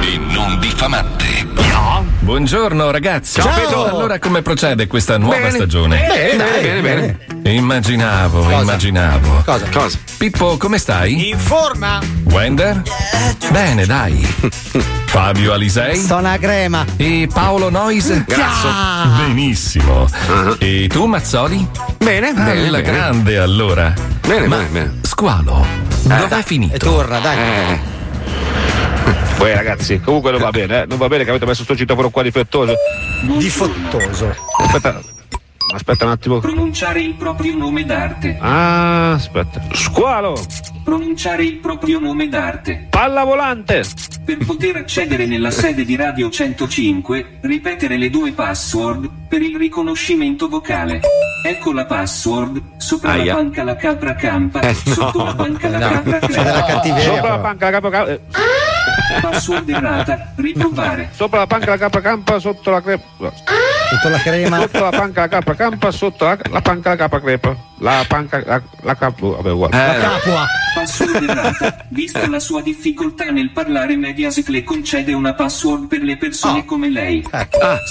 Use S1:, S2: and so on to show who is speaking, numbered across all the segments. S1: e non diffamante. Buongiorno ragazzi.
S2: Ciao, Pedro.
S1: Allora come procede questa nuova
S2: Bene.
S1: stagione?
S2: Bene, bene, bene, bene.
S1: Immaginavo, immaginavo. Cosa? Cosa? Pippo, come stai?
S3: In forma?
S1: Wender? Bene, dai. Fabio Alisei? Sono una crema. E Paolo Noise?
S2: Grasso.
S1: Benissimo.
S4: Uh-huh.
S1: E tu, Mazzoli? Bene,
S2: bene,
S1: la
S2: bene.
S1: grande allora.
S2: Bene,
S1: Ma
S2: bene, bene.
S1: Squalo, dov'è finito?
S5: torna, dai.
S6: Poi Eh. ragazzi, comunque non va bene, eh. non va bene che avete messo sto citofono qua difettoso.
S5: Difottoso.
S6: Aspetta, aspetta un attimo.
S7: Pronunciare il proprio nome d'arte.
S6: Ah, aspetta. Squalo!
S7: Pronunciare il proprio nome d'arte.
S6: Palla volante!
S7: Per poter accedere nella sede di Radio 105, ripetere le due password per il riconoscimento vocale. Ecco la password, sopra
S6: Aia. Eh,
S7: la panca la capra campa, sotto la panca la capra
S6: Sopra la
S7: crepa.
S6: panca la capra campa. eh,
S7: Password errata, riprovare.
S6: Sopra la panca la capra campa, sotto la crepa.
S5: Sotto la crema.
S6: Sotto la panca la capra campa, sotto la, la panca la capra crepa. La panca la, la cap- oh, Vabbè, guarda.
S7: La capua. Password errata. Vista la sua difficoltà nel parlare, Mediaset le concede una password per le
S6: Ah.
S7: persone come lei.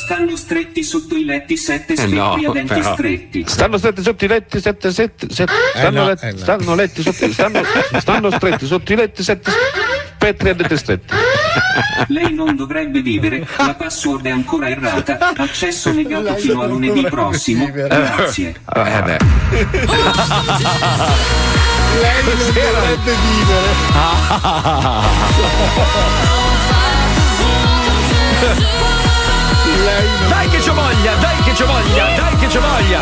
S7: Stanno stretti sotto i letti sette
S6: Ecco. Eh
S7: scritti
S6: no,
S7: a denti
S6: però.
S7: stretti.
S6: Stanno stretti sotto i letti sette sette sette-
S7: Eh
S6: stanno,
S7: no,
S6: letti-
S7: eh no.
S6: stanno letti sotto stanno, stanno stretti sotto i letti sette petri a denti stretti.
S7: Lei non dovrebbe vivere, la password è ancora errata. Accesso negato fino a lunedì prossimo. Grazie.
S8: Ah.
S6: Vabbè.
S2: Lei non dovrebbe vivere.
S4: Dai che c'ho voglia, dai che c'ho voglia, dai che c'ho voglia.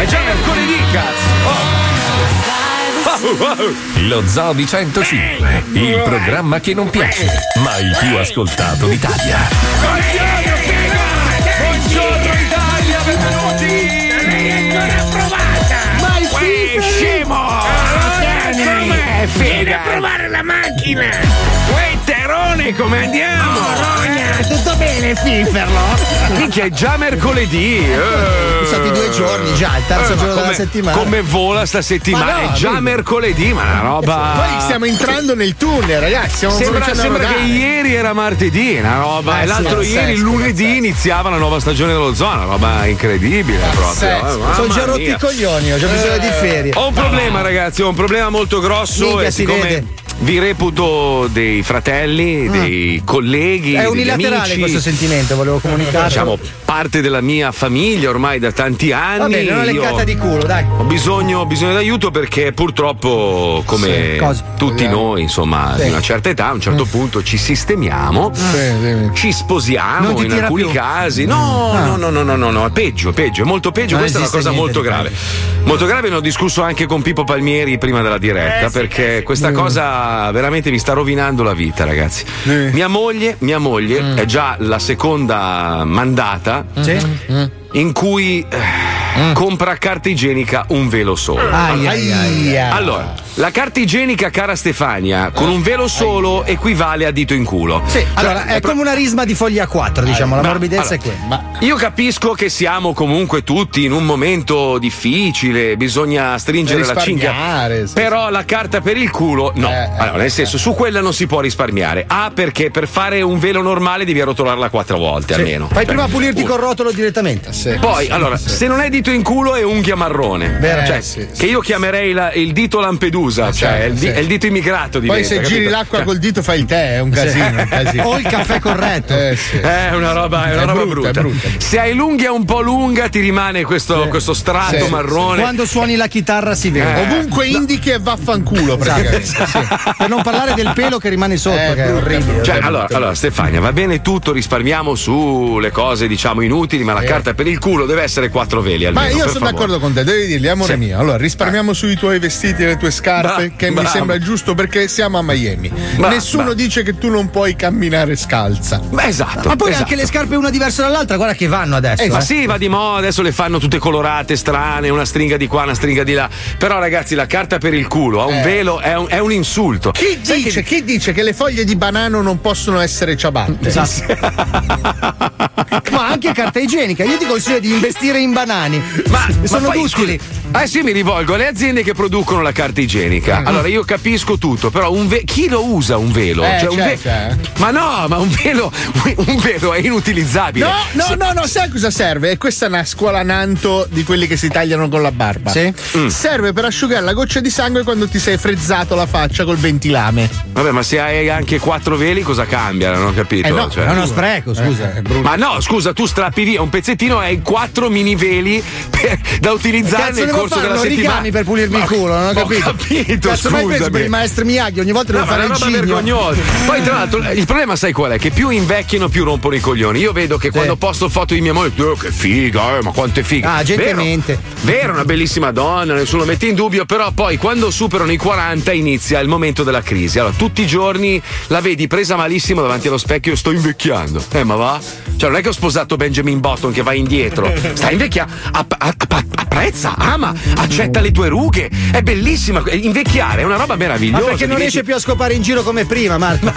S4: È già Oh. mercoledì, cazzo. Oh.
S1: Lo Zoo di 105, il programma che non piace, ma il più ascoltato d'Italia.
S2: Buongiorno Italia, benvenuti! Lei è ancora approvata! Ma il figlio! scemo! Com'è figa? Vieni a provare la macchina! Uè, terone, come andiamo? Eh, tutto bene, Fiferlo?
S4: Minchia, è già mercoledì. eh.
S5: Sono stati due giorni già, il terzo
S4: ma
S5: giorno della
S4: come-
S5: settimana.
S4: Come vola sta settimana?
S5: Ma no,
S4: è già
S5: quindi-
S4: mercoledì, ma è una roba.
S5: Poi
S3: Stiamo entrando nel tunnel, ragazzi. Stiamo
S4: Sembra,
S3: cominciando a
S4: sembra che
S3: rodare.
S4: ieri era martedì, è una roba.
S3: Eh,
S4: e
S3: sì,
S4: l'altro
S3: pazzesco,
S4: ieri, lunedì, iniziava la nuova stagione dello zoo, una roba incredibile proprio. eh, mamma
S5: Sono già rotti
S4: mia.
S5: i coglioni, ho già bisogno
S2: Eh.
S5: di ferie.
S2: Oh,
S4: Ho un problema, ragazzi, ho un problema molto grosso.
S5: Minchia,
S4: e
S5: si
S4: siccome
S5: vede. Ah.
S4: vi reputo dei fratelli, dei colleghi,
S5: È
S4: degli
S5: unilaterale
S4: amici,
S5: questo sentimento, volevo comunicare.
S4: Diciamo parte della mia famiglia ormai da tanti anni.
S5: Va bene, una
S4: Io-
S5: leccata di culo, dai.
S4: ho bisogno, ho bisogno d'aiuto perché purtroppo, come
S5: Sì, Eh. Mm. cosa?
S4: tutti noi, insomma,
S5: Sì.
S4: di una certa età, a un certo punto ci sistemiamo,
S5: Mm.
S4: ci
S5: Non
S4: sposiamo
S5: ti
S4: in
S5: tira
S4: alcuni
S5: più?
S4: casi. No,
S5: Ah.
S4: no, no, no, no, no, no, è peggio, è peggio, è molto peggio.
S5: Non
S4: Questa è una
S5: esiste
S4: cosa
S5: niente
S4: molto
S5: di
S4: grave. Molto grave, ne ho discusso anche con Pippo Palmieri prima della
S5: Eh
S4: diretta, perché questa
S5: Mm.
S4: cosa veramente mi sta rovinando la vita, ragazzi. Mia moglie, mia moglie
S5: Mm.
S4: è già la seconda mandata
S2: mm,
S4: in cui eh, compra carta igienica un velo solo.
S5: Mm. Ai, ai, ai, ai.
S4: Allora, la carta igienica, cara Stefania, con un velo solo equivale a dito in culo. Cioè,
S5: Sì, allora è come una risma di foglia 4, diciamo, la
S4: Ma-
S5: morbidezza
S4: allora,
S5: è quella. Ma
S4: Io capisco che siamo comunque tutti in un momento difficile, bisogna stringere la cinghia.
S3: Risparmiare, sì,
S4: Però la carta per il culo, no.
S3: Eh, eh,
S4: allora, nel senso, su quella non si può risparmiare. Ah, perché per fare un velo normale devi arrotolarla quattro volte almeno.
S5: fai
S4: Cioè,
S5: prima a pulirti
S4: uno.
S5: col rotolo direttamente.
S4: Poi, allora, se non è dito in culo è unghia marrone.
S5: Vero.
S4: Cioè,
S5: Eh, sì,
S4: che io chiamerei la- il dito Lampedusa, cioè è il, di-
S3: Eh, certo, sì.
S4: è il dito immigrato di
S3: Poi se giri
S4: Cioè,
S3: l'acqua col dito fai il tè, è un casino. un casino.
S5: O il caffè corretto.
S3: Eh, sì.
S4: È una roba, è una
S3: È
S4: roba
S3: brutta,
S4: brutta,
S3: è brutta.
S4: Se hai l'unghia un po' lunga ti rimane questo, questo strato
S3: Sì.
S4: marrone. Eh.
S5: Quando suoni la chitarra si vede.
S3: Ovunque indichi e vaffanculo, praticamente.
S5: Esatto. Sì. Per non parlare del pelo che rimane sotto,
S3: Eh,
S5: che è
S3: brutta,
S5: orribile.
S3: brutta.
S4: Cioè, allora, allora, Stefania, va bene tutto, risparmiamo sulle cose diciamo inutili, ma la carta per il culo deve essere quattro veli almeno.
S3: Ma io
S4: per
S3: sono
S4: favore.
S3: d'accordo con te, devi dirgli, amore
S4: Sì.
S3: mio, allora risparmiamo sui tuoi vestiti e le tue scarpe,
S4: Bra-
S3: che mi
S4: bravo.
S3: sembra giusto perché siamo a Miami.
S4: Bra-
S3: Nessuno
S4: bra-
S3: dice che tu non puoi camminare scalza.
S4: Beh, esatto.
S5: Ma poi
S4: esatto.
S5: anche le scarpe una diversa dall'altra, guarda che vanno adesso.
S4: Eh, ma
S5: eh.
S4: sì, va di moda, adesso le fanno tutte colorate, strane, una stringa di qua, una stringa di là. Però, ragazzi, la carta per il culo ha un
S3: Eh.
S4: velo, è un, è un insulto.
S3: Chi
S4: Sai
S3: dice, chi dice che le foglie di banano non possono essere ciabatte?
S4: Esatto.
S5: Ma anche carta igienica. Io ti consiglio di investire in banani.
S4: Ma, ma
S5: sono
S4: poi,
S5: utili.
S4: scusa, Adesso io mi rivolgo alle aziende che producono la carta
S5: Ah.
S4: igienica. Allora io capisco tutto, però un ve- chi lo usa un velo? Cioè,
S3: Eh,
S4: un
S3: c'è,
S5: certo,
S4: ve-
S3: c'è.
S4: Ma no, ma un velo, un velo è inutilizzabile.
S3: No, no, no, no, sai cosa serve? E Questa è una squalananto di quelli che si tagliano con la barba.
S5: Sì?
S3: Mm. Serve per asciugare la goccia di sangue quando ti sei frezzato la faccia col ventilame.
S4: Vabbè, ma se hai anche quattro veli cosa cambia? Non ho capito.
S3: Eh no, Eh,
S4: cioè.
S5: È uno spreco, scusa.
S4: Ma no, scusa, tu strappi via un pezzettino e hai quattro mini veli per- da utilizzare
S5: Cazzo,
S4: nel
S5: devo
S4: corso
S5: fare un
S4: della settimana.
S5: origami per pulirmi il culo, non ho
S4: ho
S5: capito.
S4: capito,
S5: Cazzo, mai preso per
S4: scusami.
S5: il maestro Miyagi, ogni volta
S4: No,
S5: devo
S4: ma è
S5: fare
S4: una
S5: il
S4: roba
S5: cigno.
S4: vergognosa. Poi, tra l'altro, eh, il problema, sai qual è? Che più invecchiano, più rompono i coglioni. Io vedo che quando posto foto di mia moglie, "Eh, che figa, eh, ma quanto è figa.
S5: Ah, gentilmente.
S4: Vero, vero, una bellissima donna, nessuno lo mette in dubbio, però poi quando superano i 40 inizia il momento della crisi. Allora, tutti i giorni la vedi presa malissimo davanti allo specchio, sto invecchiando. Eh, ma va? Cioè, non è che ho sposato Benjamin Button che va indietro. Sta invecchiando, app- app- app- apprezza, ama, accetta le tue rughe. È bellissima. Invecchiare è una roba
S5: Ma
S4: meravigliosa.
S5: perché non
S4: diventi-
S5: riesce più a scopare in giro come prima, Marco?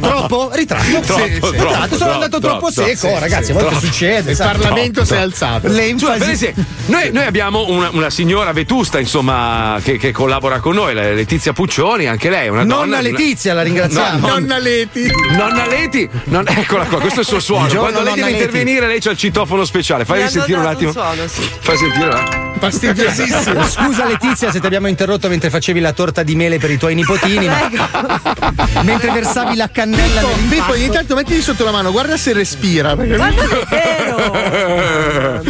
S5: troppo? Ritratto?
S4: Troppo,
S5: Sì, sì. Ritratto, sono
S4: troppo, troppo,
S5: andato troppo
S4: troppo,
S5: secco, oh, ragazzi, a volte succede.
S3: Il
S5: sai.
S3: Parlamento si è alzato.
S4: Scusa, per
S5: L'enfasi.
S4: esempio, noi, noi abbiamo una, una signora vetusta, insomma, che, che collabora con noi, la- Letizia Puccioni, anche lei è una donna.
S5: Nonna
S4: una-
S5: Letizia, la ringraziamo.
S4: No, no.
S3: Nonna Leti.
S4: Nonna Leti, non- eccola qua, questo è il suo suono.
S5: Buongiorno,
S4: Quando lei
S5: nonna
S4: deve
S5: Leti.
S4: intervenire, lei c'ha il citofono speciale.
S9: Mi
S4: Fai
S9: hanno
S4: sentire un
S9: dato
S4: attimo.
S9: suono, sì.
S4: Fai sentire un attimo.
S3: Fastidiosissimo.
S5: Scusa Letizia se ti abbiamo interrotto mentre facevi la torta di mele per i tuoi nipotini, ma mentre versavi la cannella
S3: Pippo,
S5: nel
S3: Pippo, ogni tanto mettiti sotto la mano, guarda se respira. perché-
S9: Ma non è vero!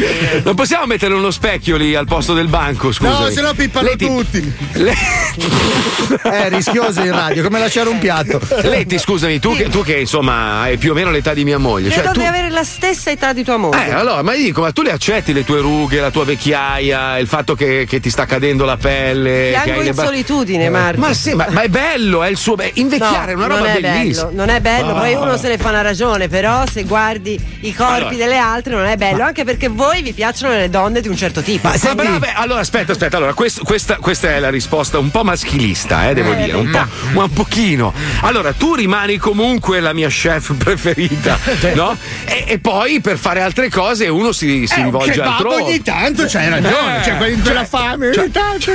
S4: Non possiamo mettere uno specchio lì al posto del banco, scusa.
S3: No, se no pippano tutti.
S5: È Eh, rischioso in radio, come lasciare un piatto.
S4: Leti, scusami, tu che, tu che, insomma hai più o meno l'età di mia moglie.
S9: Credo
S4: Cioè, tu,
S9: di avere la stessa età di tua moglie.
S4: Eh, allora, ma io dico, ma tu le accetti le tue rughe, la tua vecchiaia, il fatto che, che ti sta cadendo la pelle? che
S9: Piango
S4: hai le
S9: in
S4: ba-
S9: solitudine, Marco.
S4: Ma sì, ma, ma è bello, è il suo. be- invecchiare è una roba
S9: non è
S4: bellissima. Ah.
S9: bello, non è bello, poi uno se ne fa una ragione, però se guardi i corpi
S4: Allora.
S9: delle altre non è bello, anche perché voi vi piacciono le donne di un certo tipo.
S5: Ma
S4: Ma
S5: senti,
S4: brava, allora aspetta, aspetta, allora quest- questa, questa è la risposta un po' maschilista, eh, devo
S9: Eh,
S4: dire, un po', ma un pochino. Allora tu rimani comunque la mia chef preferita, no? E, e poi per fare altre cose uno si, si
S3: Eh,
S4: rivolge
S3: che babbo
S4: altrove. Eh.
S3: ogni tanto c'hai ragione, cioè quando c'è la fame
S5: cioè.
S3: ogni tanto.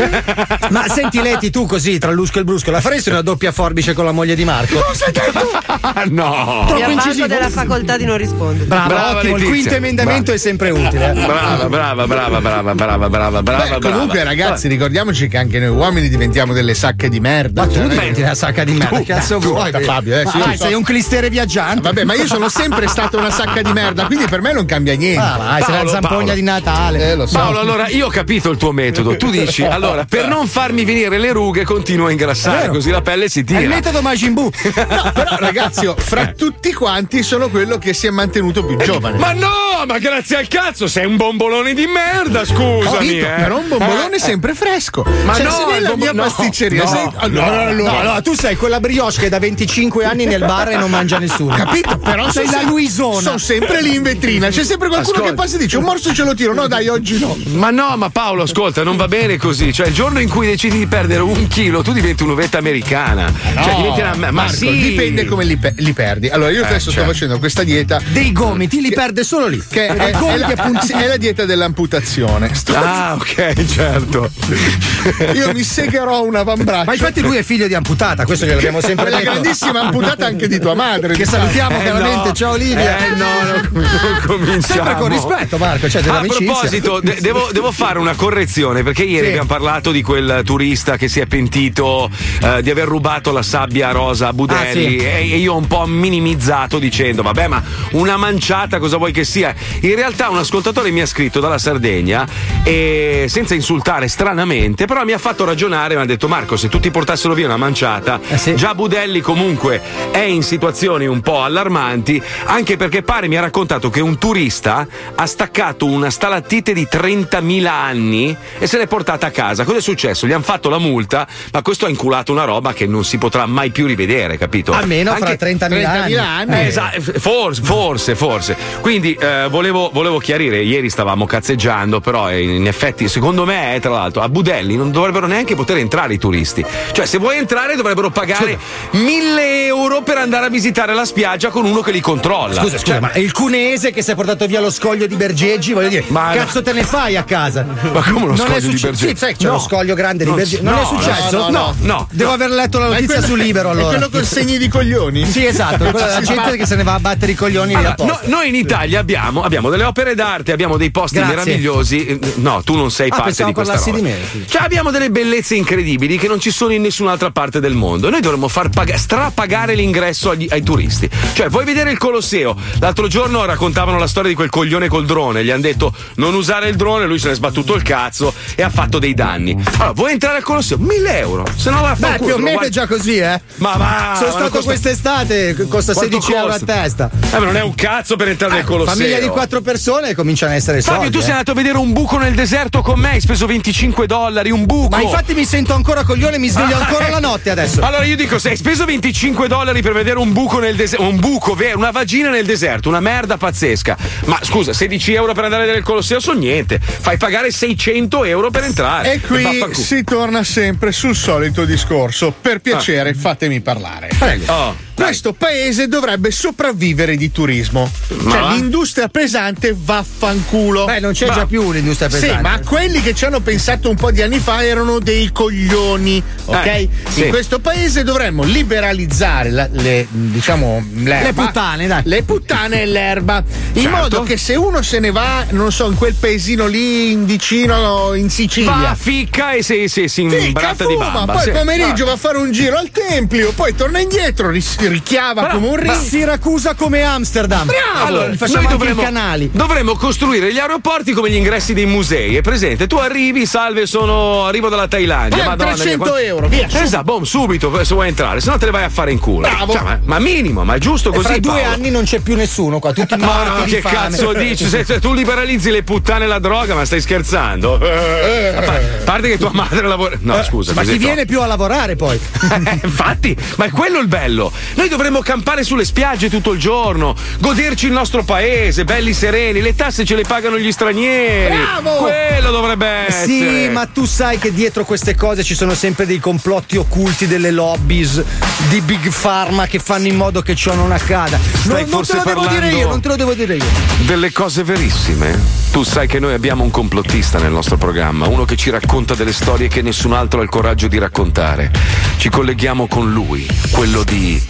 S5: ma senti Leti tu così tra il lusco e il brusco, la faresti una doppia forbice con la moglie di Marco?
S4: Ah, no!
S9: Mi avvalgo della facoltà di non rispondere.
S5: Brava,
S4: Brava,
S5: ottimo, il
S4: Letizia.
S5: quinto emendamento
S4: Brava.
S5: è sempre utile. eh.
S4: Brava, brava, brava, brava, brava, brava,
S3: Beh,
S4: brava.
S3: comunque
S4: brava.
S3: ragazzi ricordiamoci che anche noi uomini diventiamo delle sacche di merda.
S5: Ma tu
S3: cioè, non è che-
S5: diventi una sacca di merda, cazzo vuoi?
S3: guarda, Fabio, adesso
S5: Ma
S3: io
S5: vai,
S3: so-
S5: sei un clistere viaggiante.
S3: Vabbè, ma io sono sempre stata una sacca di merda, quindi per me non cambia niente.
S5: Ah, vai, sei
S4: Paolo,
S5: la zampogna
S4: Paolo.
S5: di Natale.
S3: Eh, lo so.
S4: Paolo, allora io ho capito il tuo metodo. Tu dici, allora, per non farmi venire le rughe, continuo a
S5: È
S4: ingrassare,
S5: vero.
S4: così la pelle si
S5: È il
S4: tira. Eh.
S5: metodo Majin Buu.
S3: No, però ragazzi, io, fra tutti quanti sono quello che si è mantenuto più giovane.
S4: Ma no, ma grazie al cazzo, sei un bombolone di merda,
S3: Ho
S4: scusami.
S3: vinto,
S4: eh.
S3: però un bombolone sempre fresco. Ma
S4: no,
S3: se
S4: il
S3: nella
S4: bombo-
S3: mia
S4: no,
S3: pasticceria.
S4: no,
S3: sei- allora, allora,
S5: No, no, tu sei quella brioche che da 25 anni nel bar e non mangia nessuno.
S3: Capito? Però
S5: sei
S3: sono
S5: la
S3: se-
S5: Luisona.
S3: Sono sempre lì in vetrina. C'è sempre qualcuno
S4: Ascolta.
S3: che passa e dice: Un morso ce lo tiro. No, dai, oggi no.
S4: Ma no, ma Paolo, ascolta, non va bene così. Cioè, il giorno in cui decidi di perdere un chilo, tu diventi un'uvetta americana. cioè, diventi una. Ma
S3: Eh, Marco,
S4: sì. certo.
S3: dipende come li, pe- li perdi. Allora,
S4: Eh,
S3: io adesso sto facendo questa dieta.
S5: Dei gomiti li perde solo lì.
S3: Che è,
S5: I
S3: è
S5: gomiti
S3: la,
S5: e punti-
S3: è la dieta dell'amputazione. Sto-
S4: Ah, ok, certo.
S3: Io mi segherò un avambraccio.
S5: Ma infatti lui è figlio di amputata, questo che l'abbiamo sempre
S3: Quella
S5: detto.
S3: grandissima amputata anche di tua madre.
S5: Che
S3: di
S5: salutiamo
S4: Eh,
S5: veramente,
S4: no.
S5: ciao Olivia.
S4: Eh no, non, non cominciamo. Ah,
S5: Sempre con rispetto, Marco, cioè
S4: A
S5: dell'amicizia.
S4: proposito, de- devo, devo fare una correzione perché ieri abbiamo parlato di quel turista che si è pentito eh, di aver rubato la sabbia rosa a Budelli Eh,
S5: Ah, sì.
S4: e, e io ho un po' minimizzato dicendo vabbè ma una manciata cosa vuoi che sia? In realtà un ascoltatore mi ha scritto dalla Sardegna e senza insultare stranamente però mi ha fatto ragionare ma detto Marco se tutti portassero via una manciata già Budelli comunque è in situazioni un po' allarmanti anche perché pare mi ha raccontato che un turista ha staccato una stalattite di 30.000 anni e se l'è portata a casa cosa è successo? gli hanno fatto la multa ma questo ha inculato una roba che non si potrà mai più rivedere capito?
S5: Almeno fra
S4: Anche-
S5: 30.000 anni.
S4: eh, esa- forse, forse, forse. Quindi eh, volevo, volevo chiarire, ieri stavamo cazzeggiando, però eh, in effetti secondo me, eh, tra l'altro, a Budelli non dovrebbero neanche poter entrare i turisti. Cioè se vuoi entrare dovrebbero pagare 1000 euro per andare a visitare la spiaggia con uno che li controlla.
S5: Scusa, scusa,
S4: Cioè,
S5: ma il cuneese che si è portato via lo scoglio di Bergeggi, voglio dire,
S4: Ma no.
S5: cazzo te ne fai a casa?
S4: Ma come lo
S5: Non è
S4: scoglio di
S5: successo-
S4: Bergeggi?
S5: Sì, sai, c'è
S4: No.
S5: lo scoglio grande di
S4: Non
S5: Bergeggi.
S4: si-
S5: Non
S4: no,
S5: è successo?
S4: no, no, no.
S5: Devo aver letto la
S3: Ma è
S5: notizia
S3: quello-
S5: su Libero allora.
S3: È quello col segni di coglioni.
S5: Sì, esatto, quella della
S3: Si
S5: gente
S3: fa-
S5: che se ne va a battere i coglioni lì
S4: Allora,
S5: apposta.
S4: no- noi in Italia abbiamo, abbiamo delle opere d'arte, abbiamo dei posti
S5: Grazie.
S4: meravigliosi. Eh, No, tu non sei
S5: Ah,
S4: parte
S5: pensavo
S4: di questa
S5: parlassi
S4: roba.
S5: di me, sì.
S4: Cioè, abbiamo delle bellezze incredibili che non ci sono in nessun'altra parte del mondo. Noi dovremmo far paga- strapagare l'ingresso agli- ai turisti. Cioè, vuoi vedere il Colosseo? L'altro giorno raccontavano la storia di quel coglione col drone. Gli hanno detto non usare il drone, lui se ne è sbattuto il cazzo e ha fatto dei danni. Allora, vuoi entrare al Colosseo? 1000 euro. Se no va a fare
S5: Beh, più o meno è già così, eh.
S4: Ma va!
S5: Sono
S4: ma
S5: stato
S4: costa-
S5: quest'estate, costa
S4: Quanto
S5: 16 euro a
S4: costa?
S5: testa. Eh,
S4: Eh, ma non è un cazzo per entrare nel Colosseo.
S5: Famiglia di quattro persone cominciano a essere soldi.
S4: Fabio, tu
S5: eh.
S4: sei andato a vedere un buco nel deserto con me, hai speso 25 dollari, un buco.
S5: Ma infatti mi sento ancora coglione, mi sveglio
S4: Ah.
S5: ancora la notte adesso.
S4: Allora io dico, se hai speso 25 dollari per vedere un buco nel deserto, un buco vero, una vagina nel deserto, una merda pazzesca. Ma scusa, 16 euro per andare nel Colosseo sono niente. Fai pagare 600 euro per entrare.
S3: E qui
S4: Eh, vaffanculo.
S3: si torna sempre sul solito discorso. Per piacere, fatemi parlare. Prego.
S4: Oh, dai.
S3: Questo paese dovrebbe sopravvivere di turismo. Cioè,
S4: Ma?
S3: l'industria pesante vaffanculo.
S5: Beh, non c'è già più l'industria
S3: Sì,
S5: pesante.
S3: ma quelli che ci hanno pensato un po' di anni fa erano dei coglioni, ok?
S4: Eh, sì.
S3: In questo paese dovremmo liberalizzare la- le, diciamo, l'erba.
S5: Le puttane, dai.
S3: Le puttane e l'erba. In
S4: Certo.
S3: modo che se uno se ne va, non so, in quel paesino lì in vicino in
S4: Va,
S3: Sicilia.
S4: ficca e se, se, si
S3: Sì,
S4: imbratta di
S3: fuma,
S4: bamba.
S3: poi
S4: sì.
S3: il pomeriggio va a fare un giro al tempio, poi torna indietro, ris- richiava come un
S5: Ma
S3: riccio.
S5: Siracusa come Amsterdam.
S3: Bravo!
S4: Allora,
S5: Li facciamo
S4: noi
S5: anche
S4: dovremmo,
S5: i canali.
S4: dovremmo costruire gli aeroporti come gli ingressi dei musei. È presente? Tu arrivi, salve, sono arrivo dalla Thailandia.
S5: Eh,
S3: Bam,
S4: Madonna mia,
S3: 300
S4: quanto-
S3: euro, via, su.
S4: Esatto, boom, subito se vuoi entrare, se no te le vai a fare in culo.
S3: Bravo.
S4: Cioè, ma, ma minimo, ma è giusto
S5: E
S4: così.
S5: fra due
S4: Paolo.
S5: anni non c'è più nessuno qua, tutti
S4: Ma
S5: morti
S4: no,
S5: di
S4: che
S5: fame.
S4: cazzo dici? Se, se tu liberalizzi le puttane e la droga, ma stai scherzando? A parte che tua madre lavora. No, scusa.
S5: Eh. Ma
S4: così
S5: chi
S4: troppo.
S5: viene più a lavorare poi?
S4: Eh, Infatti, ma è quello il bello. Noi dovremmo campare sulle spiagge tutto il giorno, goderci il nostro paese, belli sereni, le tasse ce le pagano gli stranieri.
S3: Bravo!
S4: Quello dovrebbe essere.
S5: Sì, ma tu sai che dietro queste cose ci sono sempre dei complotti occulti delle lobbies di Big Pharma che fanno in modo che ciò non accada.
S4: Stai
S5: Non, non te
S4: forse
S5: lo devo
S4: parlando-
S5: dire io, non te lo devo dire io.
S4: Delle cose verissime. Tu sai che noi abbiamo un complottista nel nostro programma, uno che ci racconta delle storie che nessun altro ha il coraggio di raccontare. Ci colleghiamo con lui, quello di.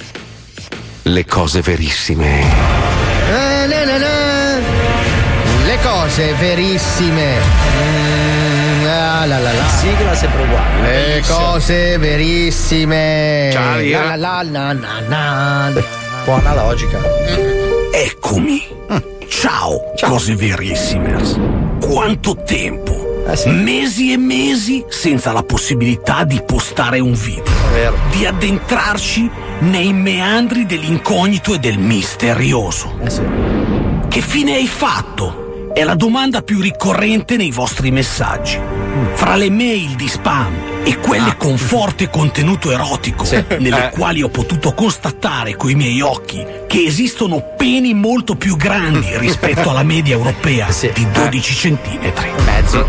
S4: Le cose verissime.
S5: Eh, na, na, na. Le cose verissime. Mm, ah, la, la, la. sigla sempre uguale. Le cose verissime.
S4: Ciao,
S5: La,
S4: Ira. Eh,
S5: la, la, na, na, na. Buona logica.
S10: Eccomi. Ciao, cose verissimers. Quanto tempo?
S5: Eh sì.
S10: Mesi e mesi senza la possibilità di postare un video. Di addentrarci nei meandri dell'incognito e del misterioso.
S5: Eh
S10: Che fine hai fatto? È la domanda più ricorrente nei vostri messaggi.
S5: Mm.
S10: Fra le mail di spam e
S5: Ah.
S10: quelle con forte contenuto erotico, nelle
S5: Eh.
S10: quali ho potuto constatare coi miei occhi che esistono peni molto più grandi rispetto alla media europea di 12 centimetri. Mezzo.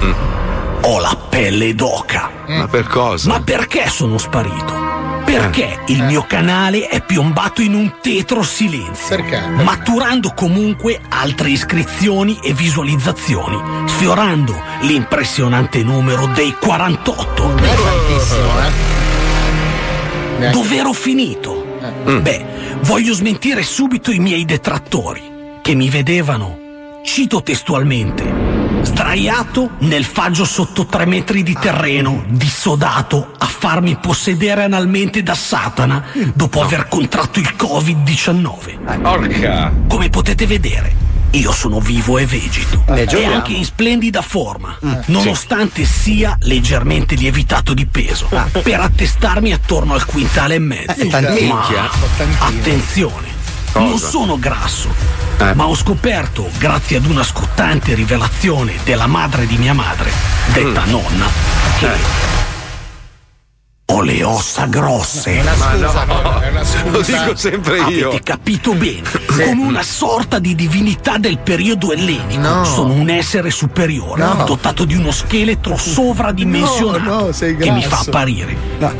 S10: Ho la pelle d'oca.
S4: Ma per cosa?
S10: Ma perché sono sparito? Perché
S3: Eh.
S10: il mio canale è piombato in un tetro silenzio,
S3: Perché?
S10: maturando comunque altre iscrizioni e visualizzazioni, sfiorando l'impressionante numero dei 48.
S3: eh.
S10: Dov'ero finito?
S3: Eh.
S10: Beh, voglio smentire subito i miei detrattori, che mi vedevano, cito testualmente, sdraiato nel faggio sotto tre metri di terreno, dissodato, a farmi possedere analmente da Satana dopo aver contratto il Covid-19.
S4: Orca.
S10: Come potete vedere, io sono vivo e vegeto.
S11: Ne
S10: e
S11: Eh, giochiamo.
S10: anche in splendida forma,
S11: Mm.
S10: nonostante sia leggermente lievitato di peso, per attestarmi attorno al quintale e mezzo.
S11: Ah. Eh, tantino.
S10: Ma,
S11: Minchia.
S10: attenzione,
S11: Cosa?
S10: non sono grasso,
S4: Eh.
S10: ma ho scoperto, grazie ad una scottante rivelazione della madre di mia madre,
S4: Mm.
S10: detta nonna, che
S4: Eh.
S10: ho le ossa grosse.
S11: È una Ma scusa, no, nonna, è una scusa.
S4: lo dico sempre io.
S10: Avete capito bene. Come una sorta di divinità del periodo ellenico. Sono un essere superiore,
S11: No.
S10: dotato di uno scheletro sovradimensionato che mi fa
S11: grasso.
S10: apparire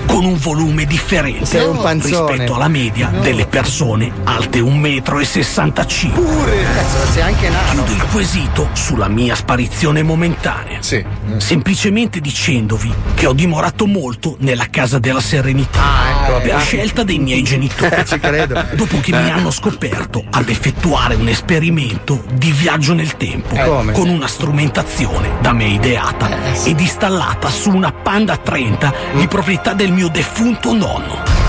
S10: con un volume differente
S11: Sei un panzone.
S10: rispetto alla media delle persone alte 1,65 m.
S5: Cazzo, sei anche nano.
S10: Chiudo il quesito sulla mia sparizione momentanea.
S11: Mm.
S10: Semplicemente dicendovi che ho dimorato molto nella casa della serenità
S11: ecco.
S10: per
S11: Ah.
S10: scelta dei miei genitori.
S11: Eh, ci credo.
S10: Dopo che mi
S11: Eh.
S10: hanno scoperto ad effettuare un esperimento di viaggio nel tempo
S11: Eh, come? Eh,
S10: con una strumentazione da me ideata ed installata su una Panda 30 di proprietà del mio defunto nonno.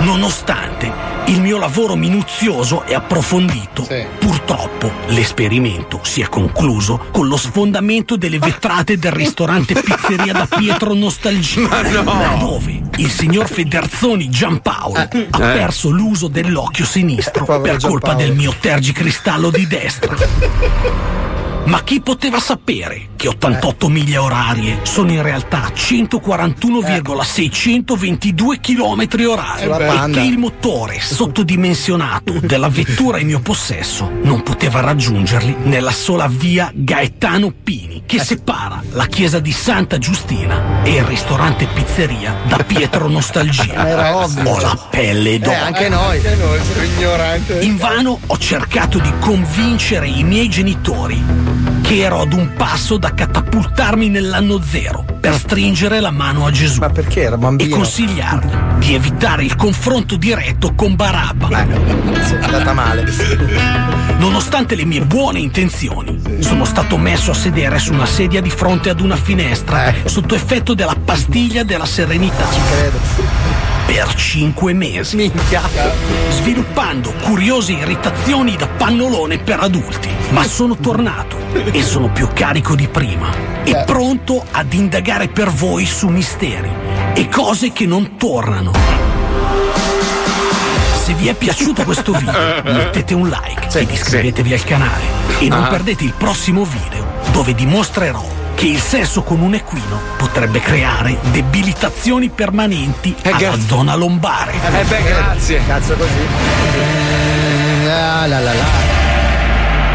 S10: Nonostante il mio lavoro minuzioso e approfondito, purtroppo l'esperimento si è concluso con lo sfondamento delle vetrate del ristorante Pizzeria da Pietro Nostalgia, dove il signor Federzoni Giampaolo ha perso l'uso dell'occhio sinistro per colpa
S11: Giampaolo.
S10: del mio tergicristallo di destra. Ma chi poteva sapere che 88 miglia orarie sono in realtà 141,622 km orari
S11: Sulla
S10: e
S11: Panda.
S10: che il motore sottodimensionato della vettura in mio possesso non poteva raggiungerli nella sola via Gaetano Pini che
S11: Ecco.
S10: separa la chiesa di Santa Giustina e il ristorante pizzeria da Pietro Nostalgia.
S3: Eh,
S11: Era ovvio.
S10: Ho la pelle d'oro.
S11: Eh, anche noi. Anche noi, siamo ignoranti.
S10: Invano ho cercato di convincere i miei genitori che ero ad un passo da catapultarmi nell'anno zero per stringere la mano a Gesù. Ma perché era bambino? E consigliargli di evitare il confronto diretto con Barabba. è andata male. Nonostante le mie buone intenzioni, sono stato messo a sedere su una sedia di fronte ad una finestra sotto effetto della pastiglia della serenità. Eh. Ci credo per 5 mesi. Sviluppando curiose irritazioni da pannolone per adulti. Ma sono tornato e sono più carico di prima. E pronto ad indagare per voi su misteri e cose che non tornano. Se vi è piaciuto questo video, mettete un like ed iscrivetevi al canale. E non
S11: Ah.
S10: perdete il prossimo video dove dimostrerò che il sesso con un equino potrebbe creare debilitazioni permanenti alla zona lombare.
S4: Eh beh, grazie.
S5: Cazzo così. Mm, ah,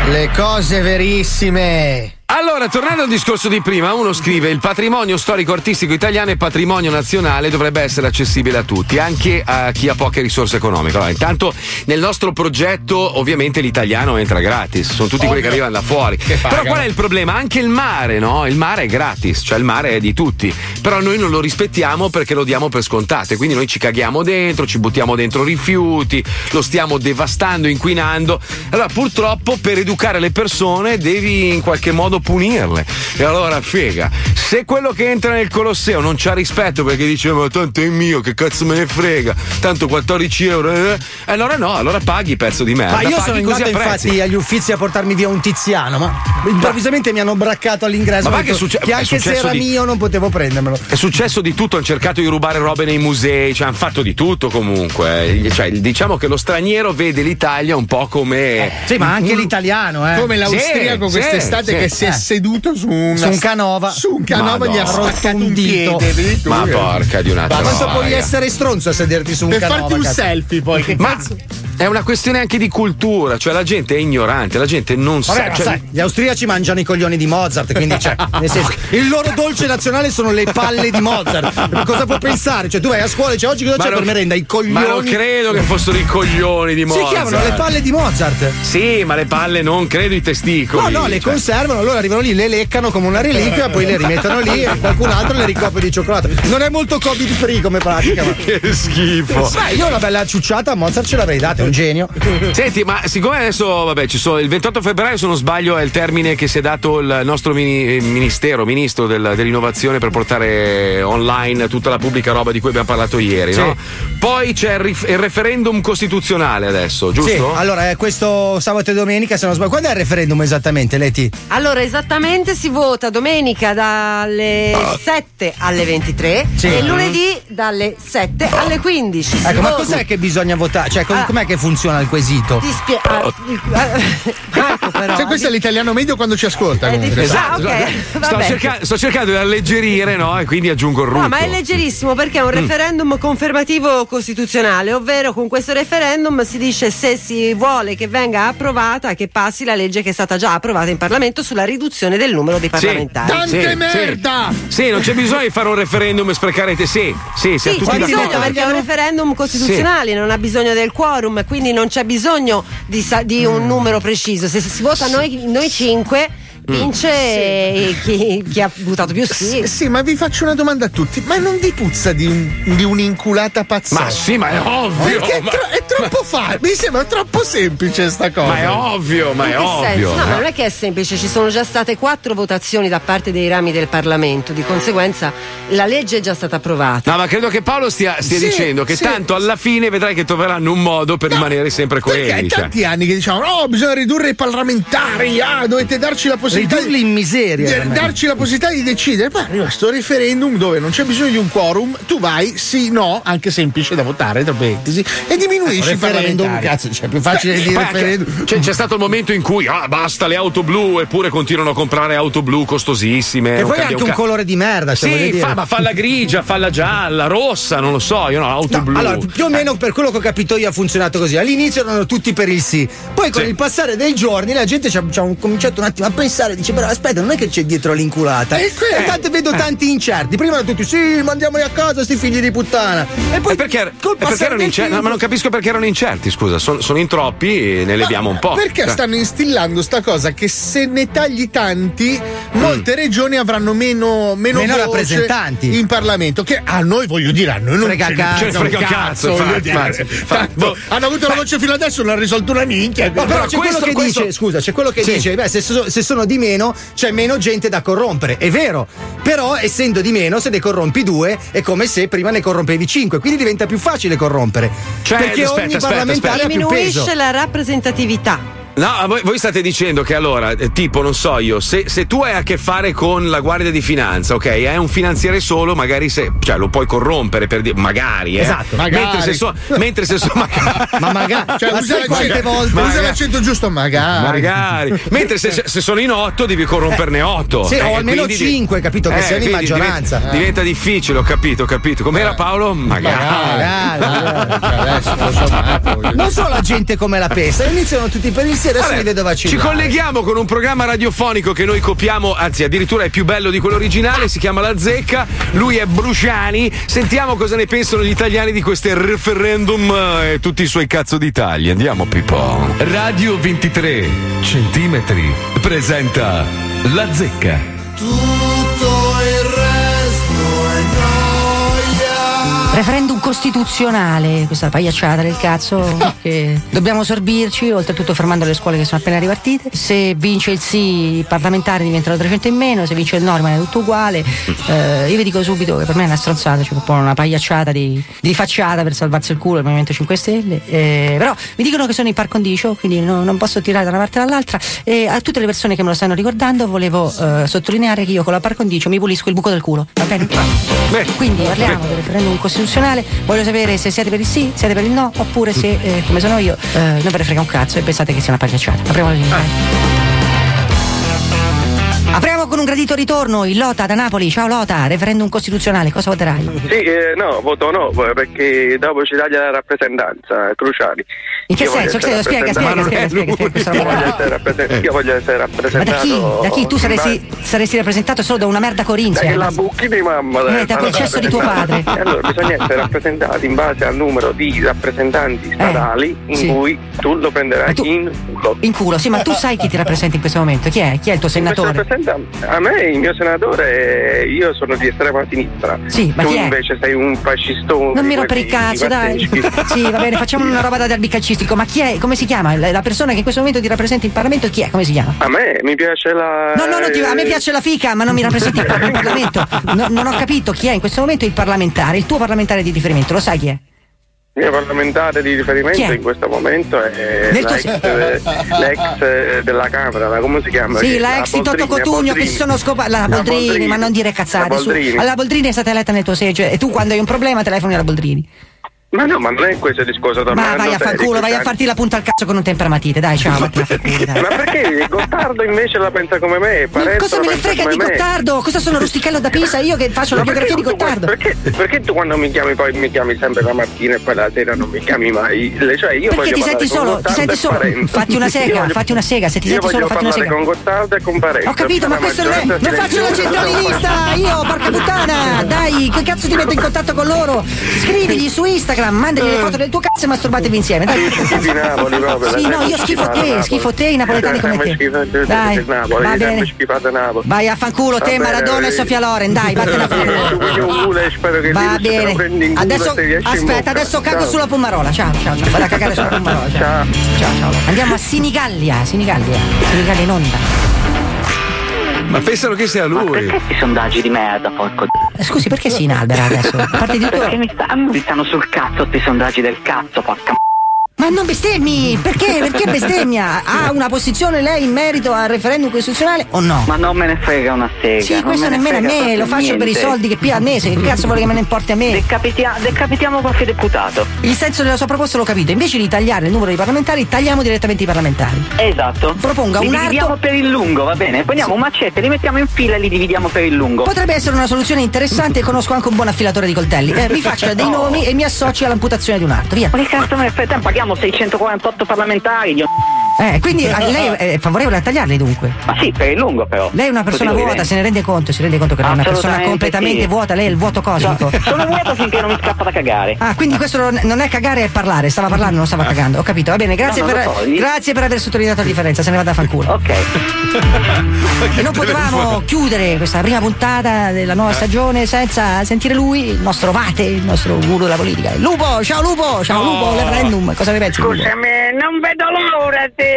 S5: Le cose verissime.
S4: Allora, tornando al discorso di prima, uno scrive: il patrimonio storico-artistico italiano e patrimonio nazionale dovrebbe essere accessibile a tutti, anche a chi ha poche risorse economiche. Allora, intanto nel nostro progetto, ovviamente l'italiano entra gratis, sono tutti quelli che arrivano da fuori. Però qual è il problema? Anche il mare, no? Il mare è gratis, cioè il mare è di tutti. Però noi non lo rispettiamo perché lo diamo per scontato. e Quindi noi ci caghiamo dentro, ci buttiamo dentro rifiuti, lo stiamo devastando, inquinando. Allora, purtroppo, per educare le persone devi in qualche modo punirle. E allora, figa, se quello che entra nel Colosseo non c'ha rispetto perché dice, ma tanto è mio, che cazzo me ne frega, tanto 14 euro, eh, allora no, allora paghi pezzo di merda.
S12: Ma io sono
S4: paghi Eh, così
S12: andato
S4: apprezzi.
S12: infatti agli uffizi a portarmi via un tiziano, ma improvvisamente mi hanno braccato all'ingresso.
S4: Ma va
S12: ho detto
S4: che è succe- è
S12: anche se
S4: successo
S12: era
S4: di-
S12: mio non potevo prendermelo.
S4: È successo di tutto, hanno cercato di rubare robe nei musei, cioè hanno fatto di tutto comunque. Cioè, diciamo che lo straniero vede l'Italia un po' come.
S12: Sì, ma anche l'italiano, eh.
S3: Mm. Come l'austriaco
S4: Sì,
S3: quest'estate
S4: sì,
S3: che
S4: sì.
S3: si è
S4: Eh.
S3: seduto su, una-
S12: Su un canova.
S3: Su un canova
S4: Madonna.
S3: gli ha spaccato un
S12: Arrotondito.
S3: piede. vedi tu? eh.
S4: Ma porca di una
S12: Ma quanto
S4: troia.
S12: puoi essere stronzo a sederti su un
S3: Per
S12: canova?
S3: farti un
S12: cazzo?
S3: selfie poi. Che
S4: Ma è una questione anche di cultura, cioè la gente è ignorante, la gente non
S12: Vabbè,
S4: sa.
S12: ma
S4: cioè-
S12: sai, gli austriaci mangiano i coglioni di Mozart, quindi cioè, nel senso, il loro dolce nazionale sono le palle di Mozart. Cosa può pensare? Cioè, tu vai a scuola e dici oggi cosa
S4: Ma
S12: c'è
S4: non-
S12: cioè, per merenda? I coglioni.
S4: Ma non credo che fossero i coglioni di Mozart.
S12: Si chiamano le palle di Mozart.
S4: Sì, ma le palle non credo i testicoli.
S12: No, no, le
S4: cioè.
S12: conservano, allora arrivano lì, le leccano come una reliquia, poi le rimettono lì e qualcun altro le ricopre di cioccolato. Non è molto covid free come pratica, ma.
S4: Che schifo.
S12: Beh, io una bella ciucciata a Mozart ce l'avrei data, è un genio.
S4: Senti, ma siccome adesso, vabbè, ci sono, il 28 febbraio, se non sbaglio, è il termine che si è dato il nostro mini- eh, ministero, ministro del- dell'innovazione per portare online tutta la pubblica roba di cui abbiamo parlato ieri, no? Poi c'è il, rif- il referendum costituzionale adesso, giusto?
S12: Sì, allora è questo sabato e domenica, se non sbaglio. Quando è il referendum esattamente, Leti?
S9: Allora, esattamente si vota domenica dalle 7 alle 23
S12: Sì.
S9: e lunedì dalle 7 alle 15. Si
S12: Ecco, ma
S9: vota-
S12: cos'è che bisogna votare? Cioè, com-
S9: Ah.
S12: com'è che funziona il quesito?
S9: Ti spie- ah, il- ah, ecco però.
S3: Cioè, questo è l'italiano medio quando ci ascolta. comunque.
S4: Esatto,
S9: Ah, ok,
S4: sto,
S9: vabbè.
S4: cerca- sto cercando di alleggerire, no? E quindi aggiungo il rutto.
S9: No, ma è leggerissimo perché è un
S4: Mm.
S9: referendum confermativo costituzionale, ovvero con questo referendum si dice se si vuole che venga approvata, che passi la legge che è stata già approvata in Parlamento sulla riduzione del numero dei parlamentari.
S4: Sì, sì. Sì, non c'è bisogno di fare un referendum e sprecare te. Sì, sì, siamo
S9: Sì,
S4: tutti
S9: c'è bisogno
S4: d'accordo.
S9: perché è un referendum costituzionale, non ha bisogno del quorum, quindi non c'è bisogno di, sa- di
S4: Mm.
S9: un numero preciso. Se si vota noi, noi cinque,
S4: Mm.
S9: vince eh, chi, chi ha votato più sì.
S3: Sì, sì, ma vi faccio una domanda a tutti: ma non vi puzza di, un- di un'inculata pazzesca?
S4: Ma sì, ma è ovvio,
S3: Perché è,
S4: ma-
S3: tro- è troppo facile. Mi sembra troppo semplice sta cosa.
S4: Ma è ovvio, ma
S9: In
S4: è
S9: che
S4: ovvio. Eh,
S9: senso? No, ma non è che è semplice, ci sono già state quattro votazioni da parte dei rami del Parlamento, di conseguenza la legge è già stata approvata.
S4: No, ma credo che Paolo stia, stia
S3: Sì,
S4: dicendo che
S3: sì.
S4: tanto alla fine vedrai che troveranno un modo per rimanere sempre
S3: Perché è
S4: coerenti. cioè.
S3: tanti anni che diciamo: no, bisogna ridurre i parlamentari, ah, dovete darci la possibilità.
S12: Ridurli in miseria,
S3: di-
S12: ormai.
S3: darci la possibilità di decidere. Ma arriva sto referendum dove non c'è bisogno di un quorum, tu vai, sì, no, anche semplice da votare, tra parentesi, e diminuisci il referendum. Cazzo, c'è più facile
S4: Beh,
S3: di
S4: poi anche-
S3: referendum.
S4: c'è, c'è stato il momento in cui ah, basta le auto blu eppure continuano a comprare auto blu costosissime.
S12: e
S4: non
S3: Eh,
S12: poi è
S4: cambia
S12: anche un
S4: ca-
S12: colore di merda, se voglio
S4: Sì,
S12: dire.
S4: fa, ma falla grigia, falla gialla, rossa, non lo so, io no, auto
S12: No,
S4: blu.
S12: Allora, più o meno per quello che ho capito io ha funzionato così. All'inizio erano tutti per il sì. Poi con
S4: Sì.
S12: il passare dei giorni la gente ci ha, ci ha un- cominciato un attimo a pensare, dice però aspetta, non è che c'è dietro l'inculata. E tanto
S4: Eh.
S12: vedo tanti incerti. Prima erano tutti sì, mandiamoli a casa sti figli di puttana. E poi
S4: perché,
S12: col
S4: Eh, perché
S12: passare
S4: erano
S12: del
S4: incerti?
S12: tempo-
S4: ma non capisco perché erano incerti, scusa, son- sono in troppi e ne leviamo un po'.
S3: Perché
S4: Cioè,
S3: stanno installando sta cosa che se ne tagli tanti, molte regioni avranno meno, meno,
S12: Meno
S3: voce
S12: rappresentanti.
S3: in Parlamento. Che a noi, voglio dire, a noi non
S12: Frega
S3: ce ne
S12: cazzo,
S3: frega un
S12: frega cazzo,
S3: voglio
S12: infatti,
S3: dire.
S12: infatti, infatti.
S3: Tanto, hanno avuto la voce fino adesso, non hanno risolto una minchia.
S12: No, però c'è quello che dice, scusa, c'è quello che
S3: Sì.
S12: dice, beh, se, so- se sono di meno c'è meno gente da corrompere, è vero, però essendo di meno se ne corrompi due è come se prima ne corrompevi cinque, quindi diventa più facile corrompere.
S4: Cioè,
S12: perché
S4: aspetta,
S12: ogni
S4: aspetta,
S12: parlamentare
S4: aspetta.
S12: ha più peso.
S9: Diminuisce la rappresentatività.
S4: No, voi, voi state dicendo che allora, eh, tipo, non so io, se, se tu hai a che fare con la Guardia di Finanza, ok, è un finanziere solo, magari se, cioè, lo puoi corrompere per dire, magari, eh.
S12: Esatto.
S4: Mentre
S3: Magari.
S4: se so, mentre se so, magari.
S12: Ma magari,
S3: Cioè,
S12: ma
S3: usa
S12: sai quante
S3: l'accento-
S12: volte?
S3: usa
S4: Magari.
S3: l'accento giusto, magari.
S4: Magari. Mentre se, se- se sono in otto devi corromperne otto.
S12: Eh.
S4: Eh,
S12: sì, o almeno
S4: quindi di- Eh,
S12: cinque, capito, che siano in
S4: quindi
S12: maggioranza. Eh.
S4: Diventa,
S5: Eh.
S4: diventa difficile, ho capito, ho capito. Com'era Paolo? Magari.
S12: Cioè, Non so la gente come la pensa, iniziano tutti per il sera e
S4: Vabbè,
S12: si vede dove
S4: Ci colleghiamo con un programma radiofonico che noi copiamo, anzi addirittura è più bello di quello originale, si chiama La Zecca, lui è Bruciani, sentiamo cosa ne pensano gli italiani di questo referendum eh, e tutti i suoi cazzo d'Italia. Andiamo Pippo.
S1: Radio 23 centimetri presenta La Zecca.
S11: Tutto il resto è noia.
S13: Referendum costituzionale, questa pagliacciata del cazzo che dobbiamo sorbirci, oltretutto fermando le scuole che sono appena ripartite. Se vince il sì, i parlamentari diventano 300 in meno, se vince il no rimane tutto uguale. Eh, io vi dico subito che per me è una stronzata, cioè proprio una pagliacciata di, di facciata per salvarsi il culo il Movimento 5 Stelle. Eh, però mi dicono che sono in par condicio, quindi no- non posso tirare da una parte e dall'altra. E a tutte le persone che me lo stanno ricordando volevo eh, sottolineare che io con la par condicio mi pulisco il buco del culo, va bene? Quindi parliamo del referendum costituzionale, voglio sapere se siete per il sì, siete per il no, oppure se, eh, come sono io, eh, non ve ne frega un cazzo e pensate che sia una pagliacciata. Apriamo la
S8: Ah.
S13: linea. Apriamo con un gradito ritorno, il Lota da Napoli. Ciao Lota, referendum costituzionale, cosa voterai?
S8: Sì, eh, no, voto no, perché dopo ci taglia la rappresentanza, cruciali.
S13: In che
S8: Io voglio
S13: senso?
S8: essere
S13: Spiega, spiega, spiega,
S8: rappresentato-
S13: spiega, spiega, spiega, questa
S8: Io
S13: roba.
S8: voglio essere rappresen- Io voglio essere
S13: Ma da
S8: rappresentato.
S13: chi? Da chi tu
S8: in
S13: saresti, saresti rappresentato solo da una merda
S8: base-
S13: corinzia?
S8: Da la bucchi di mamma.
S13: Eh,
S8: dai,
S13: da
S8: ma
S13: quel
S8: non
S13: cesso di tuo
S8: rappresentati.
S13: padre.
S8: E allora bisogna essere rappresentati in base al numero di rappresentanti statali in
S13: Eh, sì.
S8: cui tu lo prenderai in culo.
S13: In culo, sì, ma tu sai chi ti rappresenta in questo momento? Chi è? Chi è il tuo
S8: Questo
S13: senatore?
S8: rappresentante A me il mio senatore, io sono di estrema sinistra.
S13: Sì, ma
S8: tu
S13: chi è?
S8: invece sei un fascistone.
S13: Non mi
S8: di
S13: rompere il
S8: quelli
S13: cazzo, dai.
S8: pazzeschi.
S13: Sì, va bene, facciamo una roba da derby calcistico. Ma chi è? Come si chiama? La la persona che in questo momento ti rappresenta in Parlamento chi è? Come si chiama?
S8: A me mi piace la.
S13: No, no, no, ti- a
S8: Eh.
S13: me piace la fica, ma non mi rappresenta il par- il Parlamento. No, non ho capito chi è in questo momento il parlamentare, il tuo parlamentare di riferimento, lo sai chi è?
S8: Il mio parlamentare di
S13: Chi è?
S8: riferimento in questo momento è
S13: Nel tuo
S8: l'ex,
S13: se-
S8: eh, l'ex, eh, della Camera, la- come si chiama?
S13: Sì, la
S8: La
S13: ex di Totto
S8: Boldrini, la
S13: Cotugno che
S8: Boldrini.
S13: si sono scopati. La Boldrini, ma non dire cazzate.
S8: La
S13: su.
S8: Boldrini.
S13: Alla Boldrini è stata eletta nel tuo seggio e tu quando hai un problema telefoni alla Boldrini.
S8: Eh, Ma no, ma non è questo il discorso da
S13: Ma vai a fanculo,
S8: eh,
S13: vai a farti la punta al cazzo con un temperamatite, dai, ciao. vatti a fanculo, dai.
S8: Ma perché Gottardo invece la pensa come me? Parenzo
S13: Cosa
S8: la
S13: me ne
S8: pensa
S13: frega
S8: come
S13: di
S8: me.
S13: Gottardo? Cosa sono Rustichello da Pisa? Io che faccio la
S8: Ma
S13: biografia di
S8: perché tu-
S13: Gottardo.
S8: Perché, perché tu quando mi chiami poi mi chiami sempre la mattina e poi la sera non mi chiami mai? Le- Cioè io
S13: Perché ti
S8: voglio parlare
S13: senti
S8: con
S13: solo, ti
S8: Gottardo
S13: senti
S8: e
S13: solo.
S8: Parenzo.
S13: Fatti una
S8: Io
S13: sega,
S8: voglio-
S13: fatti una sega, se ti
S8: io
S13: senti solo
S8: voglio
S13: fatti una
S8: parlare
S13: sega.
S8: con Gottardo e con Parenzo.
S13: Ho capito, ma questo non è.
S8: maggioranza
S13: Non faccio la
S8: silenziosa.
S12: Ah,
S13: centralinista! Io, porca puttana! Dai, che cazzo ti metto in contatto con loro? Scrivigli su Instagram, mandagli le foto del tuo cazzo e masturbatevi insieme. Dai.
S8: Schifo di Napoli proprio.
S13: Sì, no,
S8: l'hai sempre
S13: io schifo
S8: schifato
S13: te,
S8: Napoli.
S13: schifo te, i napoletani
S8: L'hai
S13: come
S8: sempre schifato-
S13: Dai,
S8: sempre Napoli,
S13: va
S8: l'hai sempre
S13: bene.
S8: schifato Napoli.
S13: Vai a fanculo,
S8: Va
S13: te,
S8: bene,
S13: Maradona e
S8: vai.
S13: Sofia Loren, dai, vattene a
S8: Tu
S13: fanculo.
S8: quindi un culo e spero che
S13: Va
S8: Linus te lo
S13: bene.
S8: prendi in culo
S13: Adesso
S8: e te riesci in bocca.
S13: aspetta, adesso cago
S8: Ciao.
S13: sulla pomarola. Ciao, ciao, ciao. Vado a cagare sulla pomarola. Ciao. Ciao, ciao. Andiamo a Sinigallia, Sinigallia. Sinigallia in onda.
S4: Ma pensano che sia lui.
S14: Questi sondaggi di merda, porco
S13: Eh, Scusi, perché si inalbera adesso? A parte di tutto.
S14: Perché mi stanno, mi stanno sul cazzo questi sondaggi del cazzo, porca
S13: Ma non bestemmi! Perché? Perché bestemmia? Ha una posizione lei in merito al referendum costituzionale?
S14: o no? Ma non me ne frega una sega.
S13: Sì,
S14: non
S13: questo
S14: me ne
S13: nemmeno a
S14: frega
S13: me,
S14: proprio
S13: lo faccio per i
S14: niente.
S13: soldi che pia a me, se che cazzo vuole che me ne importi a me.
S14: Decapitia- decapitiamo qualche deputato.
S13: Il senso della sua proposta l'ho capito, invece di tagliare il numero di parlamentari, tagliamo direttamente i parlamentari.
S14: Esatto.
S13: Proponga
S14: Li
S13: un
S14: dividiamo
S13: arto.
S14: per il lungo, va bene? Prendiamo
S13: Sì.
S14: un macete, li mettiamo in fila e li dividiamo per il lungo.
S13: Potrebbe essere una soluzione interessante e conosco anche un buon affilatore di coltelli. Eh, mi faccia dei
S14: Oh.
S13: nomi e mi associ all'amputazione di un arto, via.
S14: Ma che cazzo me ne frega? Paghiamo 648 parlamentari, dio-
S13: Eh, quindi eh, lei è favorevole a tagliarli dunque?
S14: Ma sì, per il lungo però.
S13: Lei è una persona
S14: Così lo
S13: vuota,
S14: direi.
S13: se ne rende conto, si rende conto che lei è una persona
S14: Assolutamente
S13: completamente
S14: sì.
S13: vuota, lei è il vuoto cosmico.
S14: Sono vuoto finché non mi scappa da cagare.
S13: Ah, quindi questo non- non è cagare, è parlare. Stava parlando, non stava cagando. Ho capito. Va bene, grazie,
S14: No, non
S13: per,
S14: lo togli.
S13: grazie per aver sottolineato la differenza. Se ne vada a fanculo.
S14: Ok.
S13: E non potevamo chiudere questa prima puntata della nuova stagione senza sentire lui, il nostro vate, il nostro guru della politica. Lupo, ciao Lupo, ciao Lupo, referendum. Cosa ne pensi? Lupo?
S15: Scusami, non vedo l'ora di,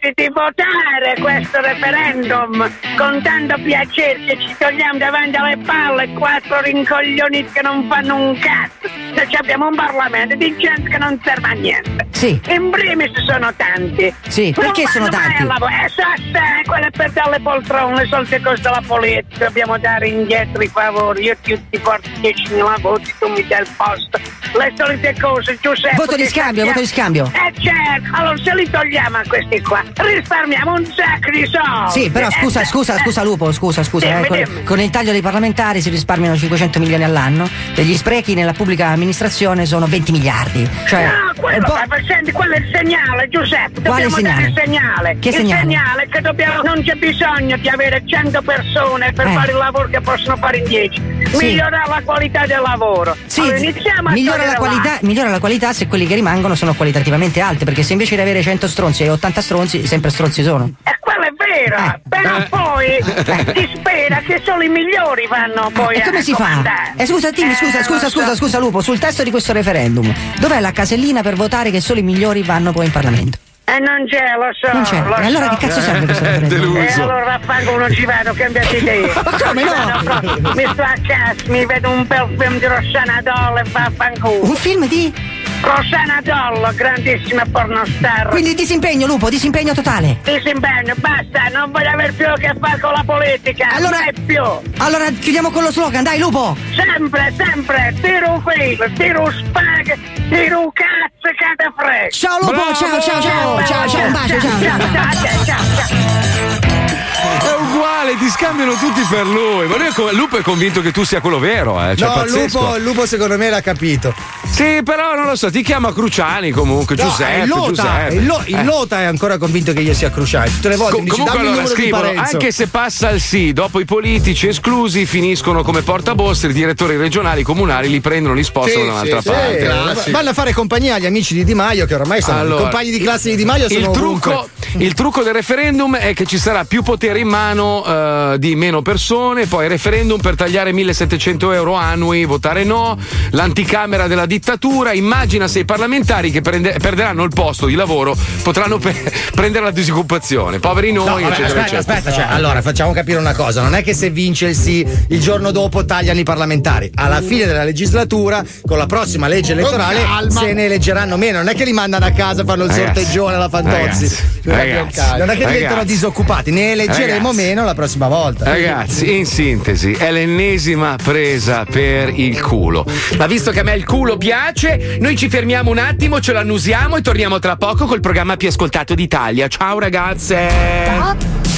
S15: di- di votare questo referendum con tanto piacere che ci togliamo davanti alle palle quattro rincoglioni che non fanno un cazzo. Se ci abbiamo un Parlamento di gente che non serve a niente.
S13: Sì.
S15: In primis sono tanti.
S13: Sì, perché
S15: Non
S13: sono
S15: vanno mai
S13: tanti?
S15: al lavoro. Eh, so, so, quello è per dare le poltrone, le solite cose della politica. Dobbiamo dare indietro i favori. Io ti, ti porto 10.000 voti, tu mi dai il posto. Le solite cose, Giuseppe.
S13: Voto di
S15: Certo che
S13: scambio,
S15: sappiamo-
S13: voto di scambio.
S15: eh certo, allora se li togliamo a questi qua, risparmiamo un sacco di soldi. Eh,
S13: Sì, però scusa, scusa, scusa Lupo, scusa, scusa.
S15: Dimmi,
S13: eh, con,
S15: dimmi.
S13: con il taglio dei parlamentari si risparmiano 500 milioni all'anno e gli sprechi nella pubblica amministrazione sono 20 miliardi. Cioè,
S15: No, quello, ma senti, quello è il segnale, Giuseppe.
S13: Quale
S15: dobbiamo
S13: segnale?
S15: dare il segnale.
S13: Che
S15: il
S13: segnale?
S15: è che dobbiamo, non c'è bisogno di avere 100 persone per
S13: Eh.
S15: fare il lavoro che possono fare in 10.
S13: Sì.
S15: Migliorare la qualità del lavoro.
S13: Sì,
S15: allora, iniziamo a
S13: migliora la,
S15: togliere
S13: qualità, migliora la qualità se quelli che rimangono sono qualitativamente alte, perché se invece di avere 100 stronzi e 80 stronzi, sempre stronzi sono.
S15: E quello è vero,
S13: Eh.
S15: però poi si spera che solo i migliori vanno poi
S13: e
S15: a
S13: come si fa?
S15: comandare.
S13: Eh, scusa, dimmi, scusa,
S15: Eh,
S13: scusa,
S15: lo so.
S13: scusa, scusa, Lupo, sul testo di questo referendum, dov'è la casellina per votare che solo i migliori vanno poi in Parlamento?
S15: Eh non c'è, lo so.
S13: Non c'è.
S15: lo
S13: E allora
S15: so.
S13: che cazzo serve questo Eh, referendum? deluso.
S15: E allora vaffanculo non ci vado, cambiate idea.
S13: Ma come no?
S15: Vado proprio- Mi sto a casa, mi vedo un bel film di Rossana Doll e vaffanculo.
S13: Un film di?
S15: Rossana Doll, grandissima pornostar.
S13: Quindi disimpegno, Lupo, disimpegno totale.
S15: Disimpegno, basta, non voglio aver più a che fare con la politica.
S13: Allora-
S15: Mai più.
S13: Allora chiudiamo con lo slogan, dai Lupo!
S15: Sempre, sempre, tiro un filo, tiro un spag, tiro un cazzo, cade fresco.
S13: Ciao Lupo, ciao, ciao, ciao, ciao, ciao, un bacio, ciao, ciao.
S15: ciao, ciao, ciao.
S4: È uguale, ti scambiano tutti per lui. Ma lui è co- Lupo è convinto che tu sia quello vero, eh. Cioè,
S5: no,
S4: pazzesco.
S5: Lupo, Lupo secondo me l'ha capito.
S4: Sì, però non lo so, ti chiama Cruciani comunque,
S5: No,
S4: Giuseppe.
S5: è il Lota,
S4: Giuseppe.
S5: il Lo- il
S4: Eh.
S5: Lota è ancora convinto che io sia cruciale. Tutte le volte
S4: Co-
S5: mi dice,
S4: comunque
S5: dammi il
S4: allora
S5: numero di
S4: scrivono
S5: Parenzo.
S4: anche se passa il sì dopo i politici esclusi finiscono come portabosse i direttori regionali comunali li prendono li spostano da un'altra
S5: sì,
S4: parte
S5: sì,
S4: Eh.
S5: vanno a fare compagnia agli amici di Di Maio che ormai sono
S4: Allora,
S5: i compagni di classe di Di Maio sono
S4: il trucco,
S5: ovunque.
S4: il trucco del referendum è che ci sarà più potere in mano eh, eh, di meno persone, poi referendum per tagliare 1700 euro annui, votare no, l'anticamera della dittatura, immagina se i parlamentari che prende- perderanno il posto di lavoro potranno pe- prendere la disoccupazione, poveri noi,
S5: No, vabbè,
S4: eccetera,
S5: aspetta,
S4: eccetera.
S5: aspetta, cioè, allora facciamo capire una cosa: non è che se vince il sì, il giorno dopo tagliano i parlamentari. Alla fine della legislatura, con la prossima legge elettorale,
S16: Con calma.
S5: se ne eleggeranno meno. Non è che li mandano a casa, fanno il
S16: Ragazzi,
S5: sorteggione alla Fantozzi.
S16: ragazzi,
S5: Cioè,
S4: ragazzi,
S5: non è che diventano
S4: ragazzi.
S5: disoccupati, ne eleggeremo
S4: Ragazzi.
S5: meno la prossima volta.
S4: Ragazzi, in sintesi, è l'ennesima presa per il culo. Ma visto che a me il culo piace, noi ci fermiamo un attimo, ce l'annusiamo e torniamo tra poco col programma più ascoltato d'Italia. Ciao ragazze!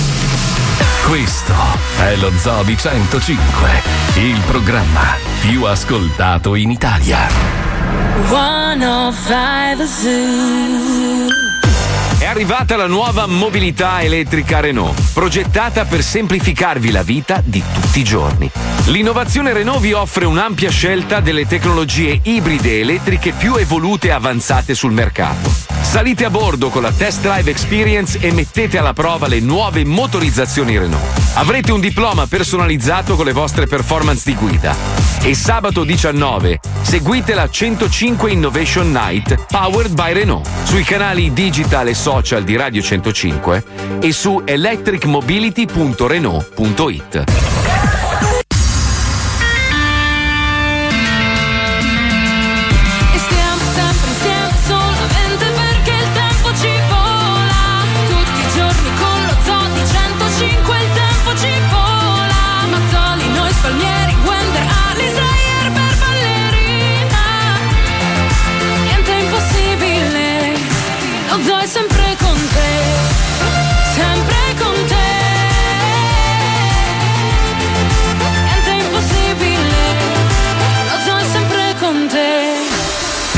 S1: Questo è lo Zobi 105, il programma più ascoltato in Italia.
S17: 105 Zoo.
S4: È arrivata la nuova mobilità elettrica Renault, progettata per semplificarvi la vita di tutti i giorni. L'innovazione Renault vi offre un'ampia scelta delle tecnologie ibride elettriche più evolute e avanzate sul mercato. Salite a bordo con la Test Drive Experience e mettete alla prova le nuove motorizzazioni Renault. Avrete un diploma personalizzato con le vostre performance di guida. E sabato 19 seguite la 105 Innovation Night powered by Renault sui canali digital e social di Radio 105 e su electricmobility.renault.it.
S17: E stiamo sempre insieme solamente perché il tempo ci vola Tutti i giorni con lo zoo di 105 il tempo ci vola Mazzoli, noi spalmieri, Wender, Alisa, Erber, Ballerina Niente è impossibile, lo zoo è sempre con te Sempre con te Niente è impossibile, lo zoo è sempre con te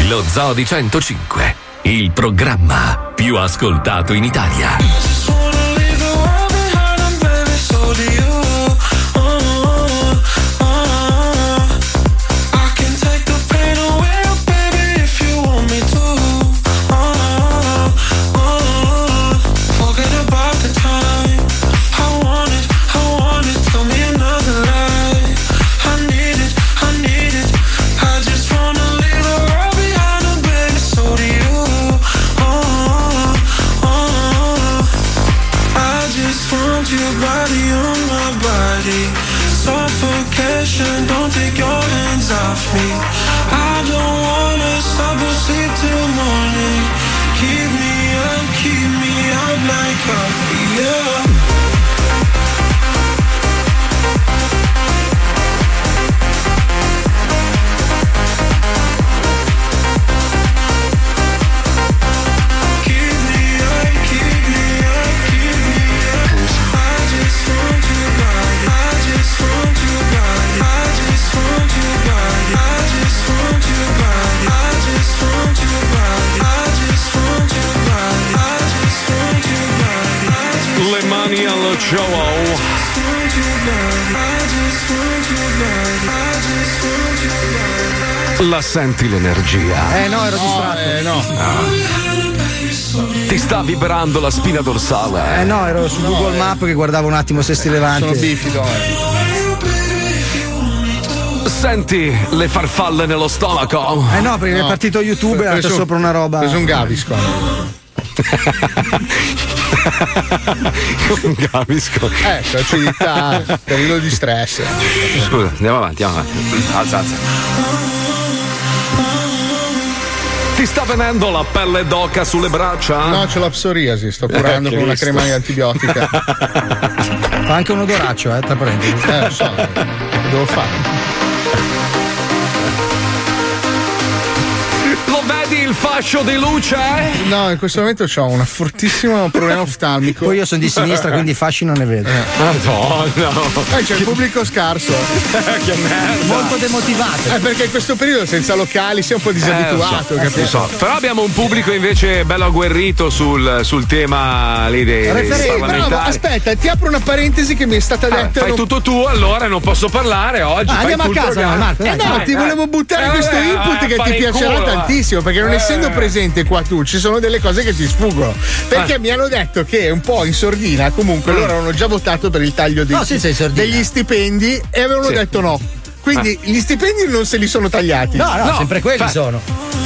S1: Lo Zoo di 105, il programma più ascoltato in Italia.
S2: I just want your body on my body. Suffocation, don't take your hands off me. I don't wanna stop or sleep till morning. Keep me up, keep me up like coffee, yeah.
S4: Le mani allo ciao! La senti l'energia?
S5: Eh no, ero distratto. Eh no.
S4: Ti sta vibrando la spina dorsale?
S5: Eh no, ero su Google Maps che guardavo un attimo se sti levanti.
S4: sono bifido,
S3: eh.
S4: Senti le farfalle nello stomaco?
S5: Eh no, perché
S4: No.
S5: è partito YouTube e ha
S4: Ho
S5: dato
S4: preso-
S5: sopra una roba.
S4: ho preso un
S5: Gavisco.
S4: non capisco.
S3: Ecco, acidità, periodo di stress.
S4: Scusa, andiamo avanti, andiamo avanti. Alza, alza. Ti sta venendo la pelle d'oca sulle braccia?
S3: No, c'ho la psoriasi, sto curando
S4: Eh,
S3: con una
S4: Cristo.
S3: crema antibiotica.
S5: Fa anche un odoraccio, eh, tra parentesi.
S3: Eh, lo so, devo fare.
S4: Lo vedi il fascio di luce?
S3: No, in questo momento ho un fortissimo problema oftalmico.
S5: Poi io sono di sinistra, quindi fasci non ne vedo.
S4: Madonna. Eh,
S3: Eh, c'è il pubblico scarso.
S4: che merda.
S3: Molto
S5: demotivato.
S3: Eh, perché in questo periodo senza locali sei un po'
S4: Eh,
S3: disabituato,
S4: lo so,
S3: capito?
S4: lo so. Però abbiamo un pubblico invece bello agguerrito sul, sul tema lì dei, dei
S3: Referendum. Eh, Sì, bravo,
S4: parlamentari. Ah,
S3: aspetta, ti apro una parentesi che mi è stata detta.
S4: Fai
S3: non-
S4: tutto tu, allora non posso parlare oggi.
S3: Ah,
S4: fai
S3: andiamo
S4: tu
S3: a
S4: il
S3: casa,
S4: programma.
S3: Marco.
S4: Eh ah,
S3: no, ti volevo buttare questo input che ti piacerà tantissimo perché non ne essendo presente qua tu, ci sono delle cose che ti sfuggono.
S4: Ah.
S3: Perché mi hanno detto che un po' in sordina, comunque,
S12: Mm.
S3: loro avevano già votato per il taglio dei-
S12: No, sì, sei in sordina.
S3: degli stipendi e avevano
S12: Sì.
S3: detto no. Quindi gli stipendi non se li sono tagliati.
S4: Ah. fa-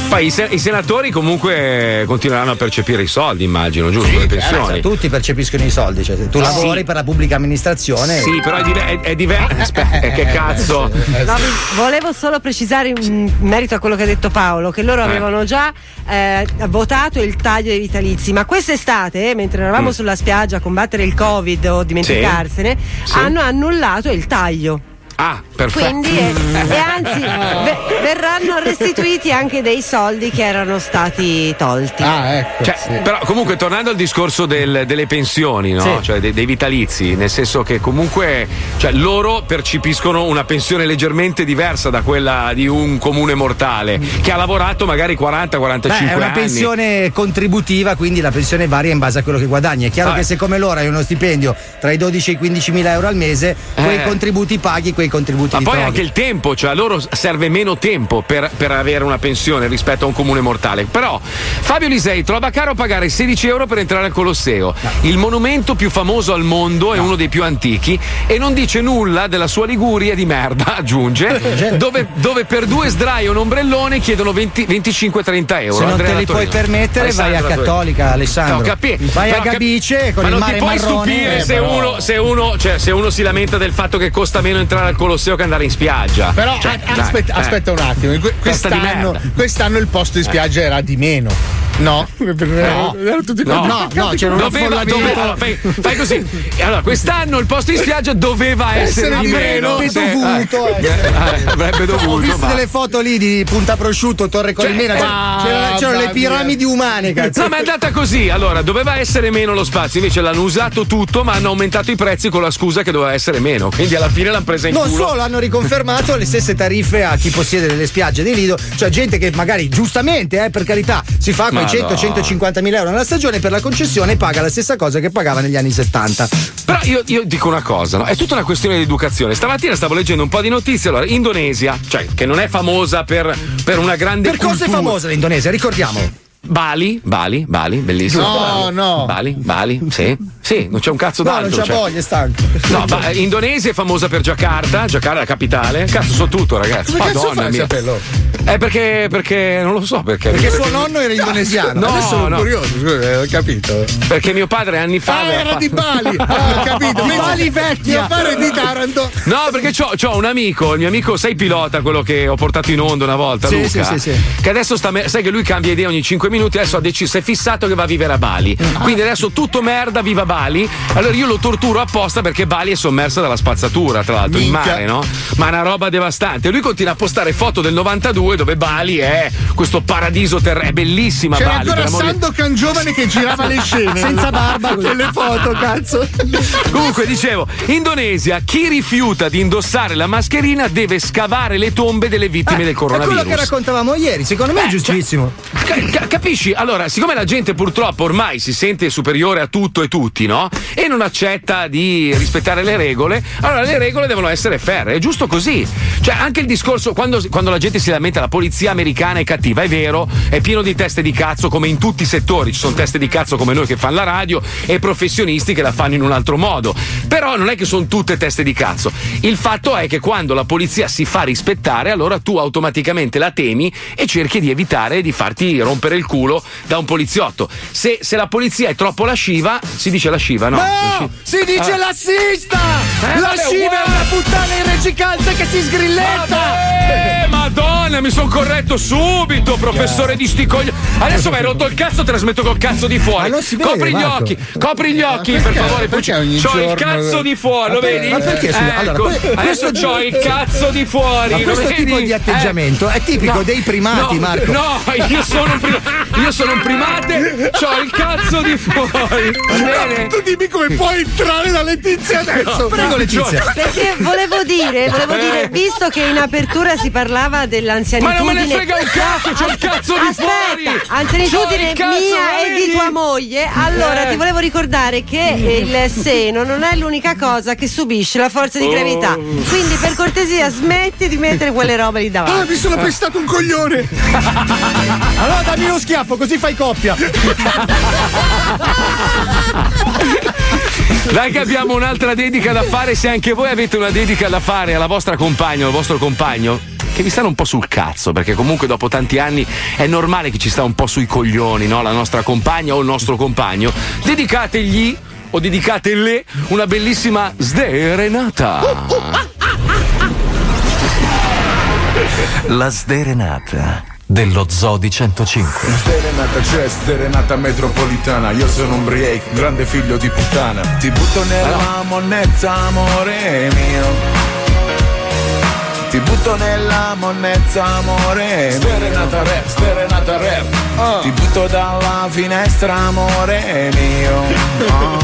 S4: Poi i, se- i senatori comunque continueranno a percepire i soldi, immagino, giusto? le pensioni.
S5: Eh, tutti percepiscono i soldi, cioè se tu
S4: Sì.
S5: lavori per la pubblica amministrazione.
S4: Sì, però è, diver- è- è diverso. Aspetta, eh, che cazzo.
S9: No, vi- volevo solo precisare in merito a quello che ha detto Paolo, che loro
S4: Eh.
S9: avevano già eh, votato il taglio dei vitalizi, ma quest'estate, eh, mentre eravamo
S13: Mm.
S9: sulla spiaggia a combattere il Covid o dimenticarsene,
S13: Sì.
S9: hanno annullato il taglio.
S4: Ah, perfetto.
S9: Quindi, eh, e anzi, ve- verranno restituiti anche dei soldi che erano stati tolti.
S3: Ah, ecco.
S4: Cioè, Però comunque tornando al discorso del- delle pensioni, no?
S9: Sì.
S4: cioè, dei, dei vitalizi, nel senso che comunque cioè, loro percepiscono una pensione leggermente diversa da quella di un comune mortale che ha lavorato magari 40-45
S5: Beh,
S4: anni.
S5: è una pensione contributiva, quindi la pensione varia in base a quello che guadagni. È chiaro
S4: Vabbè.
S5: che siccome loro hai uno stipendio tra i 12 e i 15 mila euro al mese, quei
S4: Eh.
S5: contributi paghi, quei contributi
S4: Ma
S5: li
S4: poi
S5: trovi.
S4: anche il tempo, cioè a loro serve meno tempo per, per avere una pensione rispetto a un comune mortale. Però Fabio Lisei trova caro pagare 16 euro per entrare al Colosseo, il monumento più famoso al mondo e uno dei più antichi, e non dice nulla della sua Liguria di merda, aggiunge, dove, dove per due sdraio e un ombrellone chiedono 20 25-30 euro.
S5: Se non
S4: Andrea
S5: te
S4: da
S5: li puoi
S4: Torino.
S5: permettere, vai a
S4: Alessandro da Torino.
S5: Cattolica, Alessandro.
S4: Ho capito.
S5: Vai a
S4: Però ho capi-
S5: Gabice con
S4: ma
S5: il
S4: non
S5: mare
S4: ti puoi
S5: marrone.
S4: stupire
S5: Eh,
S4: se,
S5: però-
S4: uno, se uno- cioè, se uno si lamenta del fatto che costa meno entrare al Colosseo che andare in spiaggia.
S3: Però
S4: Cioè,
S3: a-
S4: dai,
S3: aspetta,
S4: eh.
S3: aspetta un attimo, que-
S4: Testa di
S3: quest'anno,
S4: merda. Eh.
S3: quest'anno il posto in spiaggia era di meno. No,
S4: No,
S3: eh, Erano tutti
S4: no,
S3: quanti-
S4: no,
S3: no, c'era un
S4: doveva,
S3: affollamento.
S4: doveva- allora, fai, fai così. Allora, quest'anno il posto in spiaggia doveva essere,
S5: Essere
S4: di
S5: di
S4: meno.
S5: meno,
S4: Sì,
S5: dovuto,
S4: eh, eh, avrebbe
S5: Ho
S4: dovuto.
S5: visto
S4: ma-
S5: delle foto lì di Punta Prosciutto, Torre Colmena,
S4: Cioè,
S5: c'era- c'erano c'erano le
S4: mamma mia.
S5: piramidi umane, cazzo.
S4: No, ma è andata così. Allora, doveva essere meno lo spazio, invece l'hanno usato tutto, ma hanno aumentato i prezzi con la scusa che doveva essere meno. Quindi alla fine l'hanno presa in
S5: Non
S4: culo.
S5: solo hanno riconfermato le stesse tariffe a chi possiede delle spiagge di Lido, cioè gente che magari giustamente, eh, per carità, si fa quei
S4: Ma
S5: 100
S4: no.
S5: 150 mila euro nella stagione per la concessione e paga la stessa cosa che pagava negli anni 70.
S4: Però io, io dico una cosa, no? è tutta una questione di educazione. Stamattina stavo leggendo un po' di notizie. Allora, Indonesia, cioè, che non è famosa per, per una grande.
S5: Per cosa è
S4: cultura-
S5: famosa l'Indonesia? Ricordiamo.
S4: Bali, Bali, Bali, bellissimo.
S5: No,
S4: Bali,
S5: no.
S4: Bali, Bali, sì. Sì, non c'è un cazzo
S5: No, Ah, non
S4: d'altro.
S5: c'ha
S4: cioè.
S5: voglia, è stanco.
S4: No, ma eh, Indonesia è famosa per Giacarta, Giacarta è la capitale. Cazzo, so tutto, ragazzi.
S5: Come cazzo fai
S4: Madonna
S5: a
S4: mia.
S5: saperlo?
S4: Eh, perché, perché non lo so perché.
S5: Perché suo nonno era indonesiano.
S4: No,
S5: Adesso sono
S4: no.
S5: curioso,
S3: scusa, ho capito.
S4: Perché mio padre anni fa.
S3: Ah,
S4: aveva
S3: era
S4: fatto-
S3: di Bali. Ah, ho capito. Di
S4: No.
S3: Bali vecchia. Mio padre è di Taranto.
S4: No, perché c'ho, c'ho un amico, il mio amico, sei pilota, quello che ho portato in onda una volta,
S5: Sì,
S4: Luca.
S5: sì, sì,
S4: Che adesso sta. me- sai che lui cambia idea ogni 5 minuti, adesso ha deciso, si è fissato che va a vivere a Bali.
S5: Ah.
S4: Quindi adesso tutto merda, viva Bali. Allora io lo torturo apposta perché Bali è sommersa dalla spazzatura, tra l'altro, in
S3: Minchia.
S4: mare, no? Ma è una roba devastante. Lui continua a postare foto del 92 dove Bali è questo paradiso terrestre. È bellissima
S3: C'era
S4: Bali. per
S3: ancora
S4: amor di-
S3: Sando Cangiovane che girava le scene.
S4: Senza barba.
S3: E le foto, cazzo.
S4: Comunque, dicevo, Indonesia, chi rifiuta di indossare la mascherina deve scavare le tombe delle vittime del
S5: Ah, È quello che
S4: coronavirus. Eh, cioè-
S5: raccontavamo ieri, secondo me è giustissimo.
S4: Ca- ca- capisci? Allora, siccome la gente purtroppo ormai si sente superiore a tutto e tutti, no? E non accetta di rispettare le regole, allora le regole devono essere ferre, è giusto così. Cioè, anche il discorso, quando, quando la gente si lamenta, la polizia americana è cattiva, è vero, è pieno di teste di cazzo come in tutti i settori, ci sono teste di cazzo come noi che fanno la radio e professionisti che la fanno in un altro modo. Però non è che sono tutte teste di cazzo. Il fatto è che quando la polizia si fa rispettare, allora tu automaticamente la temi e cerchi di evitare di farti rompere il culo da un poliziotto. Se, se la polizia è troppo lasciva, si dice lasciva, no?
S5: No! Si dice
S4: Ah.
S5: lassista!
S4: Eh,
S5: la
S4: vabbè,
S5: sciva è
S4: uguale.
S5: una puttana in recicalza che si sgrilletta!
S4: Eh, Madonna, mi sono corretto subito, professore di sticogli. Adesso mi hai rotto il cazzo, te la smetto col cazzo di fuori.
S5: Ah, vede,
S4: copri gli
S5: Marco.
S4: occhi, copri gli occhi,
S5: Ma
S4: per
S5: perché?
S4: favore.
S5: Perché
S4: Pucci.
S5: ogni
S4: C'ho il
S5: giorno-
S4: cazzo di fuori, lo
S5: Ma per-
S4: vedi?
S5: ma perché, scusa? Allora,
S4: Ecco,
S5: que-
S4: adesso
S5: questo-
S4: c'ho il cazzo di fuori.
S5: Ma
S4: lo
S5: questo
S4: vedi?
S5: tipo di atteggiattamento è tipico dei primati,
S4: no,
S5: Marco.
S4: No, io sono un primate, io sono un primate, c'ho il cazzo di fuori. Va bene?
S3: Tu dimmi come puoi entrare da Letizia adesso.
S4: No, prego, Letizia. Eh.
S9: Perché volevo dire, volevo dire, visto che in apertura si parlava
S4: Ma non
S9: dell'anzianitudine.
S4: me ne frega un cazzo, c'ho il
S9: Aspe-
S4: cazzo di
S9: aspetta,
S4: fuori!
S9: Antenitudine
S13: C'ho il cazzo,
S9: mia e di
S13: vedi?
S9: tua moglie. Allora,
S13: Eh.
S9: ti volevo ricordare che eh, il seno non è l'unica cosa che subisce la forza di
S13: Oh.
S9: gravità. Quindi, per cortesia, smetti di mettere quelle robe lì davanti.
S5: Ah, mi sono pestato un coglione!
S4: Ah,
S5: Allora dammi uno schiaffo, così fai coppia.
S4: Dai che abbiamo un'altra dedica da fare, se anche voi avete una dedica da fare alla vostra compagna o al vostro compagno, che vi stanno un po' sul cazzo, perché comunque dopo tanti anni è normale che ci sta un po' sui coglioni, no? La nostra compagna o il nostro compagno. Dedicategli o dedicatele una bellissima sderenata.
S10: La sderenata dello Zodi 105.
S11: Serenata c'è, serenata metropolitana Io sono un break, grande figlio di puttana Ti butto nella monnezza, amore mio Ti butto nella monnezza, amore mio Serenata rap, serenata rap
S4: Ah.
S11: Ti butto dalla finestra, amore mio Oh.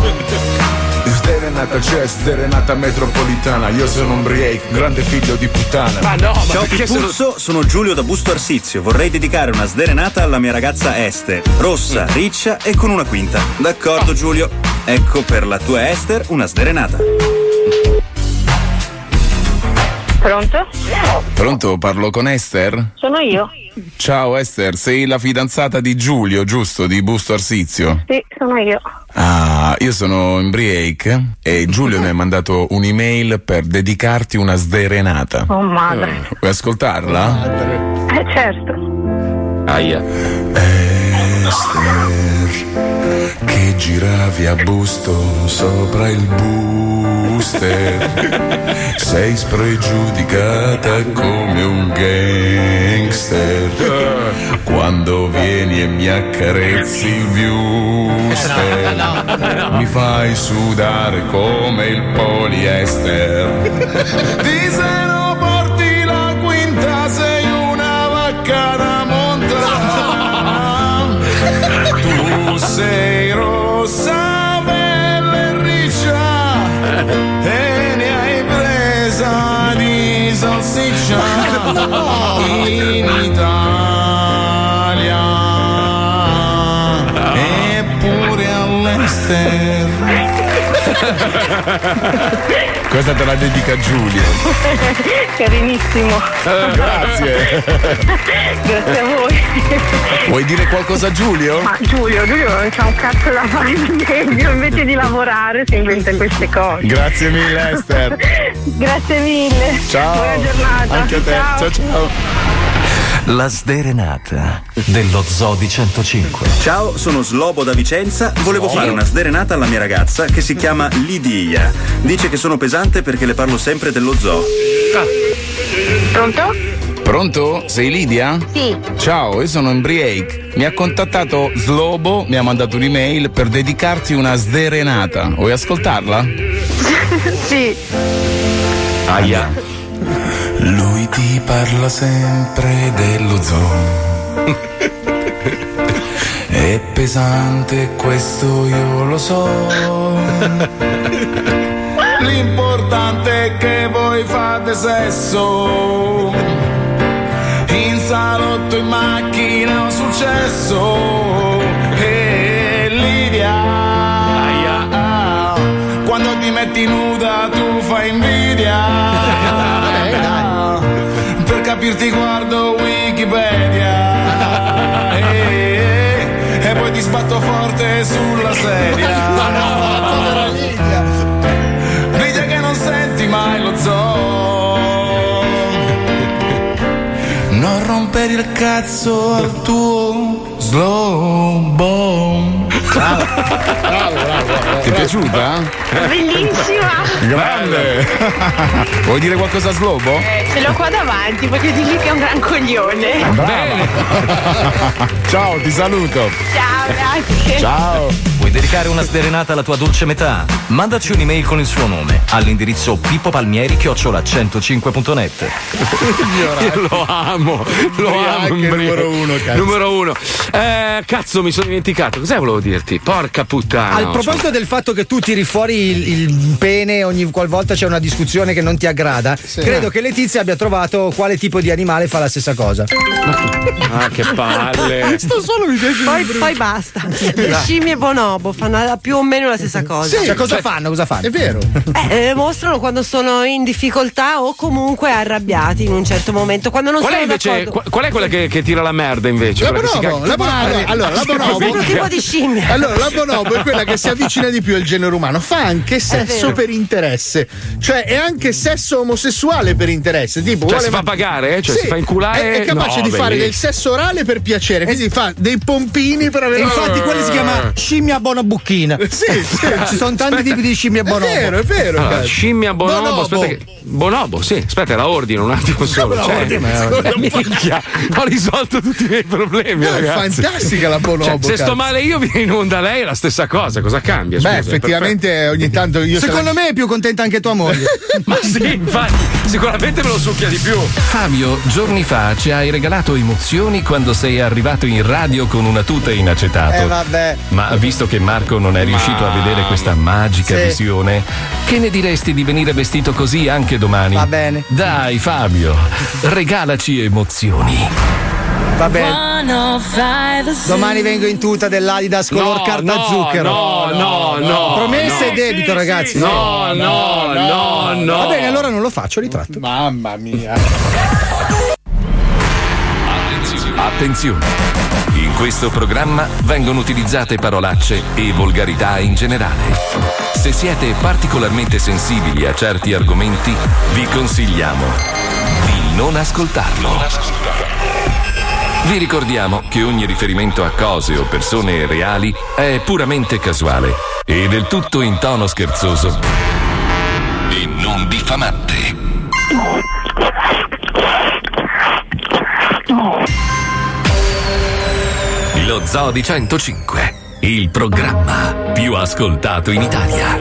S11: Serenata c'è, serenata metropolitana Io sono un break, grande figlio di puttana
S18: Ciao Pipuzzo, sono Giulio da Busto Arsizio. Vorrei dedicare una sderenata alla mia ragazza Este, rossa, riccia e con una quinta. D'accordo Giulio. Ecco per la tua Esther una sderenata.
S15: Pronto?
S11: Pronto, parlo con Esther?
S15: Sono io.
S11: Ciao Esther, sei la fidanzata di Giulio, giusto? Di Busto Arsizio.
S15: Sì, sono io.
S11: Ah, io sono Embriake e Giulio mi ha mandato un'email per dedicarti una sderenata.
S15: Oh, madre.
S11: Eh, Vuoi ascoltarla?
S15: Eh, certo.
S11: Aia. Esther, che giravi a busto sopra il booster. Sei spregiudicata come un gangster. Quando vieni e mi accarezzi il
S15: Eh,
S4: Eh,
S11: viewster, mi fai sudare come il poliester.
S2: Di se non porti la quinta sei una vacca da montagna. Tu sei rossa, bella e riccia e ne hai presa di salsiccia in Italia eppure all'estero.
S11: Questa te la dedica Giulio.
S15: Carinissimo.
S11: Eh, Grazie.
S15: Grazie a voi.
S11: Vuoi dire qualcosa a Giulio?
S15: Ma Giulio, Giulio c'ha un cazzo da fare in meglio, invece di lavorare si inventa queste cose.
S11: Grazie mille Esther.
S15: Grazie mille.
S10: Ciao.
S15: Buona giornata.
S10: Anche a te. Ciao,
S18: La sderenata dello Zodi 105. Ciao, sono Slobo da Vicenza. Volevo
S10: Slobo?
S18: fare una sderenata alla mia ragazza che si chiama Lidia. Dice che sono pesante perché le parlo sempre dello zoo.
S11: Pronto? Pronto? Sei Lidia?
S15: Sì.
S11: Ciao, io sono Embriake. Mi ha contattato Slobo, mi ha mandato un'email per dedicarti una sderenata. Vuoi ascoltarla?
S15: sì.
S11: Aia. Lui ti parla sempre dello zoo. È pesante questo io lo so.
S2: L'importante è che voi fate sesso in salotto, in macchina è un successo. E Lidia, quando ti metti nuda tu fai invidia. Per capirti guardo Wikipedia. E, eh, e poi ti sbatto forte sulla sedia. Lidia che non senti mai lo zoo Non rompere il cazzo al tuo slow bomb Bravo, bravo,
S11: Ti è piaciuta?
S15: Bellissima.
S11: Grande! Vuoi dire qualcosa a Slobo?
S15: Ce l'ho qua davanti, voglio dirgli che è un gran coglione.
S11: Bene! Ciao, ti saluto!
S15: Ciao, grazie.
S10: Vuoi dedicare una sderenata alla tua dolce metà? Mandaci un'email con il suo nome all'indirizzo pippopalmieri-105.net.
S4: Io lo amo, lo
S10: Ubriaco
S4: amo.
S10: è il numero
S4: Embriaco.
S10: uno, cazzo.
S4: Numero uno. Eh, cazzo, mi sono dimenticato. Cos'è volevo dirti? infatti, porca puttana.
S5: Al
S4: oh,
S5: proposito del fatto che tu tiri fuori il, il pene ogni qualvolta c'è una discussione che non ti aggrada, credo che Letizia abbia trovato quale tipo di animale fa la stessa cosa.
S4: Ah, che palle.
S9: Sto solo mi piace poi, poi basta. Le
S5: Dai.
S9: scimmie bonobo fanno la- più o meno la stessa cosa.
S5: Cioè, cosa fanno? Cosa fanno?
S9: Eh, eh, mostrano quando sono in difficoltà o comunque arrabbiati in un certo momento. Quando non
S4: Qual è,
S9: sono
S4: invece,
S9: d'accordo.
S4: qu- qual è quella che, che tira la merda invece?
S3: La
S4: Quella Cioè, che si
S3: bonobo,
S4: caga-
S3: la bonobo,
S4: Guarda,
S3: allora, la bonobo-
S4: Sì,
S9: Quello tipo di scimmia.
S3: Allora, la bonobo è quella che si avvicina di più al genere umano. Fa anche sesso
S9: vero.
S3: per interesse. Cioè, è anche sesso omosessuale per interesse. Tipo,
S4: Cioè,
S3: vuole-
S4: si fa pagare? eh? Cioè,
S3: Sì,
S4: si fa inculare?
S3: È, è capace
S4: No,
S3: di fare del
S4: bellissimo.
S3: sesso orale per piacere. Quindi fa dei pompini per
S4: Eh,
S3: avere.
S5: E infatti quello si chiama scimmia bonobucchina.
S3: Sì, sì.
S5: Ci sono tanti
S3: Aspetta.
S5: tipi di scimmie
S3: È
S5: bonobo.
S3: vero, è vero.
S4: Allora,
S3: cazzo.
S4: Ah, scimmia bonobo,
S3: Bonobo.
S4: aspetta che. Bonobo, sì, aspetta, la ordino un attimo solo.
S3: la
S4: cioè,
S3: ordino?
S4: eh, minchia, ho risolto tutti i miei problemi.
S3: No, è
S4: ragazzi.
S3: fantastica la bonobo,
S4: Cioè, se
S3: cazzo.
S4: sto male io, viene in onda lei, è la stessa cosa. Cosa cambia?
S3: Beh,
S4: scusa?
S3: effettivamente ogni tanto io.
S5: Secondo me è più contenta anche tua moglie.
S4: Ma sì, infatti, sicuramente me lo succhia di più.
S1: Fabio, giorni fa ci hai regalato emozioni quando sei arrivato in radio con una tuta in acetato.
S5: Eh, vabbè.
S1: Ma visto che Marco non è riuscito a vedere questa magica
S5: Sì.
S1: visione, che ne diresti di venire vestito così anche domani? Va bene. Dai, Fabio, regalaci emozioni.
S5: Va bene. Domani vengo in tuta dell'Adidas color
S1: No,
S5: carta
S1: no,
S5: zucchero.
S1: no, no, no,
S5: Promessa
S1: no.
S5: e debito, ragazzi.
S4: No, no, no, no.
S5: Va bene, allora non lo faccio, ritratto.
S3: Mamma mia.
S1: Attenzione! In questo programma vengono utilizzate parolacce e volgarità in generale. Se siete particolarmente sensibili a certi argomenti, vi consigliamo di non ascoltarlo. Vi ricordiamo che ogni riferimento a cose o persone reali è puramente casuale e del tutto in tono scherzoso e non diffamante. Lo Zoo di 105, il programma più ascoltato in Italia.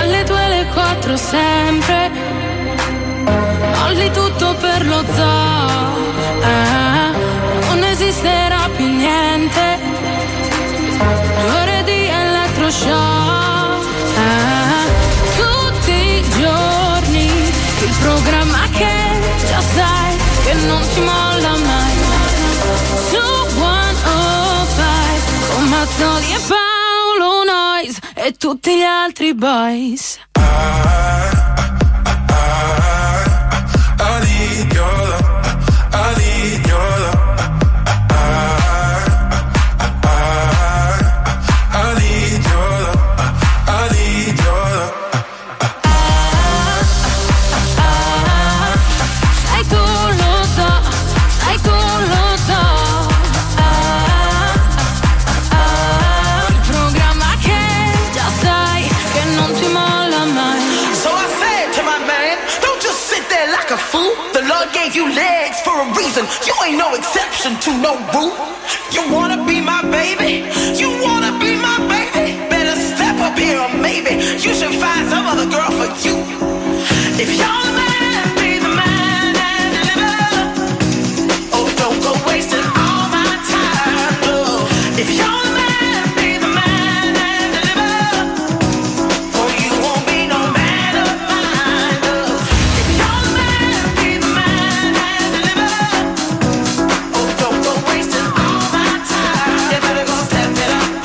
S17: Alle 2 alle 4 sempre Molli tutto per lo zoo Ah, Non esisterà più niente Due ore di elettroshock Ah, Tutti i giorni Il programma che già sai Che non ti molla mai Su 105 Con Mazzoli e Paolo Noyes E tutti gli altri boys
S4: Cioè,
S11: I need your love. I need your love. I need your love. I need your love.
S17: Sai tu lo so, sai tu lo so. Ah, ah, il programma che già sai che non ti molla mai.
S7: So I said to my man, don't just sit there like a fool. The Lord gave you legs for a reason. You ain't no exception to no rule. You wanna be my baby? You wanna be my baby? Better step up here or maybe you should find some other girl for you. If you're the man, be the man and deliver. Oh, don't go wasting all my time. No. If you're the man, be the man and deliver. Or you won't be no man of mine. No. If you're the man, be the man and deliver. Oh, don't go wasting all my time. You better go step it up. oh,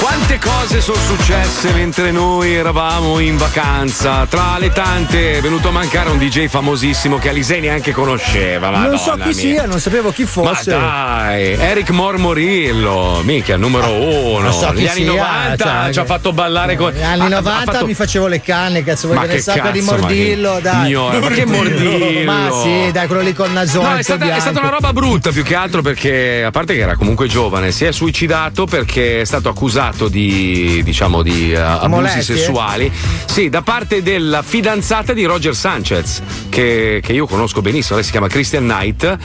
S4: Quante cose sono successe mentre noi eravamo in vacanza? Tra le tante è venuto a mancare un DJ famosissimo che Alisei neanche conosceva.
S12: non so
S4: madonna
S12: chi
S4: mia.
S12: sia, non sapevo chi fosse.
S4: Ma dai, Eric Mormorillo, mica numero uno.
S12: non Ah, so chi
S4: Negli anni
S12: sia,
S4: 90
S12: cioè, eh,
S4: ci ha fatto ballare con.
S12: Negli anni
S4: ha- ha
S12: 90
S4: fatto-
S12: mi facevo le canne, cazzo, vuoi
S4: Ma
S12: che ne
S4: che
S12: sappia di
S4: cazzo, ma che
S12: mordillo, dai.
S4: ignora, ma che Mordillo?
S12: Ma sì, dai, quello lì col nasone.
S4: No, è stata, è stata una roba brutta più che altro perché, a parte che era comunque giovane, si è suicidato perché è stato accusato di, diciamo, di eh, abusi
S12: Molestie?
S4: sessuali. Sì, da parte della fidanzata di Roger Sanchez, che, che io conosco benissimo, lei si chiama Christian Knight.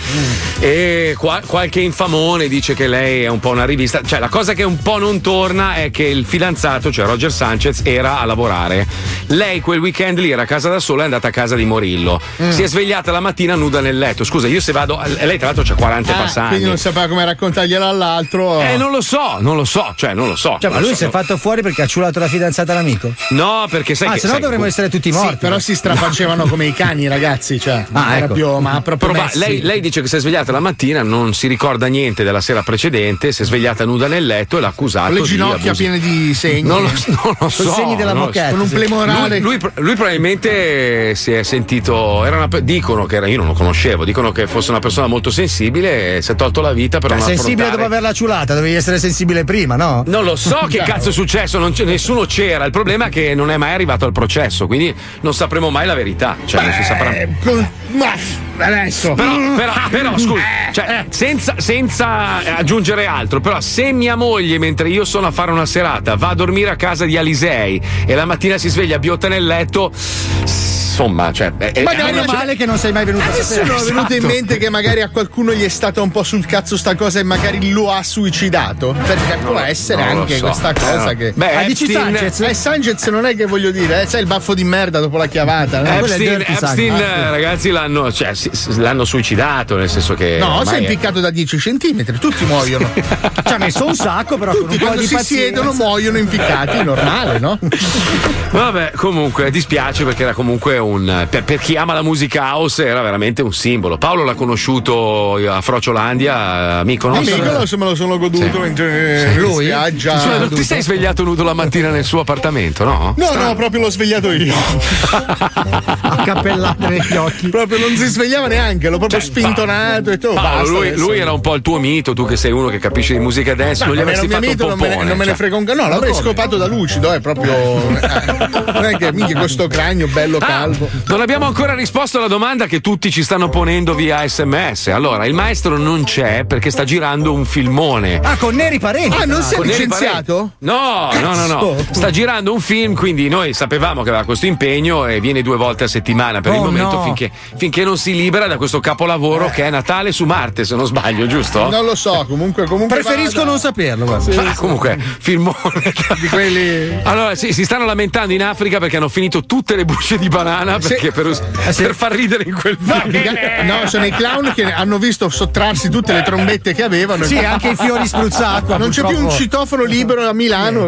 S4: E qua- qualche infamone dice che lei è un po' una rivista. Cioè, la cosa che un po' non torna è che il fidanzato, cioè Roger Sanchez, era a lavorare. Lei quel weekend lì era a casa da sola e è andata a casa di Morillo.
S3: Mm.
S4: Si è svegliata la mattina nuda nel letto. Scusa, io se vado. Lei, tra l'altro, c'ha 40 e
S3: Ah,
S4: passa anni.
S3: quindi non sapeva come raccontarglielo all'altro.
S4: Eh, non lo so, non lo so, cioè, non lo so.
S12: Cioè, ma
S4: non lo
S12: lui
S4: so.
S12: si è fatto fuori perché ha ciulato la fidanzata all'amico?
S4: No, perché sai
S12: Ah,
S4: che.
S12: se no
S4: sai-
S12: dovremmo essere tutti morti.
S3: Sì, però si strafacevano come i cani, ragazzi. Cioè,
S4: Ah,
S3: era
S4: ecco.
S3: più, ma proprio
S4: Proba-
S3: messi.
S4: lei, lei dice che si è svegliata la mattina, non si ricorda niente della sera precedente, si è svegliata nuda nel letto e l'ha accusato.
S3: Con le
S4: di
S3: ginocchia
S4: abusi.
S3: piene di segni.
S4: Non lo, non lo so. non lo so.
S3: Con un plemorale.
S4: Lui, lui- lui probabilmente si è sentito. Era una, pe- dicono che era, io non lo conoscevo, dicono che fosse una persona molto sensibile e si è tolto la vita per
S12: Cioè,
S4: non
S12: sensibile
S4: affrontare.
S12: dopo averla ciulata, dovevi essere sensibile prima, no?
S4: Non lo so che cazzo è successo, non c'è- nessuno c'era. Il problema è che non è mai arrivato al processo, quindi non sapremo mai la verità. Cioè, non si saprà.
S3: Con- Ma adesso.
S4: Però, però, però, scusa,
S3: Eh.
S4: cioè, senza, senza eh, aggiungere altro, però se mia moglie, mentre io sono a fare una serata, va a dormire a casa di Alisei e la mattina si sveglia biotta nel letto, insomma, cioè... è- è-
S12: Ma
S4: è
S12: meno
S4: una-
S12: male che non sei mai venuto a
S3: Adesso
S12: sapere.
S3: mi Eh, è venuto in
S4: Esatto.
S3: mente che magari a qualcuno gli è stata un po' sul cazzo sta cosa e magari lo ha suicidato. Perché può essere
S4: non lo
S3: anche
S4: so.
S3: questa cosa
S4: Eh,
S3: che.
S4: beh,
S3: Ah, dici
S4: Epstein-
S3: Sanchez? Eh, Sanchez non è che voglio dire, eh, sai il baffo di merda dopo la chiavata. no? Quello è
S4: Epstein,
S3: Dirty Sanchez.
S4: Epstein,
S3: Ah,
S4: eh, ragazzi, l'hanno, cioè, si- si- l'hanno suicidato, nel senso che...
S3: No,
S4: Eh, ormai
S3: sei
S4: è-
S3: impiccato da 10 centimetri, tutti muoiono. Ci ha messo un sacco, però. Tutti
S12: un po'
S3: quando
S12: di
S3: si
S12: pazienza.
S3: siedono muoiono impiccati, è normale, no?
S4: Vabbè, comunque dispiace perché era comunque un. Per, per chi ama la musica house era veramente un simbolo. Paolo l'ha conosciuto a Frociolandia, amico nostro.
S3: Amico, adesso me lo sono goduto mentre eh,
S4: Sì.
S3: lui viaggia.
S4: Scusa, non ti sei svegliato nudo la mattina nel suo appartamento, no?
S3: No, no, proprio l'ho svegliato io.
S12: Accappellate negli occhi.
S3: Proprio non si svegliava neanche, l'ho proprio spintonato e tutto.
S4: Cioè, Paolo,
S3: basta
S4: lui,
S3: adesso.
S4: lui era un po' il tuo mito, tu che sei uno che capisce di musica dance,
S3: Ma
S4: non gli
S3: non era
S4: avresti
S3: un mio
S4: fatto
S3: mito,
S4: un
S3: non me, ne-
S4: pompone.
S3: non me ne
S4: cioè.
S3: frega un cazzo. No, l'avrei
S4: Ma come?
S3: scopato da lucido, è proprio. eh, Non è che mica questo cranio bello
S4: Ah,
S3: calvo.
S4: Non abbiamo ancora risposto alla domanda che tutti ci stanno ponendo via sms. Allora, il maestro non c'è perché sta girando un filmone.
S12: Ah, con Neri Parenti.
S3: Ah, non si è
S4: Con Neri
S3: licenziato?
S4: No, no, no, no.
S3: Cazzo!
S4: Sta girando un film, quindi noi sapevamo che aveva questo impegno e viene due volte a settimana per il
S3: Oh,
S4: momento
S3: no. Eh.
S4: finché, finché non si libera da questo capolavoro che è Natale su Marte, se non sbaglio, giusto?
S3: Non lo so, comunque. comunque
S12: Preferisco
S3: vada.
S12: non saperlo, guarda.
S3: Sì,
S4: Ah,
S3: sì.
S4: comunque, filmone di
S3: quelli.
S4: Allora, sì, si stanno lamentando in Africa perché hanno finito tutte le bucce di banana perché per, us- per far ridere in quel
S3: No,
S4: film.
S3: perché- no, sono i clown che hanno visto sottrarsi tutte le trombette che avevano.
S4: Sì, anche i fiori spruzzacqua,
S3: Non c'è più un
S4: purtroppo.
S3: citofono libero a Milano.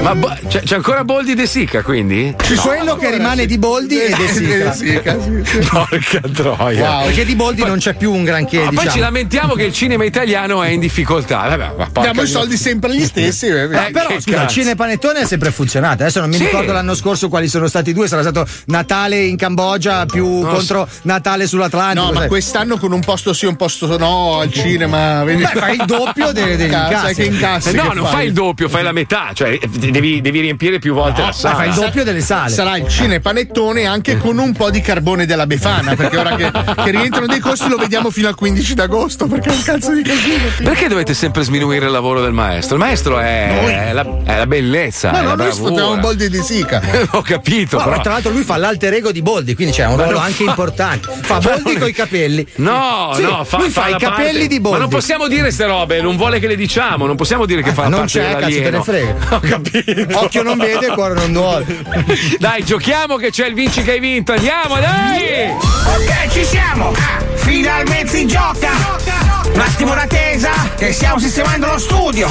S4: Ma bo- c'è, c'è ancora Boldi De Sica, quindi?
S12: Ci
S4: No.
S12: quello che rimane di Boldi e De Sica.
S4: Porca troia.
S12: Wow, perché di Boldi non c'è più un granché,
S4: Ma poi ci
S12: diciamo.
S4: lamentiamo che il cinema italiano è in difficoltà. Vabbè, ma porca
S12: Diamo i
S4: mia-
S12: soldi
S3: sempre gli stessi.
S12: Eh, però scusa, il Cine Panettone è sempre funzionato. Adesso non mi
S4: Sì.
S12: ricordo l'anno scorso quali sono stati i due. Sarà stato Natale in Cambogia più
S3: Non
S12: contro Natale
S5: Ah,
S12: sull'Atlantico.
S3: No, ma
S12: sai.
S3: quest'anno con un posto sì, un posto no al cinema. vedi?
S12: Beh, fai il doppio dei- degli
S3: Cazzo,
S12: incassi.
S3: sai che incassi
S4: Eh no,
S3: che
S4: non fai il doppio, fai la metà, cioè eh, devi, devi riempire più volte la sala.
S12: delle sale.
S3: Ah, Sarà il cine panettone anche con un po' di carbone della Befana, perché ora che, che rientrano dei costi lo vediamo fino al 15 d'agosto, perché è un cazzo di casino.
S4: Perché dovete sempre sminuire il lavoro del maestro? Il maestro è, è la, è la bellezza.
S3: No,
S4: è
S3: no,
S4: la
S3: noi sfottiamo un
S4: bravura.
S3: Boldi di Sica.
S4: Ho capito,
S12: Ma
S4: però.
S12: tra l'altro lui fa l'alter ego di Boldi, quindi c'è un
S4: Ma
S12: ruolo
S4: non
S12: anche
S4: fa-
S12: importante. Fa
S4: Ma
S12: Boldi
S4: non-
S12: coi capelli.
S4: No,
S12: Sì,
S4: no, fa,
S12: lui fa,
S4: la
S12: i
S4: parte.
S12: capelli di Boldi.
S4: Ma non possiamo dire queste robe, non vuole che le diciamo, non possiamo dire che fa la
S12: Ah, non
S4: parte
S12: c'è, cazzo, te
S4: dell'alieno.
S12: ne frega.
S4: Ho capito.
S12: Occhio non vede, cuore non duole.
S4: Dai, giochiamo che c'è il vinci che hai vinto. Andiamo, dai!
S2: Ok, ci siamo! Ah, Finalmente si gioca! Un attimo d'attesa che stiamo sistemando lo studio!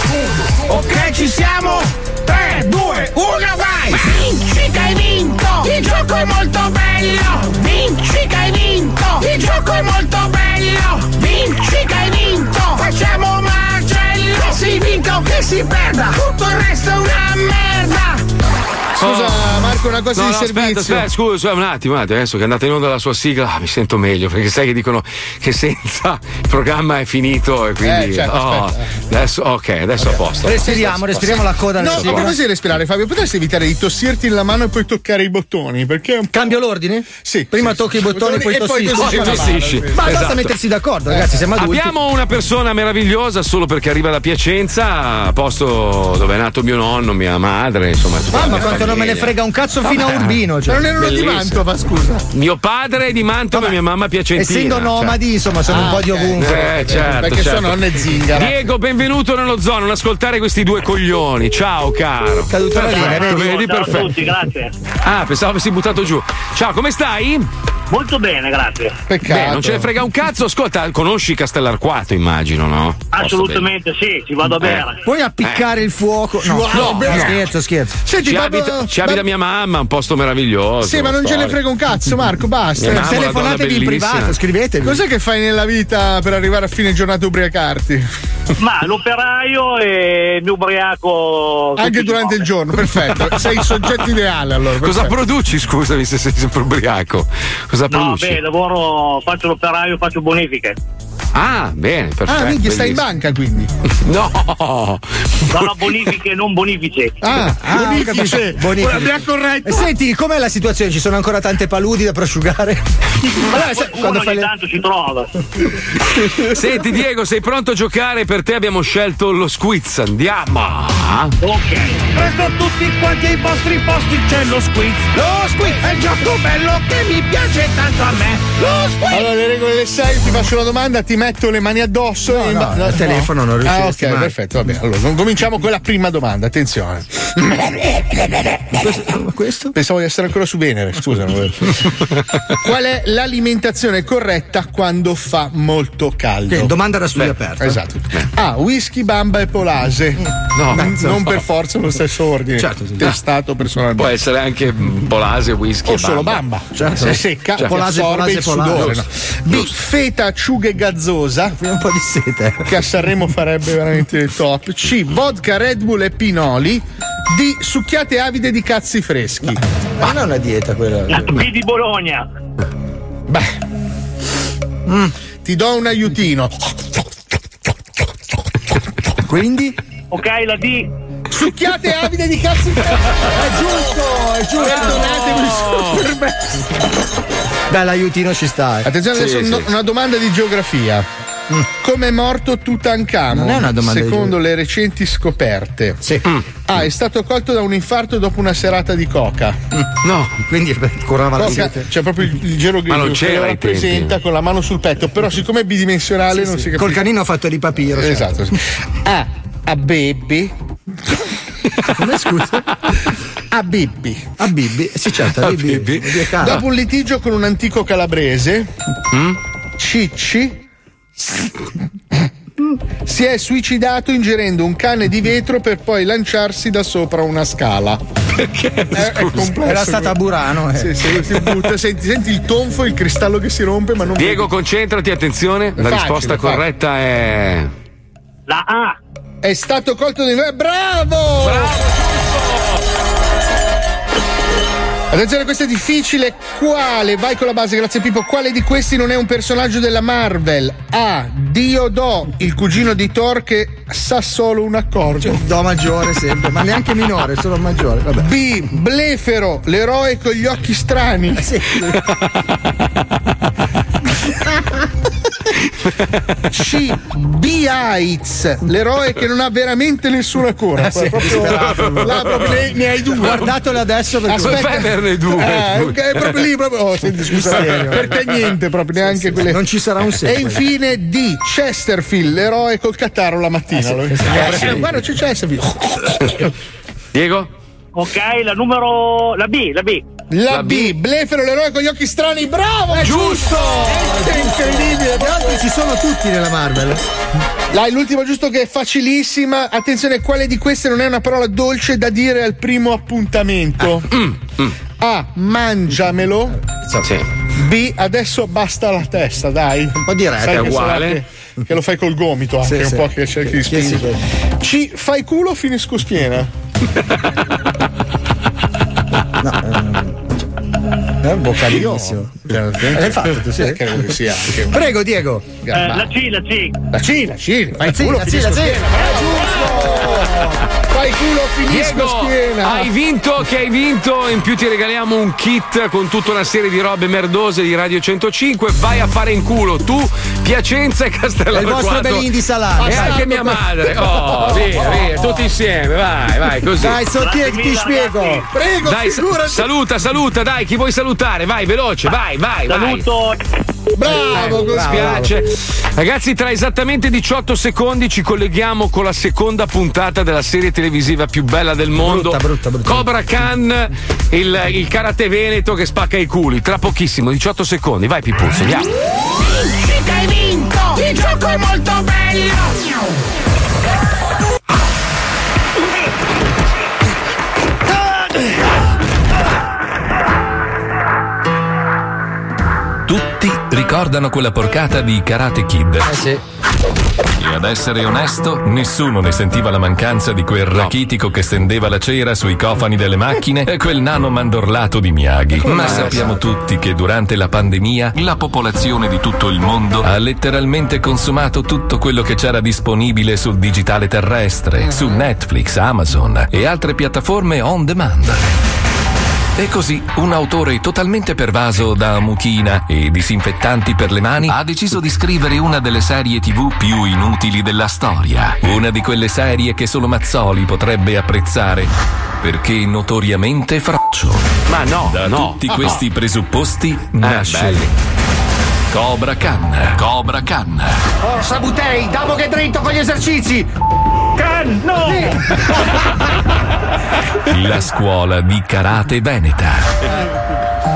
S2: Ok, ci siamo! 3, 2, 1, vai! Vinci che hai vinto! Il gioco è molto bello! Vinci che hai vinto! Il gioco è molto bello! Vinci che hai vinto! Facciamo un macello! Sì, si vinca o che si perda, tutto il resto è una merda.
S3: Scusa,
S4: Oh.
S3: Ah, Marco, una cosa
S4: No,
S3: di
S4: no,
S3: servizio.
S4: Aspetta, aspetta, scusa, un attimo, un attimo, adesso che è andata in onda la sua sigla, ah, mi sento meglio, perché sai che dicono che senza il programma è finito e quindi
S3: Eh, certo,
S4: oh,
S3: aspetta.
S4: adesso ok, adesso a posto.
S5: Respiriamo, respiriamo la coda alla
S3: No,
S5: sigla.
S3: a proposito di respirare, Fabio, potresti evitare di tossirti la mano e poi toccare i bottoni? Perché
S5: Cambio l'ordine?
S3: Sì.
S5: Prima
S3: sì,
S5: tocchi
S3: sì,
S5: i bottoni, poi
S3: e
S5: tossisci.
S4: Poi tossisci.
S5: Ma basta
S4: Esatto.
S5: mettersi d'accordo, ragazzi, siamo adulti.
S4: Abbiamo una persona meravigliosa solo perché arriva da Piacenza, posto dove è nato mio nonno, mia madre, insomma. tutta la
S5: Mamma,
S4: mia
S5: quanto non me ne
S4: famiglia.
S5: frega un cazzo
S4: Vabbè.
S5: fino a Urbino. Cioè.
S4: Ma non erano di Bellissimo. Mantova,
S3: scusa.
S4: Mio padre è di Mantova e mia mamma piacentina. cioè.
S5: Essendo nomadi, insomma, sono un po' di ovunque.
S4: Eh, certo,
S5: Ah, Perché
S4: certo.
S5: sono nonne zingare.
S4: Diego, benvenuto nello zoo, non ascoltare questi due coglioni. Ciao, caro.
S5: Caduta la linea,
S4: Perfetto,
S5: vedi?
S4: vedi,
S5: Ciao a
S4: perfetto.
S5: tutti, grazie.
S4: Ah, pensavo avessi buttato giù. Ciao, come stai?
S6: Molto bene, grazie.
S3: Peccato.
S4: Beh, non ce ne frega un cazzo. Ascolta, conosci Castellarquato, immagino, no?
S6: Assolutamente sì, ci vado a bere.
S4: Eh.
S5: Puoi appiccare il fuoco? No,
S4: No,
S5: scherzo,
S4: no.
S5: scherzo, scherzo.
S4: ci abita, ci abita mia mamma, un posto meraviglioso.
S3: Sì, ma non ce ne frega un cazzo, Marco. Basta.
S4: Mia mamma è una donna Telefonatevi in bellissima. privato,
S5: scrivetevi.
S3: Cos'è che fai nella vita per arrivare a fine giornata a ubriacarti?
S6: Ma l'operaio e mi ubriaco.
S3: Anche durante il giorno, perfetto. Sei il soggetto ideale allora.
S4: Cosa
S3: perfetto.
S4: produci, scusami, se sei sempre ubriaco? Cosa
S6: No,
S4: produci?
S6: beh, lavoro, faccio l'operaio, faccio bonifiche.
S4: Ah, bene, perfetto.
S3: Ah, minchia, stai
S4: bellissimo.
S3: in banca quindi.
S4: No!
S6: No, no, bonifiche, non bonifice.
S5: Ah, ah, ho capito. Bonifici. E senti, com'è la situazione? Ci sono ancora tante paludi da prosciugare?
S6: Allora, quando ogni tanto si trova.
S4: Senti Diego, sei pronto a giocare? Per te abbiamo scelto lo squiz, andiamo!
S6: Ok.
S2: Presto tutti quanti ai vostri posti c'è lo squiz. Lo squiz è il gioco bello che mi piace tanto a me. Lo squiz.
S3: Allora, le regole le sai, Eh, ti faccio la domanda, ti metto le mani addosso. e
S5: no, al telefono non riusciresti
S3: Ah, ok,
S5: mai.
S3: perfetto, va bene. Allora, com- cominciamo con la prima domanda, attenzione. Questo, Pensavo di essere ancora su Venere, scusa. non volevo- Qual è l'alimentazione corretta quando fa molto caldo?
S5: Sì, domanda da studio aperto.
S3: Esatto. A. Whisky, bamba e polase.
S4: No,
S3: N-
S4: no.
S3: non per forza nello stesso ordine.
S4: Certo, sì.
S3: Testato personalmente.
S4: Può essere anche mm, polase, whisky
S3: o
S4: e
S3: solo bamba,
S4: Certo.
S3: se è secca
S5: Cioè,
S4: Certo.
S3: polase, assorbe il sudore no? B feta acciughe gazzosa
S5: un po' di sete
S3: che a Sanremo farebbe veramente il top C vodka Red Bull e pinoli D succhiate avide di cazzi freschi
S5: Ma non è una dieta quella.
S6: La B di Bologna.
S5: Mm.
S3: ti do un aiutino
S5: quindi
S6: Ok, la D.
S3: succhiate avide di cazzi freschi è giusto è
S5: eh.
S3: giusto perdonatemi sono per me.
S5: Dai, l'aiutino ci sta. eh. Mm.
S3: attenzione adesso no- una domanda di geografia come è morto Tutankhamon?
S5: Non è una domanda di
S3: Secondo le recenti scoperte, Ah, è stato colto da un infarto dopo una serata di coca.
S4: No,
S5: Mm. quindi curava
S3: Coca- C'è proprio il, il geroglifo
S4: Ma non
S3: che
S4: c'era
S3: lo
S4: ai tempi.
S3: rappresenta con la mano sul petto, però siccome è bidimensionale non si capisce.
S5: Col canino fatto di papiro. cioè.
S3: Esatto. A. A Bebbi.
S5: Come scusa?
S3: A Bibbi.
S2: Ah,
S5: A Bibbi, sì certo, a Bibbi. Bibbi.
S3: Ah, Dopo un litigio con un antico calabrese,
S2: Mm?
S3: Cicci si è suicidato ingerendo un cane di vetro per poi lanciarsi da sopra una scala. Perché? È, è complesso.
S5: Era stata a Burano. eh.
S3: Sì, sì, si butta, senti, senti il tonfo, il cristallo che si rompe, ma non
S4: Diego, concentrati, attenzione. La
S3: Facile,
S4: risposta
S3: facile.
S4: corretta è.
S6: La A.
S3: È stato colto di. eh, Bravo! Attenzione, questo è difficile. Quale? Vai con la base, grazie Pippo. Quale di questi non è un personaggio della Marvel? A. Diodo, il cugino di Thor che sa solo un accordo.
S5: Do maggiore sempre, ma neanche minore, solo maggiore. Vabbè.
S3: B. Blefero, l'eroe con gli occhi strani.
S5: Eh,
S3: C. B-Aids, l'eroe che non ha veramente nessuna cura.
S5: Eh, sì,
S3: Proprio-
S5: disperato.
S3: là proprio ne, ne hai due.
S5: Guardatelo adesso perché-
S3: Aspetta.
S5: Come fai a averne
S4: due?
S3: Eh, ok, è proprio lì, proprio. Oh, senti, scusa,
S5: Serio?
S3: perché niente, proprio neanche quelle.
S5: Non ci sarà un
S3: E
S5: sequel.
S3: infine D. Chesterfield, l'eroe col cattaro la
S5: Ah,
S3: mattina. Lo- Eh, Guarda, c'è Chesterfield.
S4: Diego?
S6: Ok, la numero. La B, la B.
S3: La, B. Blefero, l'eroe con gli occhi strani. Bravo!
S4: giusto!
S3: È incredibile,
S5: Gli altri ci sono tutti nella Marvel.
S3: Dai, l'ultimo giusto che è facilissima. Attenzione, quale di queste non è una parola dolce da dire al primo appuntamento?
S5: Ah, mm.
S3: A. Mangiamelo.
S4: Mm, Sì.
S3: B. Adesso basta la testa, dai. Un po'
S5: di retta.
S4: È uguale.
S2: che lo fai col gomito anche
S3: Sì,
S2: un
S3: sì.
S2: po' che cerchi di
S3: Sì, sì,
S2: spingere. Ci fai culo o finisco schiena?
S3: È un boccarissimo. L'hai fatto tu, sì?
S2: Credo che Certo. sia anche un-
S3: Prego, Diego.
S2: Eh, la
S19: C, la C.
S2: La C, la C. Fai
S3: Sì,
S2: culo,
S3: la
S2: finisco
S3: sì, la sì.
S2: schiena. Fai culo, finisco
S4: Diego,
S2: schiena.
S4: hai vinto, che hai vinto. In più ti regaliamo un kit con tutta una serie di robe merdose di Radio 105. Vai a fare in culo tu, Piacenza e Castello
S3: E il vostro Belin di Esatto. salame.
S4: E anche mia madre. Oh, via, via, tutti insieme. Vai, vai, così.
S3: Dai, Sotti, ti spiego.
S2: Prego,
S4: Dai, sa- saluta, saluta, dai, chi vuoi salutare? Vai, veloce, vai, vai,
S19: Saluto.
S2: Bravo,
S4: Mi
S2: così.
S4: spiace. Ragazzi, tra esattamente 18 secondi ci colleghiamo con la seconda puntata della serie televisiva più bella del mondo. Cobra Khan, il, il karate veneto che spacca i culi. Tra pochissimo, 18 secondi. Vai Pippuzzo, andiamo.
S5: Vinci che hai vinto! Il gioco è molto bello!
S1: Tutti ricordano quella porcata di Karate Kid. E ad essere onesto, nessuno ne sentiva la mancanza di quel rachitico che stendeva la cera sui cofani delle macchine e quel nano mandorlato di Miyagi. Ma
S4: Eh,
S1: sappiamo tutti che durante la pandemia la popolazione di tutto il mondo ha letteralmente consumato tutto quello che c'era disponibile sul digitale terrestre, su Netflix, Amazon e altre piattaforme on demand. E così un autore totalmente pervaso da muchina e disinfettanti per le mani ha deciso di scrivere una delle serie tv più inutili della storia. Una di quelle serie che solo Mazzoli potrebbe apprezzare perché notoriamente fraccio.
S4: Ma no,
S1: da
S4: no. Eh,
S1: tutti questi presupposti nasce
S4: belli.
S1: Cobra Khan, Cobra Khan.
S5: Oh, Sabutei, davo che dritto con gli esercizi! Can, no!
S1: La scuola di karate veneta.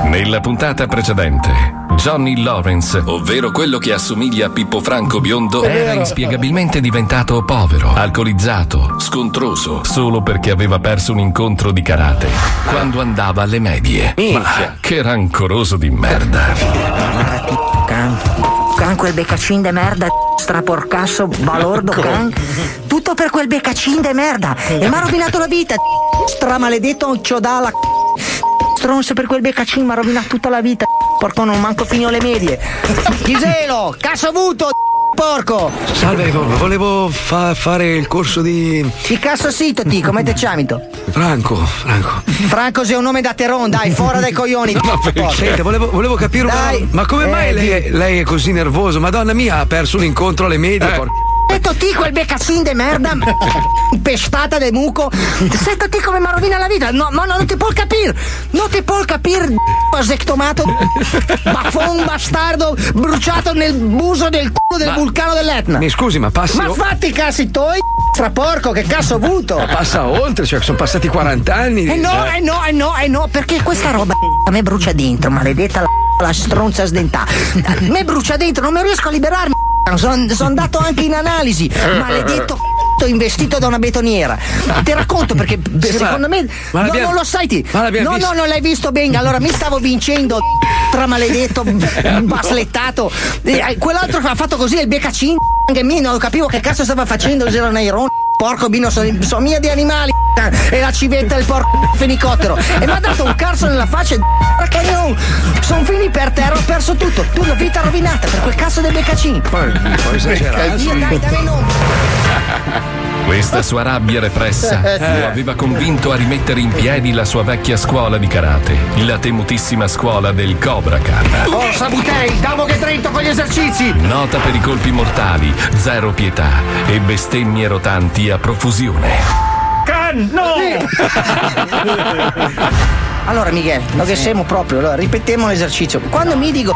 S1: Nella puntata precedente, Johnny Lawrence, ovvero quello che assomiglia a Pippo Franco biondo,
S4: È
S1: era
S4: vero.
S1: inspiegabilmente diventato povero, alcolizzato, scontroso, solo perché aveva perso un incontro di karate quando andava alle medie. Ma che rancoroso di merda.
S20: Can, can quel beccacin de merda, straporcasso, balordo, can. Tutto per quel beccacin de merda. E mi ha rovinato la vita, stramaledetto ciodala. Stronzo per quel beccacin mi ha rovinato tutta la vita. Porco non manco fino le medie. Giselo, cazzo avuto, porco.
S13: Salve, vo- volevo fa- fare il corso di.
S20: Chi cazzo sito ti, come te chiamito?
S13: Franco, Franco.
S20: Franco sei un nome da Teron, dai, fuori dai coglioni.
S13: Senta, volevo, volevo capire una-
S20: Dai.
S13: Ma come
S20: Eh,
S13: mai lei, lei è così nervoso? Madonna mia, ha perso un incontro alle
S20: Eh.
S13: medie. por-
S20: Sento ti quel beccassin de merda, pestata de muco. Sento ti come mi rovina la vita. No, ma no, non ti può capire. Non ti può capire, asectomato, baffon bastardo, bruciato nel buso del culo del
S13: Ma-
S20: vulcano dell'Etna.
S13: Mi scusi, ma passi.
S20: Ma
S13: o-
S20: fatti i cazzi tuoi, straporco, che cazzo ho avuto?
S13: ma passa oltre, cioè, sono passati 40 anni.
S20: Eh no, eh no, eh no, eh no, perché questa roba a me brucia dentro, maledetta la, la stronza sdentata. A me brucia dentro, non mi riesco a liberarmi. Sono andato anche in analisi, maledetto investito da una betoniera. Te racconto perché beh,
S13: Sì, ma-
S20: secondo me
S13: ma
S20: no,
S13: l'abbiamo-
S20: non lo sai ti.
S13: ma
S20: No,
S13: l'abbiamo visto.
S20: no, non l'hai visto bene. Allora mi stavo vincendo tra maledetto baslettato. E, eh, Quell'altro che ha fatto così il beccacin anche me non capivo che cazzo stava facendo il Neirone. Porco bino, sono so mia di animali e la civetta del porco fenicottero e mi ha dato un carso nella faccia perché non sono fini per terra ho perso tutto tu la vita rovinata per quel cazzo del beccacin poi,
S13: poi
S1: esagerato.
S20: dai dai non
S1: Questa sua rabbia repressa
S20: Eh, sì.
S1: lo aveva convinto a rimettere in piedi la sua vecchia scuola di karate, la temutissima scuola del Cobra Khan.
S5: Oh, Sabutei, davo che dritto con gli esercizi!
S1: Nota per i colpi mortali, zero pietà e bestemmie rotanti a profusione.
S20: Can, no! allora, Miguel, lo che siamo proprio, allora, ripetiamo l'esercizio. Quando mi dico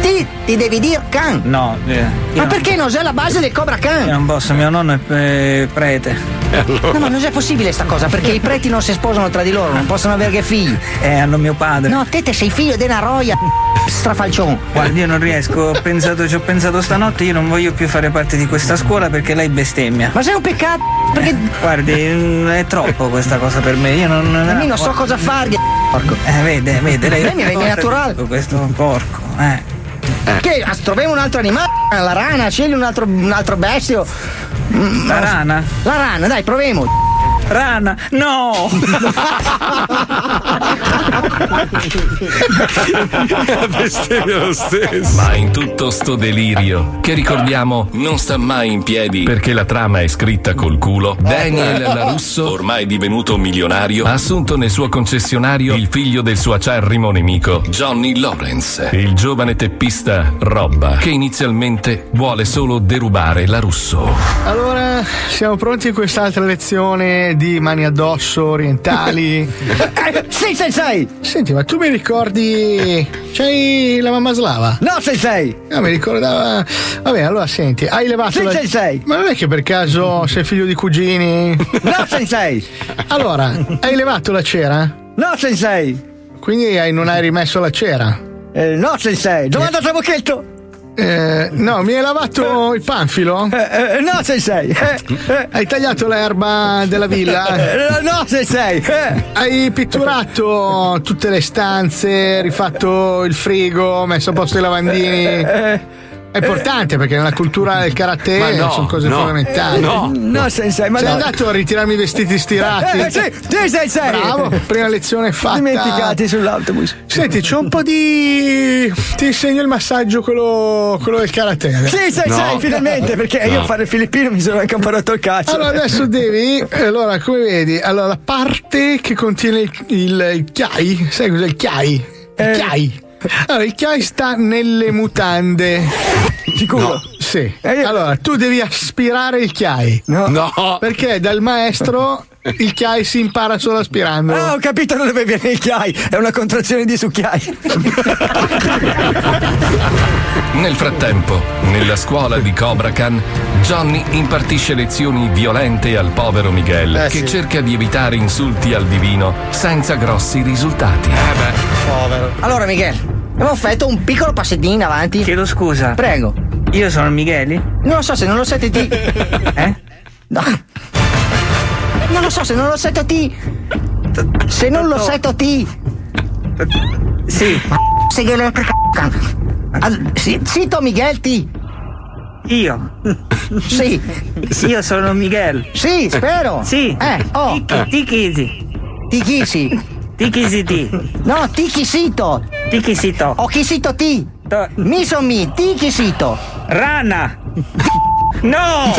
S20: ti, ti devi dire can.
S21: No, eh,
S20: Ma perché non c'è la base del Cobra Can?
S21: è un boss, mio nonno è eh, prete.
S20: No, ma non è possibile sta cosa, perché i preti non si sposano tra di loro, non possono avere che figli.
S21: Eh, hanno mio padre.
S20: No, te, te sei figlio di una roia, strafalcione.
S21: Guarda, io non riesco, ho pensato, ci ho pensato stanotte, io non voglio più fare parte di questa scuola perché lei bestemmia. Eh,
S20: Ma sei un peccato, perché...
S21: Guardi, mm, è troppo questa cosa per me, io non... non
S20: Almeno so cosa fargli. Porco.
S21: Eh, vede, vede, lei...
S20: Lei mi vede
S21: cosa
S20: naturale.
S21: dico, Questo è un porco, eh.
S4: Eh.
S20: Che ah, troviamo un altro animale, la rana, scegli un altro, un altro bestio. La
S21: rana?
S20: La rana, dai, proviamo.
S21: Rana, no!
S1: Bestemmia lo stesso. Ma in tutto sto delirio, che ricordiamo non sta mai in piedi perché la trama è scritta col culo, Daniel Larusso, ormai divenuto milionario, ha assunto nel suo concessionario il figlio del suo acerrimo nemico, Johnny Lawrence, il giovane teppista Robba, che inizialmente vuole solo derubare Larusso.
S3: Allora, siamo pronti a quest'altra lezione di mani addosso orientali? eh,
S20: sì, sensei!
S3: Senti, ma tu mi ricordi... C'hai la mamma slava?
S20: No, sensei!
S3: Ah, mi ricordava... Va bene, allora senti, hai levato...
S20: Sì,
S3: la...
S20: sensei!
S3: Ma non è che per caso sei figlio di cugini?
S20: No, sensei!
S3: Allora, hai levato la cera?
S20: No, sensei!
S3: Quindi hai- non hai rimesso la cera?
S20: Eh, no, sensei! Domanda a Trabocchetto!
S3: Eh, no, mi hai lavato il panfilo?
S20: Eh, eh, no, sensei. Eh, eh.
S3: Hai tagliato l'erba della villa?
S20: Eh, no, sensei. Eh.
S3: Hai pitturato tutte le stanze, rifatto il frigo, messo a posto i lavandini?
S20: Eh,
S3: È importante perché nella cultura del karate
S20: Ma no,
S3: sono cose
S20: no,
S3: fondamentali.
S20: no. Eh, No, sensei, ma
S3: Sei
S20: no.
S3: andato a ritirarmi i vestiti stirati?
S20: Eh, eh, sì, sì, sensei.
S3: Bravo, prima lezione fatta.
S20: Dimenticati sull'autobus.
S3: Senti, c'è un po' di. Ti insegno il massaggio, quello, quello del karate.
S20: Sì, sensei,
S3: No.
S20: finalmente, perché io a fare il filippino mi sono anche imparato il cazzo.
S3: Allora adesso devi, eh, allora come vedi, allora la parte che contiene il, il, il chiai, sai cos'è il chiai? Il
S20: Eh.
S3: chiai. Allora il chiai sta nelle mutande.
S20: Sicuro?
S3: Sì. Allora tu devi aspirare il chiai.
S20: Eh, No.
S3: Perché dal maestro il chiai si impara solo aspirando.
S20: Ah, ho capito da dove viene il chiai, è una contrazione di succhiai.
S1: Nel frattempo, nella scuola di Cobra Khan, Johnny impartisce lezioni violente al povero Miguel,
S22: Eh,
S1: che
S22: sì.
S1: cerca di evitare insulti al divino senza grossi risultati. Eh beh, povero.
S20: Allora, Michele, avevo fatto un piccolo passettino in avanti.
S21: Chiedo scusa.
S20: Prego.
S21: Io sono il Micheli?
S20: Non lo so se non lo siete ti.
S21: Eh?
S20: No. Non lo so se non lo setto ti. Se non lo setto ti.
S21: Sì.
S20: Se che le Al- sì- Zitto Miguel ti.
S21: Io?
S20: Sì.
S21: Io sono Miguel.
S20: Sì, spero.
S21: Sì.
S20: Eh, oh.
S21: Tiki, tikisi.
S20: Tikisi.
S21: Tikisi ti.
S20: No, ti chisito.
S21: Ti chisito.
S20: Ho chisito ti. Mi son mi, ti chisito.
S21: Rana. No!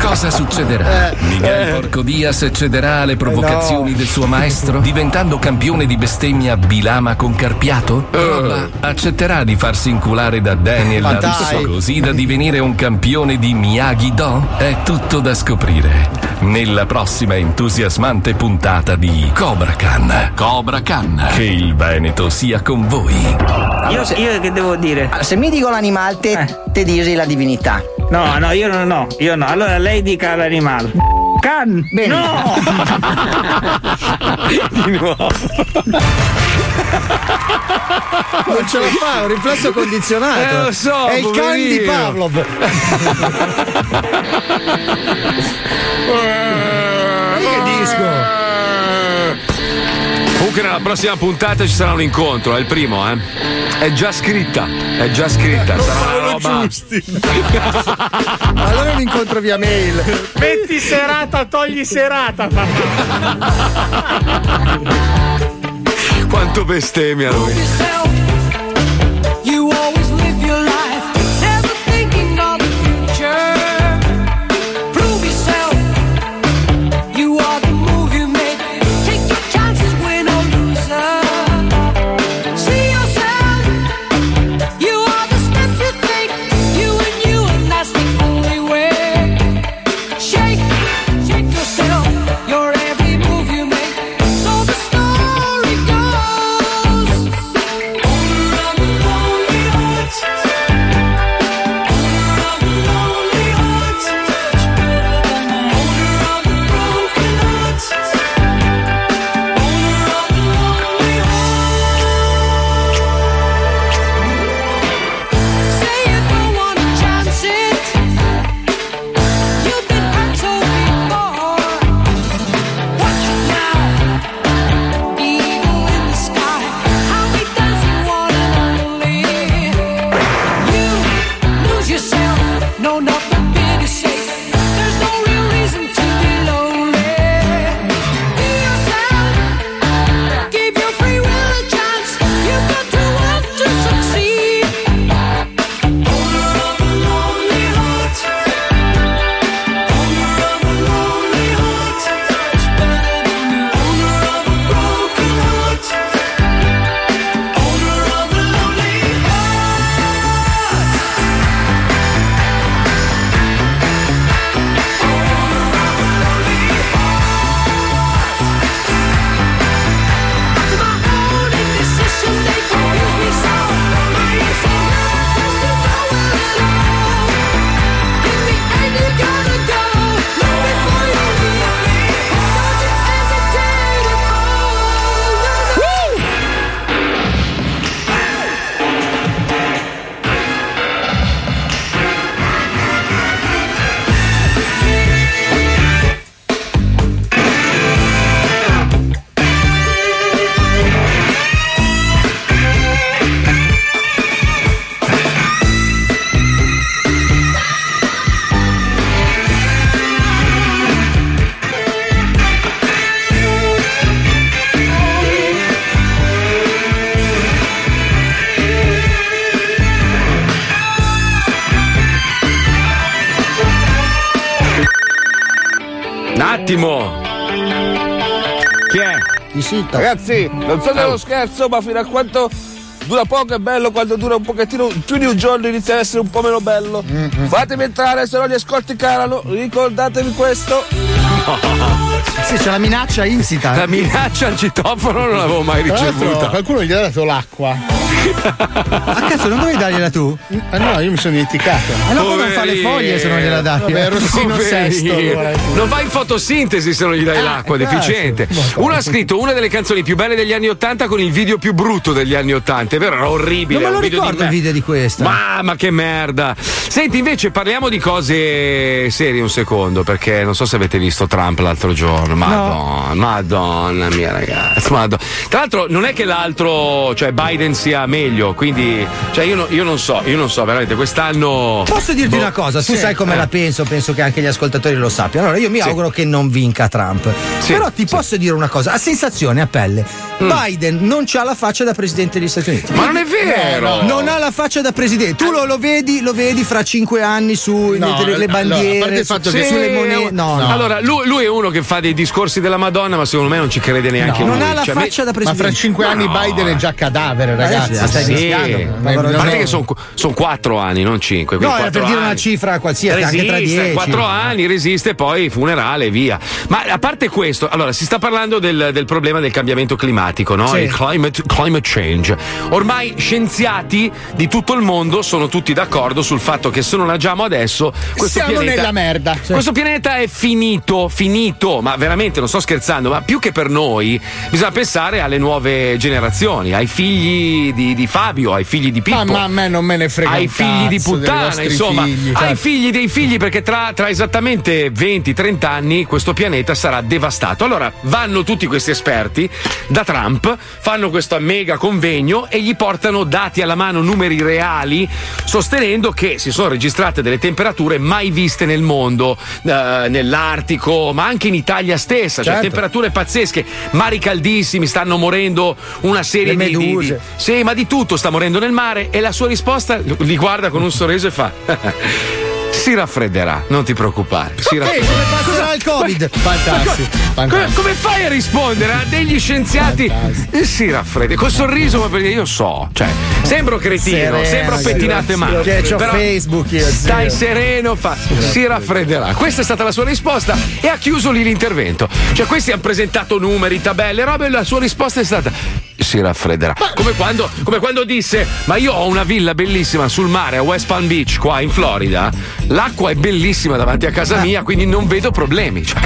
S1: Cosa
S3: Eh.
S1: succederà? Miguel Porco Diaz cederà alle provocazioni del suo maestro, diventando campione di bestemmia Bilama con Carpiato? Roba accetterà di farsi inculare da Daniel
S3: Ma dai.
S1: Larusso così da divenire un campione di Miyagi-Do? È tutto da scoprire nella prossima entusiasmante puntata di Cobra Khan. Cobra Khan, che il Veneto sia con voi.
S21: Io, io che devo dire?
S20: Se mi dico l'animale, te, te disi la divinità.
S21: No, no, io no, no, io no. Allora lei dica l'animale. Can!
S20: Bene.
S21: No! Di nuovo.
S5: Non ce la fa, è un riflesso condizionato.
S23: Eh, lo so,
S5: È il can di
S23: poverino.
S5: Pavlov.
S23: che disco!
S4: Comunque nella prossima puntata ci sarà un incontro, è il primo, eh. È già scritta, è già scritta, sarà una roba.
S5: Allora un incontro via mail.
S24: Metti serata, togli serata,
S4: Quanto bestemmia lui.
S2: yourself. You always live your life, never thinking of the future. Prove yourself. You are the move you make. Take your chances, win or loser. See yourself. You are the steps you take. You and you, and that's the only way. Shake, shake yourself. Your every move you make. So the story goes.
S4: attimo. Chi è?
S8: Ragazzi, non so se è uno scherzo, ma fino a quanto dura poco è bello, quando dura un pochettino più di un giorno inizia ad essere un po' meno bello. Fatemi entrare, se no gli ascolti calano, ricordatevi questo.
S5: Sì, c'è la minaccia insita.
S4: La minaccia al citofono non l'avevo
S5: Eh,
S4: mai
S3: Tra l'altro,
S4: ricevuta.
S3: Qualcuno gli ha dato l'acqua.
S5: Ah, cazzo, non dovevi dargliela tu?
S4: Eh,
S3: Ah, no, io mi sono dimenticato.
S5: Eh, no, poi non fa le foglie se non gliela dai.
S3: Vabbè, Rossino
S4: Poverino.
S3: Sesto. allora.
S4: Non va in fotosintesi se non
S5: Eh,
S4: gli dai l'acqua,
S3: cazzo.
S4: deficiente. Uno ha scritto una delle canzoni più belle degli anni Ottanta con il video più brutto degli anni Ottanta. È vero, era
S5: Non
S4: orribile.
S5: me
S4: era
S5: lo
S4: un video di
S5: ricordo il
S4: me-
S5: video di questa.
S4: Mamma che merda! Senti, invece parliamo di cose serie un secondo, perché non so se avete visto Trump l'altro giorno. Madonna, madonna mia ragazzi. madonna. Tra l'altro non è che l'altro, cioè Biden sia meglio, quindi cioè io, no- io non so, io non so veramente quest'anno...
S5: Posso dirti
S4: Boh.
S5: una cosa? Tu
S4: Sì.
S5: sai come
S4: Eh.
S5: la penso, penso che anche gli ascoltatori lo sappiano. Allora, io mi
S4: Sì.
S5: auguro che non vinca Trump. Però ti posso dire una cosa, a sensazione, a pelle. Biden non ha la faccia da presidente degli Stati Uniti.
S4: Mm. Ma non è vero!
S5: No, no, Non ha la faccia da presidente. Tu lo, lo vedi, lo vedi fra cinque anni su
S3: No,
S5: le, le
S3: allora, a parte
S5: bandiere,
S3: il fatto
S5: su-
S3: che-
S5: sulle
S3: Sì,
S5: monete. No, no.
S4: Allora, lui, lui è uno che fa dei discorsi della Madonna, ma secondo me non ci crede neanche
S5: No,
S4: lui.
S5: non ha la
S4: Cioè,
S5: faccia
S4: me-
S5: da presidente.
S3: Ma fra cinque
S4: Ma
S3: anni
S4: no.
S3: Biden è già cadavere, ragazzi.
S4: Ragazzi,
S3: Stai
S4: sì.
S3: rischiando. Ma
S4: a
S3: non
S4: parte
S3: è-
S4: che sono quattro anni, non cinque.
S5: No, era per dire una cifra qualsiasi, anche tra dieci.
S4: Quattro anni, resiste, poi funerale, via. Ma a parte questo, allora si sta parlando del, del problema del cambiamento climatico, no?
S15: Sì.
S4: Il climate, climate change. Ormai scienziati di tutto il mondo sono tutti d'accordo sul fatto che se non agiamo adesso, questo
S3: Siamo
S4: pianeta
S3: nella merda. Sì.
S4: questo pianeta è finito, finito, ma veramente non sto scherzando, ma più che per noi bisogna pensare alle nuove generazioni, ai figli di, di Fabio, ai figli di Pippo.
S3: ma a me non me ne frega
S4: Ai
S3: un
S4: figli di
S3: cazzo dei
S4: puttana,
S3: vostri
S4: insomma,
S3: figli,
S4: ai
S3: cioè.
S4: figli dei figli, perché tra, tra esattamente 20-30 anni questo pianeta sarà devastato. Allora vanno tutti questi esperti da Trump, fanno questo mega convegno e gli portano dati alla mano, numeri reali, sostenendo che si sono registrate delle temperature mai viste nel mondo, eh, nell'Artico, ma anche in Italia stessa, cioè
S15: Certo.
S4: temperature pazzesche, mari caldissimi, stanno morendo una serie
S15: Le
S4: di- di- di
S15: meduse.
S4: sì, ma di tutto sta morendo nel mare e la sua risposta li guarda con un sorriso e fa si raffredderà, non ti preoccupare. Si raffredderà.
S5: come passerà il Covid? Fantastico.
S4: Co- Come, fai a rispondere a degli scienziati? Eh, Si raffredda col sorriso, ma perché io so, cioè, sembro cretino,
S5: Sereno,
S4: sembro
S5: sì,
S4: pettinate
S5: sì,
S4: male.
S5: che c'ho
S4: però
S5: Facebook io,
S4: Stai
S5: zio.
S4: sereno, fa, si raffredderà. Questa è stata la sua risposta e ha chiuso lì l'intervento. Cioè, questi hanno presentato numeri, tabelle, robe, e la sua risposta è stata si raffredderà. Come quando, come quando disse: Ma io ho una villa bellissima sul mare a West Palm Beach, qua in Florida. L'acqua è bellissima davanti a casa mia, quindi non vedo problemi. Cioè,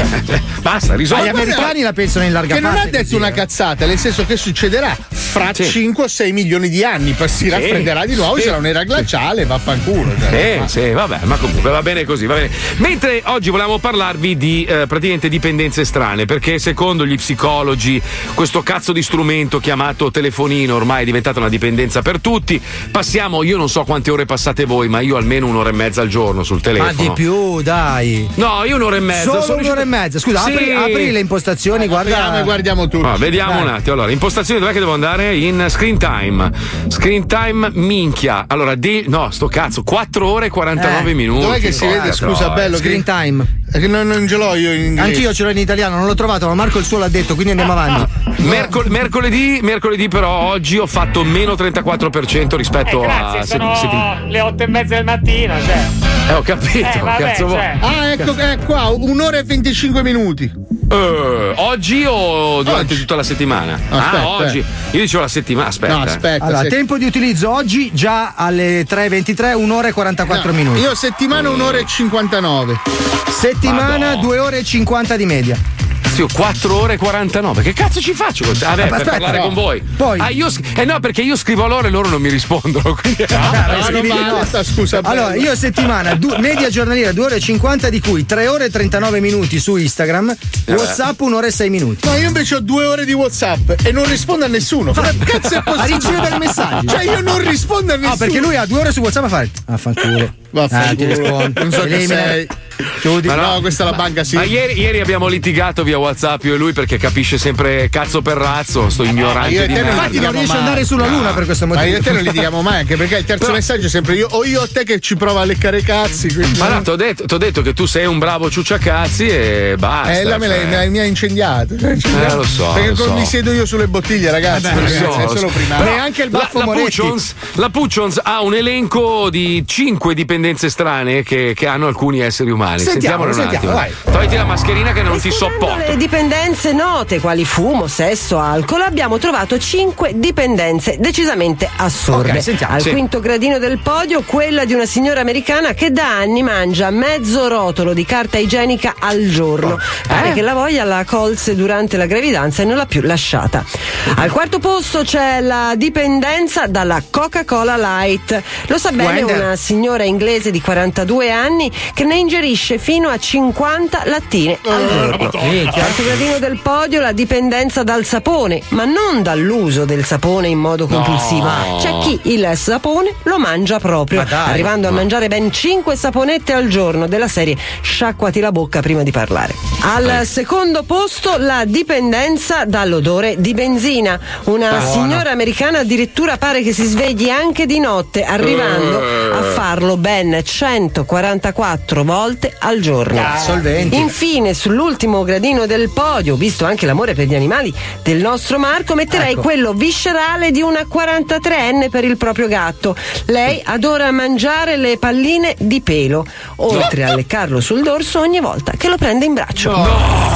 S4: basta,
S3: Ma
S4: risolvo.
S3: gli americani
S5: la pensano in larga
S3: Che non
S5: parte
S3: ha detto
S5: così,
S3: una
S5: eh.
S3: cazzata, nel senso che succederà fra
S4: Sì.
S3: 5 o 6 milioni di anni, poi si
S4: Sì.
S3: raffredderà di nuovo,
S4: Sì.
S3: sarà un'era glaciale, vaffanculo.
S4: Sì,
S3: cioè.
S4: Eh, sì, vabbè, ma comunque va bene così, va bene. Mentre oggi volevamo parlarvi di eh, praticamente dipendenze strane, perché secondo gli psicologi questo cazzo di strumento chiamato telefonino ormai è diventata una dipendenza per tutti. Passiamo, io non so quante ore passate voi, ma io almeno un'ora e mezza al giorno sul telefono.
S5: Ma di più, dai.
S4: No, io un'ora e mezza.
S5: Solo
S4: sono
S5: un'ora
S4: riuscito-
S5: e mezza. Scusa,
S4: Sì.
S5: apri, apri le impostazioni, guarda.
S4: Ah, vediamo
S5: Dai.
S4: un attimo. Allora, impostazioni dov'è che devo andare? In screen time. Screen time minchia. Allora, di. No, sto cazzo, 4 ore e 49
S5: Eh,
S4: minuti.
S5: dov'è che si
S4: Porca
S5: vede, scusa,
S4: troia.
S5: bello, Screen che- time.
S3: Che non, non ce l'ho io in inglese.
S5: Anch'io ce l'ho in italiano, non l'ho trovato, ma Marco il suo l'ha detto, quindi andiamo avanti.
S4: Mercol- mercoledì, mercoledì, però, oggi ho fatto meno 34% rispetto
S14: Eh, Grazie,
S4: a.
S14: sono
S4: se- se-
S14: le otto e mezza del mattino, cioè.
S4: eh, ho capito.
S14: Eh, vabbè,
S4: cazzo vuoi?
S14: cioè.
S3: Ah, ecco, è qua, un'ora e 25 minuti.
S4: Eh, oggi o durante tutta la settimana?
S3: Aspetta,
S4: ah, oggi. Io dicevo la settimana, aspetta.
S3: No, aspetta.
S5: Allora,
S3: se-
S5: tempo di utilizzo oggi già alle 3.23, 1 ora e 44
S3: No,
S5: minuti.
S3: Io settimana un'ora e 59.
S5: Settimana 2 ore e 50 di media.
S4: Sì, 4 ore e 49. Che cazzo ci faccio? con- Ah, beh,
S5: Ah,
S4: per
S5: aspetta,
S4: parlare
S5: no.
S4: con voi.
S5: Poi-
S4: Ah, io sc- eh no, perché io scrivo a loro e loro non mi rispondono. Quindi...
S5: Ah, scrivi- no. Allora, io settimana, du- media giornaliera 2 ore e 50, di cui 3 ore e 39 minuti su Instagram,
S3: Eh.
S5: WhatsApp 1 ora e 6 minuti.
S3: No, io invece ho due ore di WhatsApp e non rispondo a nessuno. Ma cazzo è
S5: A
S3: possibile?
S5: ricevere messaggi.
S3: Cioè, io non rispondo a
S5: No,
S3: nessuno.
S5: perché lui ha due ore su WhatsApp a fare. Ah, fanculo.
S3: Vaffanculo.
S5: Ah, ti rispondo.
S3: Non so chi
S5: Elimina.
S3: sei. Chiudi. no, questa è la banca, sì.
S4: Ma ieri, ieri abbiamo litigato via WhatsApp io e lui perché capisce sempre cazzo per razzo, sto ignorante.
S3: Eh, Ah, Io e
S4: di
S3: te non
S4: merda.
S3: litighiamo mai. Ma io e te non litighiamo mai, anche perché il terzo messaggio è sempre io o io o te che ci prova a leccare i cazzi. quindi-
S4: Ma no, ti ho detto, t'ho detto che tu sei un bravo ciucciacazzi e basta.
S3: eh, là me l'hai-
S4: cioè.
S3: me l'hai- mi ha incendiato. Cioè,
S4: Eh, lo so,
S3: Perché
S4: lo
S3: con-
S4: so.
S3: mi siedo io sulle bottiglie, ragazzi.
S4: Eh beh,
S3: ragazzi,
S4: lo so,
S3: è
S4: lo so.
S3: solo primario.
S4: Però
S3: Neanche il
S4: la-
S3: baffo
S4: la
S3: Moretti.
S4: Puccions- La Puccions ha un elenco di 5 dipendenze strane che, che hanno alcuni esseri umani.
S9: Sentiamolo,
S4: Sentiamolo, un
S9: sentiamo,
S4: attimo. Togliti la mascherina che non ti sopporto.
S9: Le dipendenze note, quali fumo, sesso, alcol, abbiamo trovato 5 dipendenze decisamente assurde.
S13: Ok, sentiamo,
S9: Al
S13: sì.
S9: quinto gradino del podio, quella di una signora americana che da anni mangia mezzo rotolo di carta igienica al
S13: Oh,
S9: giorno.
S13: eh?
S9: Pare che la voglia la colse durante la gravidanza e non l'ha più lasciata. Al quarto posto c'è la dipendenza dalla Coca-Cola Light. Lo sa bene
S15: Wender.
S9: una signora inglese di 42 anni che ne ingerisce fino a 50 lattine
S13: Oh,
S9: al giorno.
S15: Madonna.
S9: Quarto gradino del podio la dipendenza dal sapone, ma non dall'uso del sapone in modo compulsivo. Ah,
S15: No.
S9: C'è chi il sapone lo mangia proprio, arrivando a mangiare ben 5 saponette al giorno della serie sciacquati la bocca prima di parlare. Al secondo posto la dipendenza dall'odore di benzina. Una
S15: Buono.
S9: signora americana addirittura pare che si svegli anche di notte, arrivando
S15: Eh.
S9: a farlo ben 144 volte al giorno.
S15: Ah, solventi.
S9: Infine, sull'ultimo gradino del podio, visto anche l'amore per gli animali del nostro Marco, metterei
S15: Ecco.
S9: quello viscerale di una 43enne per il proprio gatto. Lei adora mangiare le palline di pelo, oltre a leccarlo sul dorso ogni volta che lo prende in braccio.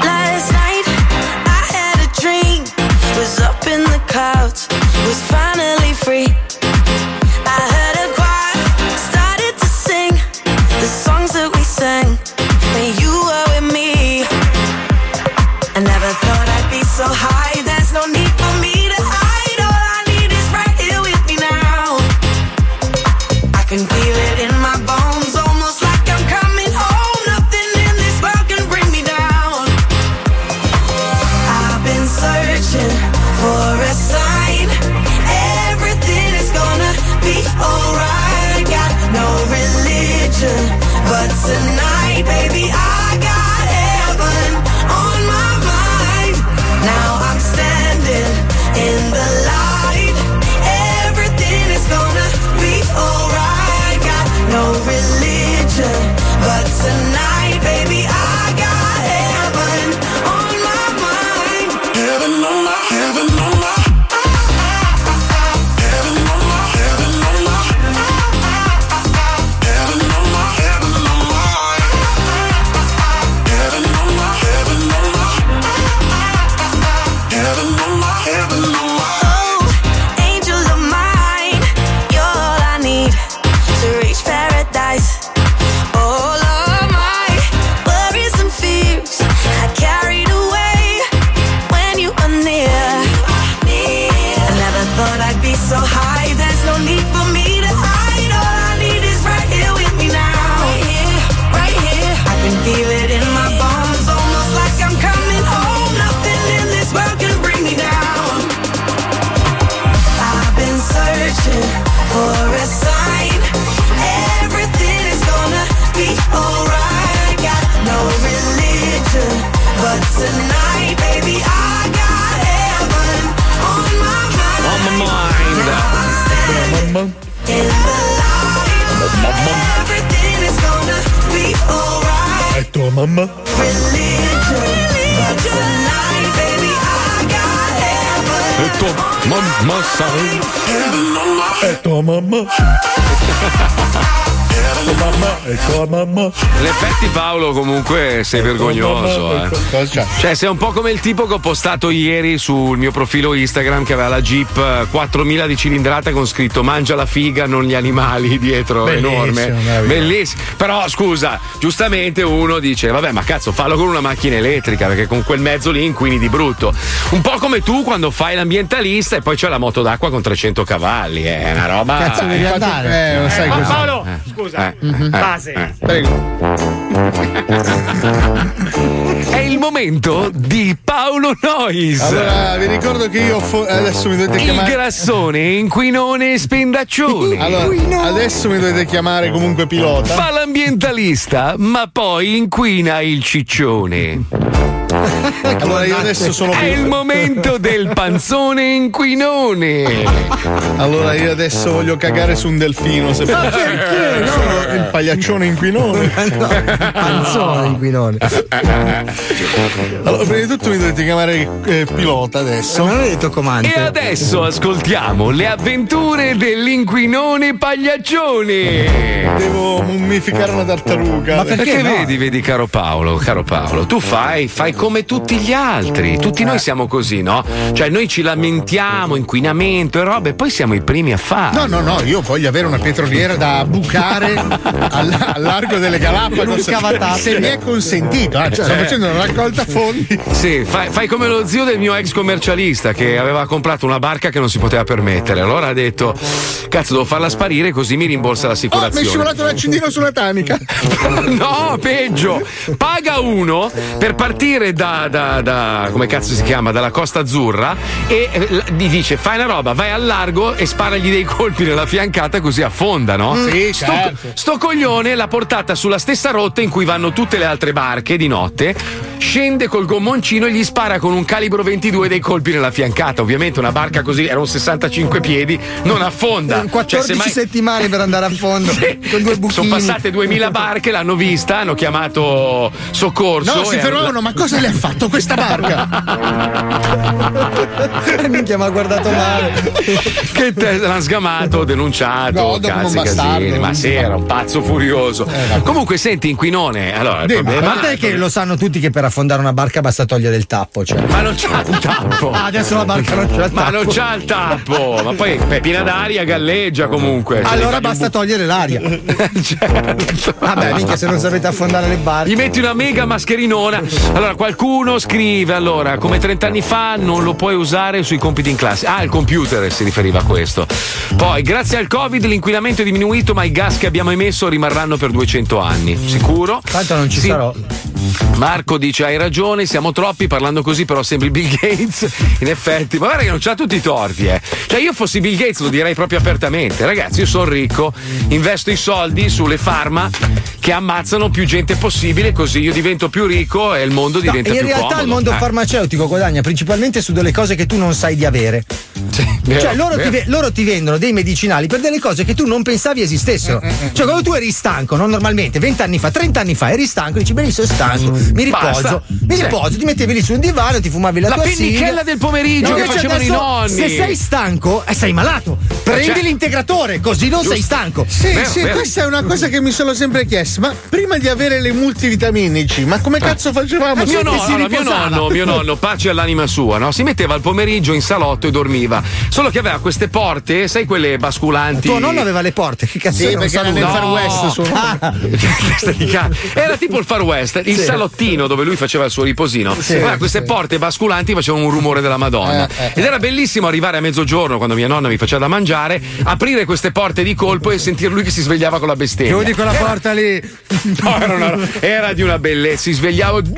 S25: Last night I had a dream. Was up in the clouds, was finally free. I heard a choir, started to sing the songs that we sang when you were with me. I never thought I'd be so high. There's no need for me to hide. All I need is right here with me now.
S15: mamma?
S1: E tua mamma sai.
S15: È tua mamma? Tua mamma? È tua mamma?
S4: L'effetti Paolo comunque sei vergognoso. eh. Cioè sei un po' come il tipo che ho postato ieri sul mio profilo Instagram che aveva la Jeep eh, 4000 di cilindrata con scritto mangia la figa, non gli animali dietro,
S15: Bellissimo,
S4: enorme.
S15: meraviglioso.
S4: Bellissimo. Però scusa, giustamente uno dice vabbè ma cazzo fallo con una macchina elettrica perché con quel mezzo lì inquini di brutto. Un po' come tu quando fai l'ambientalista e poi c'è la moto d'acqua con 300 cavalli, eh, è una roba...
S3: Cazzo, devi
S4: Infatti-
S3: andare. Eh, lo sai
S4: ma
S3: cos'è.
S4: Paolo,
S3: Eh.
S4: scusa.
S3: Base.
S4: eh. Prego. È il momento di Paolo Nois.
S3: Allora, vi ricordo che io fo- adesso mi dovete
S4: Il
S3: chiamare-
S4: grassone, inquinone e spendaccione.
S3: Allora, adesso mi dovete chiamare comunque pilota.
S4: Fa l'ambientalista, ma poi inquina il ciccione.
S3: Allora Ecco, io adesso sono
S4: È il momento del panzone inquinone.
S3: Allora io adesso voglio cagare su un delfino se
S4: Ma perché? No.
S3: Sono il pagliaccione inquinone.
S12: Panzone inquinone.
S3: Allora, prima di tutto mi dovete chiamare eh, pilota adesso.
S12: Ma non hai detto comando.
S4: E adesso ascoltiamo le avventure dell'inquinone pagliaccione.
S3: Devo mummificare una tartaruga.
S4: Ma perché, vedi, vedi, caro Paolo, caro Paolo, tu fai, fai come tutti gli altri. Tutti noi siamo così, no? Cioè, noi ci lamentiamo, inquinamento e robe, poi siamo i primi a fare.
S3: No, no, no, io voglio avere una petroliera da bucare al, al largo delle Galapagos.
S4: L'unica vatatta.
S3: Se mi è consentito, ah, cioè, sto
S4: Eh.
S3: facendo una raccolta fondi.
S4: Sì, fai, fai come lo zio del mio ex commercialista che aveva comprato una barca che non si poteva permettere. Allora ha detto: Cazzo, devo farla sparire così mi rimborsa
S3: Oh, mi è
S4: l'assicurazione.
S3: scivolato un accendino sulla tanica.
S4: No, peggio! Paga uno per partire da, da- da- come cazzo si chiama? Dalla Costa Azzurra e eh, l- gli dice: fai una roba, vai al largo e sparagli dei colpi nella fiancata così affonda, no?
S3: Mm. Sì,
S4: sto,
S3: certo.
S4: sto coglione l'ha portata sulla stessa rotta in cui vanno tutte le altre barche di notte. Scende col gommoncino e gli spara con un calibro 22 dei colpi nella fiancata. Ovviamente una barca così era un 65 piedi, non affonda. Cioè,
S12: 14
S4: semmai-
S12: settimane per andare a fondo con due buchini.
S4: sono passate 2000 barche, l'hanno vista, hanno chiamato soccorso.
S3: No, si
S4: e-
S3: fermavano, ma cosa le ha fatto questa barca?
S12: Minchia, mi ha guardato male.
S4: Che te l'hanno sgamato,
S12: No,
S4: denunciato,
S12: dopo
S4: cazzi,
S12: un bastardo,
S4: casini, ma
S12: un
S4: sì, era un pazzo furioso. Comunque, senti, inquinone, allora, il
S12: Dì, ma a
S4: problema
S12: parte che lo sanno tutti che per affondare una barca basta togliere il tappo. Cioè.
S4: Ma non c'ha il tappo.
S12: Ah, adesso la barca non c'ha il
S4: Ma
S12: tappo.
S4: non c'ha il tappo. Ma poi è piena d'aria, galleggia comunque. Cioè,
S12: Allora
S4: gli fai un
S12: basta togliere l'aria.
S4: Cioè,
S12: Vabbè, minchia, se non sapete affondare le barche.
S4: Gli metti una mega mascherinona. Allora, qualcuno scrive: Allora, come 30 anni fa non lo puoi usare sui compiti in classe. Ah, il computer si riferiva a questo. Poi, grazie al Covid l'inquinamento è diminuito, ma i gas che abbiamo emesso rimarranno per 200 anni. Sicuro?
S12: Tanto non ci
S4: Sì.
S12: sarò.
S4: Marco dice: Hai ragione, siamo troppi. Parlando così, però, sembri Bill Gates. In effetti, ma guarda che non c'ha tutti i torti, eh. Cioè, io fossi Bill Gates, lo direi proprio apertamente. Ragazzi, io sono ricco, investo i soldi sulle farma che ammazzano più gente possibile, così io divento più ricco e il mondo
S12: No,
S4: diventa
S12: in
S4: più
S12: realtà
S4: comodo.
S12: il mondo
S4: Eh.
S12: farmaceutico guadagna principalmente su delle cose che tu non sai di avere.
S4: vero,
S12: cioè, loro ti,
S4: vero.
S12: ve- loro ti vendono dei medicinali per delle cose che tu non pensavi esistessero.
S4: Mm,
S12: Cioè, quando tu eri stanco, non normalmente, 20 anni fa, 30 anni fa, eri stanco, dici, bene, sono stanco, mi riposo,
S4: Mm, Basta.
S12: mi
S4: Sì.
S12: riposo, ti mettevi lì su un divano, ti fumavi la,
S4: La
S12: tua
S4: pennichella
S12: siga.
S4: del pomeriggio che
S12: invece
S4: facevano i
S12: adesso,
S4: nonni.
S12: Se sei stanco, eh, sei malato. Prendi
S3: cioè-
S12: l'integratore, così non sei stanco.
S3: Sì,
S12: Vero,
S3: sì,
S12: vero.
S3: questa è una cosa che mi sono sempre chiesto. Ma prima di avere le multivitaminici, ma come cazzo facevamo?
S4: Ma Eh. mio,
S3: se
S4: nonno,
S3: si
S4: allora, mio
S3: riposava?
S4: nonno, mio nonno, pace all'anima sua, no? si metteva al pomeriggio in salotto e dormiva. Solo che aveva queste porte, sai quelle basculanti.
S12: Tuo nonno aveva le porte, che cazzo
S3: Sì,
S12: era? Non
S3: perché era
S12: saluto.
S3: nel Far
S12: No.
S3: West, suo nonno.
S12: Ah,
S4: Testa di cane. Era tipo il far west, il
S12: Sì.
S4: salottino dove lui faceva il suo riposino.
S12: Sì,
S4: Guarda, queste porte basculanti facevano un rumore della Madonna.
S12: Eh, eh,
S4: Ed era bellissimo arrivare a mezzogiorno quando mia nonna mi faceva da mangiare, aprire queste porte di colpo e sentir lui che si svegliava con la bestemmia.
S12: chiudi quella
S4: Era-
S12: porta lì.
S4: No, era, una- era di una bellezza, si svegliava di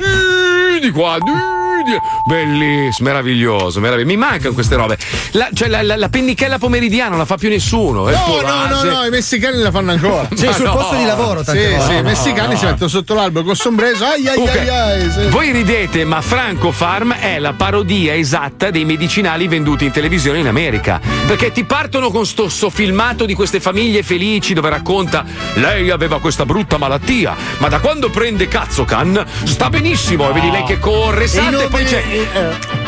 S4: qua, di pomeridiana. Bellissimo, meraviglioso, meraviglioso. Mi mancano queste robe. La, cioè, la, la- la pennichella pomeridiana non la fa più nessuno. eh,
S3: No, no, no,
S4: porase.
S3: no, i messicani la fanno ancora.
S4: Sì, sul posto di lavoro, tante
S3: Sì,
S4: volte.
S3: sì,
S4: No,
S3: i messicani
S4: Ah, no.
S3: si mettono sotto l'albero con sombrero. Ai ai
S4: Comunque,
S3: ai ai. sì.
S4: Voi ridete, ma Franco Farm è la parodia esatta dei medicinali venduti in televisione in America. Perché ti partono con sto, sto filmato di queste famiglie felici dove racconta lei aveva questa brutta malattia, ma da quando prende Cazzocan sta benissimo. E vedi lei che corre, salta e poi c'è.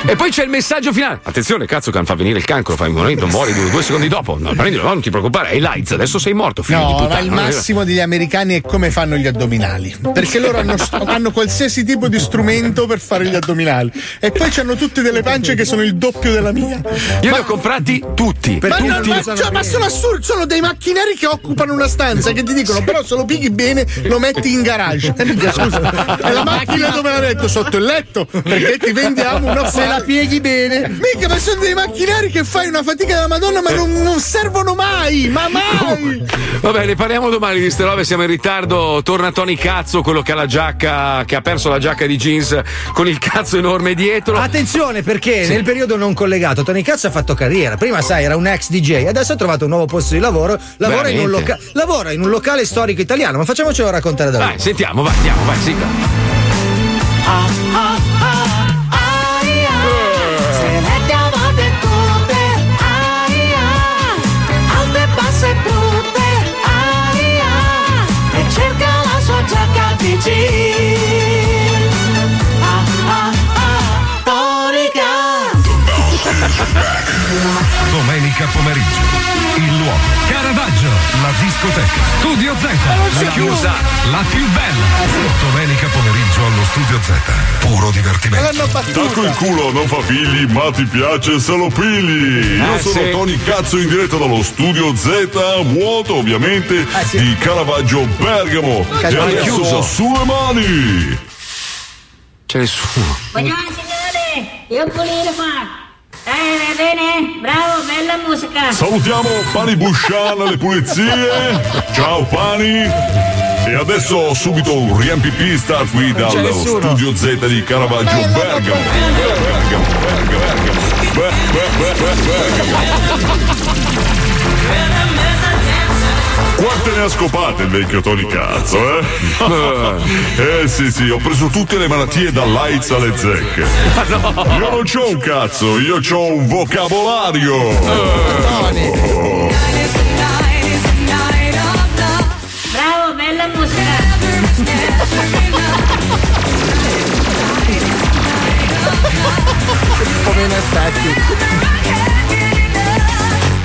S4: E poi c'è il messaggio finale. Attenzione, cazzo, che fa venire il cancro, fai un non muori due, due secondi dopo. No, prendilo, no, non ti preoccupare, hai l'AIDS, adesso sei morto, figlio di
S3: No,
S4: puttana.
S3: ma il massimo degli americani è come fanno gli addominali. Perché loro hanno, hanno qualsiasi tipo di strumento per fare gli addominali. E poi hanno tutte delle pance che sono il doppio della mia.
S4: Io li ho comprati tutti.
S3: Ma, no,
S4: tutti.
S3: ma- cioè, ma sono assurdi, sono dei macchinari che occupano una stanza che ti dicono però se lo pighi bene lo metti in garage. E minchia, scusa, è la macchina dove la metto? Sotto il letto? Perché ti vendiamo una
S11: Se la
S3: pieghi bene. Mica, ma sono dei macchinari che fai una fatica della Madonna ma non, non servono mai, ma mai!
S4: Vabbè, ne parliamo domani di ste robe, siamo in ritardo. Torna Tony Cazzo, quello che ha la giacca, che ha perso la giacca di jeans con il cazzo enorme dietro.
S5: Attenzione perché nel periodo non collegato Tony Cazzo ha fatto carriera. Prima, sai, era un ex DJ, adesso ha trovato un nuovo posto di lavoro. Lavora, in un,
S4: Veramente?
S5: loca- lavora in un locale storico italiano. Ma facciamocelo raccontare da lui.
S4: Vai, sentiamo, vai, andiamo, vai, sigla.
S2: Se mettiamo le tute, aia, alte basse brutte, aia, e cerca la sua giacca di jeans. Ah, ah, ah, tonica.
S4: eh.
S1: Domenica pomeriggio. Il luogo. Caravaggio. La discoteca. Studio Z. La chiusa. La più
S5: Ah,
S1: bella. Domenica pomeriggio allo Studio Z. Puro divertimento.
S26: Tacco il culo non fa figli, ma ti piace se lo pigli. Io
S1: Eh,
S26: sono
S1: sì.
S26: Tony Cazzo in diretta dallo studio Z, vuoto ovviamente, di Caravaggio Bergamo. E
S1: Caravaggio.
S26: adesso
S1: Eh, Chiuso.
S26: sulle mani.
S4: C'è nessuno.
S27: Buongiorno signore, io pulire qua. Dai, va Eh, bene, bravo, bella musica.
S26: Salutiamo Pani Busciana alle pulizie. Ciao Pani. E adesso subito un riempipista qui
S1: Non c'è
S26: dallo
S1: nessuno.
S26: studio Z di Caravaggio Bergamo. Bergamo, Bergamo, Bergamo. Ber- Ber- Ber- Bergamo. Quante ne ha scopate il vecchio Tony Cazzo, eh? eh sì sì, ho preso tutte le malattie dall'AIDS alle zecche. Io non c'ho un cazzo, io c'ho un vocabolario. Oh.
S27: Bravo, bella musica.
S3: Come in effetti.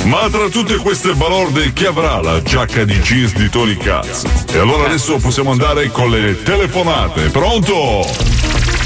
S26: Ma tra tutte queste balorde chi avrà la giacca di jeans di Tony Cazzo? E allora adesso possiamo andare con le telefonate. Pronto?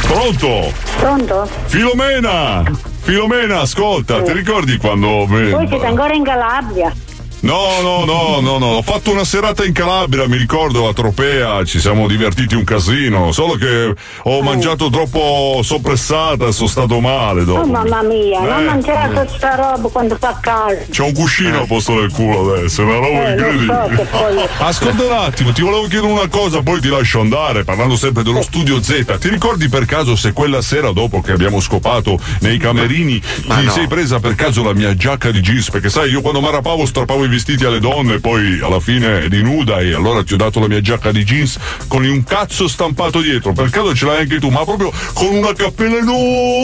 S26: Pronto?
S15: Pronto?
S26: Filomena! Filomena, ascolta, ti ricordi quando... me-
S15: Voi siete ancora in Calabria?
S26: No, no, no, no, no, ho fatto una serata in Calabria, mi ricordo, a Tropea, ci siamo divertiti un casino, solo che ho mangiato troppo soppressata e sono stato male dopo.
S15: Oh mamma mia,
S26: Eh.
S15: non mangiare questa roba quando fa caldo.
S26: C'ho un cuscino a posto del culo adesso, è una roba
S15: Eh, lo so
S26: incredibile.
S15: che poi-
S26: Ascolta un attimo, ti volevo chiedere una cosa, poi ti lascio andare, parlando sempre
S15: Eh.
S26: dello studio Z. Ti ricordi per caso se quella sera dopo che abbiamo scopato nei camerini
S4: Ma
S26: ti
S4: no.
S26: sei presa per caso la mia giacca di jeans? Perché sai, io quando mi arrapavo strappavo i vestiti alle donne, poi alla fine eri nuda e allora ti ho dato la mia giacca di jeans con un cazzo stampato dietro. Per caso ce l'hai anche tu, ma proprio con una cappella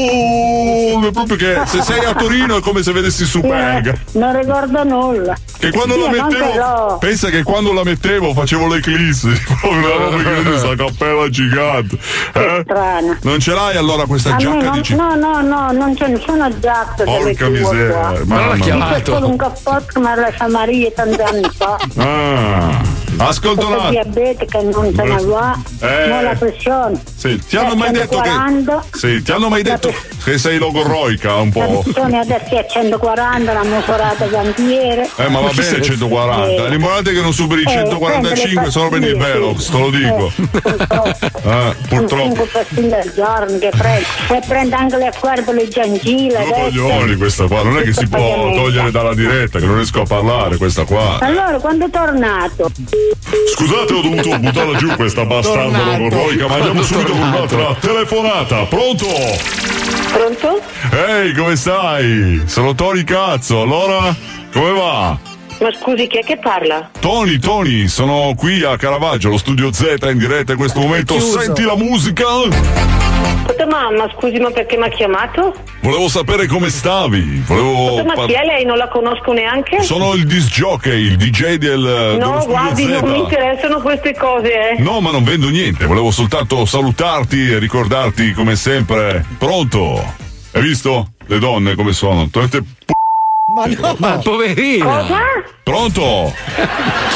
S26: enorme, proprio che se sei a Torino è come se vedessi Superga.
S15: Non ricordo nulla.
S26: Che quando
S15: Io
S26: la
S15: non ce
S26: mettevo,
S15: l'ho.
S26: pensa che quando la mettevo facevo l'eclissi, proprio una roba incredibile, questa cappella gigante. Eh?
S15: Strana.
S26: Non ce l'hai allora questa
S15: A me
S26: giacca
S15: non-
S26: di jeans?
S15: no, no, no, non c'è nessuna giacca
S26: Porca
S15: che
S26: miseria, eh, ma non l'ha chiamato.
S15: C'è solo un cappotto che mi ha lasciato Maria tanti anni fa.
S26: Ah, ascolta un
S15: Sono
S26: attimo.
S15: diabetica, non se ne va.
S26: Eh.
S15: Non la pressione.
S26: Sì, ti hanno mai detto che.
S15: 140,
S26: Sì, ti hanno mai detto che sei logorroica un
S15: La
S26: po'.
S15: pressione adesso è a 140, la misurata cantiere.
S26: Eh, ma va bene 140. L'importante è che non superi i
S15: Eh,
S26: 145,
S15: prende
S26: sono per il
S15: le Eh, pastiglie,
S26: velo, te lo dico. Ah, purtroppo.
S15: 5 pastiglie al giorno che prendo. E prendo anche le acquerpe, le gengile.
S26: Due coglioni questa qua, non è che si può togliere dalla diretta, che non riesco a parlare questa qua.
S15: Allora, quando è tornato?
S26: Scusate, ho dovuto buttarla giù questa bastarda
S28: Tornato.
S26: roborroica, ma andiamo subito con un'altra telefonata. Pronto? Pronto? Ehi, come stai? Sono Tony Cazzo, allora come va?
S15: Ma scusi, chi è che parla?
S26: Tony, Tony, sono qui a Caravaggio, lo studio Z in diretta in questo momento.
S15: chiuso.
S26: Senti la musica?
S15: Scusa, mamma, scusi, ma perché mi ha chiamato?
S26: Volevo sapere come stavi. Volevo
S15: Scusa, ma
S26: Oh, par-
S15: chi è lei? Non la conosco neanche?
S26: Sono il disc jockey, il DJ del. dello
S15: No,
S26: Studio
S15: guardi,
S26: Z.
S15: Eh, non mi interessano queste cose, eh.
S26: No, ma non vendo niente, volevo soltanto salutarti e ricordarti come sempre. Pronto? Hai visto? Le donne come sono? Togliete
S15: Ma no,
S26: Ma poverina.
S15: Cosa?
S26: Pronto?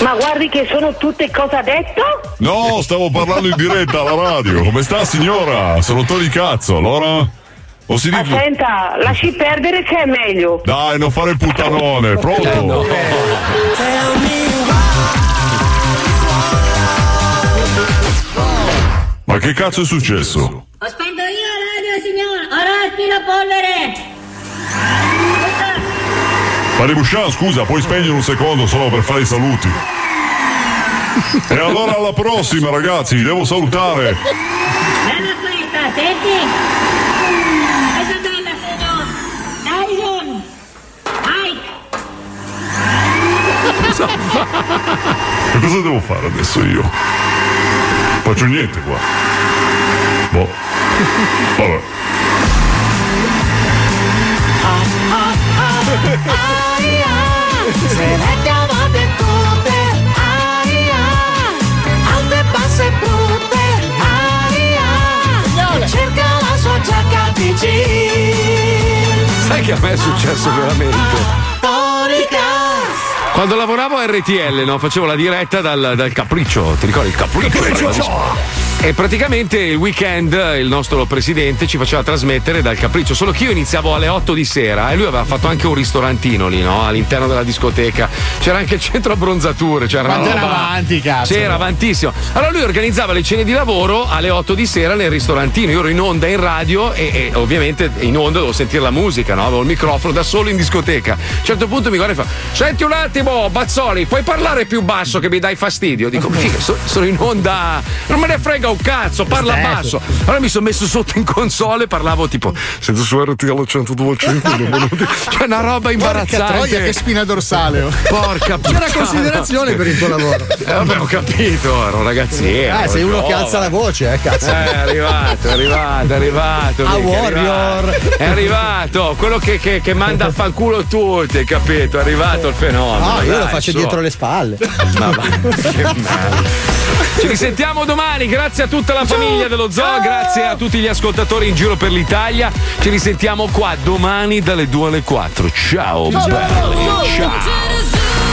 S15: Ma guardi che sono tutte cosa ha detto?
S26: No, stavo parlando in diretta alla radio. Come sta signora? Sono Tony Cazzo, allora? O si dice.
S15: Senta, lasci perdere che è meglio.
S26: Dai, non fare il puttanone,
S15: Eh,
S26: pronto? Ma che cazzo è successo?
S29: Ho spento io la radio, signore! Ora aspiro polvere!
S26: Fare Bouchard, scusa, puoi spegnere un secondo solo per fare i saluti. E allora alla prossima, ragazzi, devo salutare.
S29: Bella questa, senti! Questa è bella, signor! Dyson! Mike!
S26: E cosa devo fare adesso io? Faccio niente qua. Boh. Vabbè.
S2: Se le chiamate tutte, aia, alte, basse, brutte, aia, cerca la sua giacca PG.
S4: Sai che a me è successo veramente? Quando lavoravo a RTL, no, facevo la diretta dal, dal capriccio, ti ricordi il capriccio? E praticamente il weekend il nostro presidente ci faceva trasmettere dal capriccio, solo che io iniziavo alle 8 di sera e lui aveva fatto anche un ristorantino lì, no? All'interno della discoteca. C'era anche il centro abbronzature, c'era una
S5: Quanto era
S4: roba-
S5: avanti, cazzo.
S4: C'era avantissimo. Allora lui organizzava le cene di lavoro alle 8 di sera nel ristorantino. Io ero in onda in radio e, e ovviamente in onda dovevo sentire la musica, no? Avevo il microfono da solo in discoteca. A un certo punto mi guarda e fa: Senti un attimo, Bazzoli, puoi parlare più basso che mi dai fastidio? Dico, figa, so- sono in onda. Non me ne frega un cazzo, parla
S30: Certo.
S4: basso. Allora mi sono messo sotto in console e parlavo tipo: Sento su RTL 102.5, c'è Cioè, una roba imbarazzante.
S3: Porca troia, che spina dorsale. oh.
S4: Porca
S3: C'era
S4: puttana.
S3: considerazione per il tuo lavoro.
S4: Eh, vabbè, ho capito, ero un ragazzino.
S5: Eh, sei
S4: ero
S5: uno
S4: giovane.
S5: che alza la voce, eh,
S4: Eh,
S5: cazzo.
S4: è arrivato, è arrivato, è arrivato.
S5: A
S4: mica, è
S5: Warrior.
S4: arrivato. È arrivato, quello che, che- che manda a fanculo tutti, hai capito? È arrivato il fenomeno.
S5: No, Ah, io
S4: dai,
S5: lo faccio
S4: su.
S5: dietro le spalle.
S4: Ma va, che merda. Ci risentiamo domani, grazie a tutta la famiglia dello zoo, grazie a tutti gli ascoltatori in giro per l'Italia. Ci risentiamo qua domani dalle 2 alle 4.
S2: Ciao,
S4: Ciao, belli.
S2: bello.
S4: Ciao.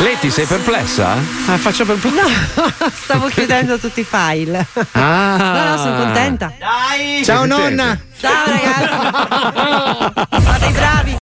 S4: Leti, sei perplessa? Eh, faccia perplessa.
S9: Stavo chiudendo tutti i file.
S4: Ah.
S9: No, no, sono contenta.
S4: Dai!
S9: Ciao, nonna. Ciao ragazzi. Fate i bravi.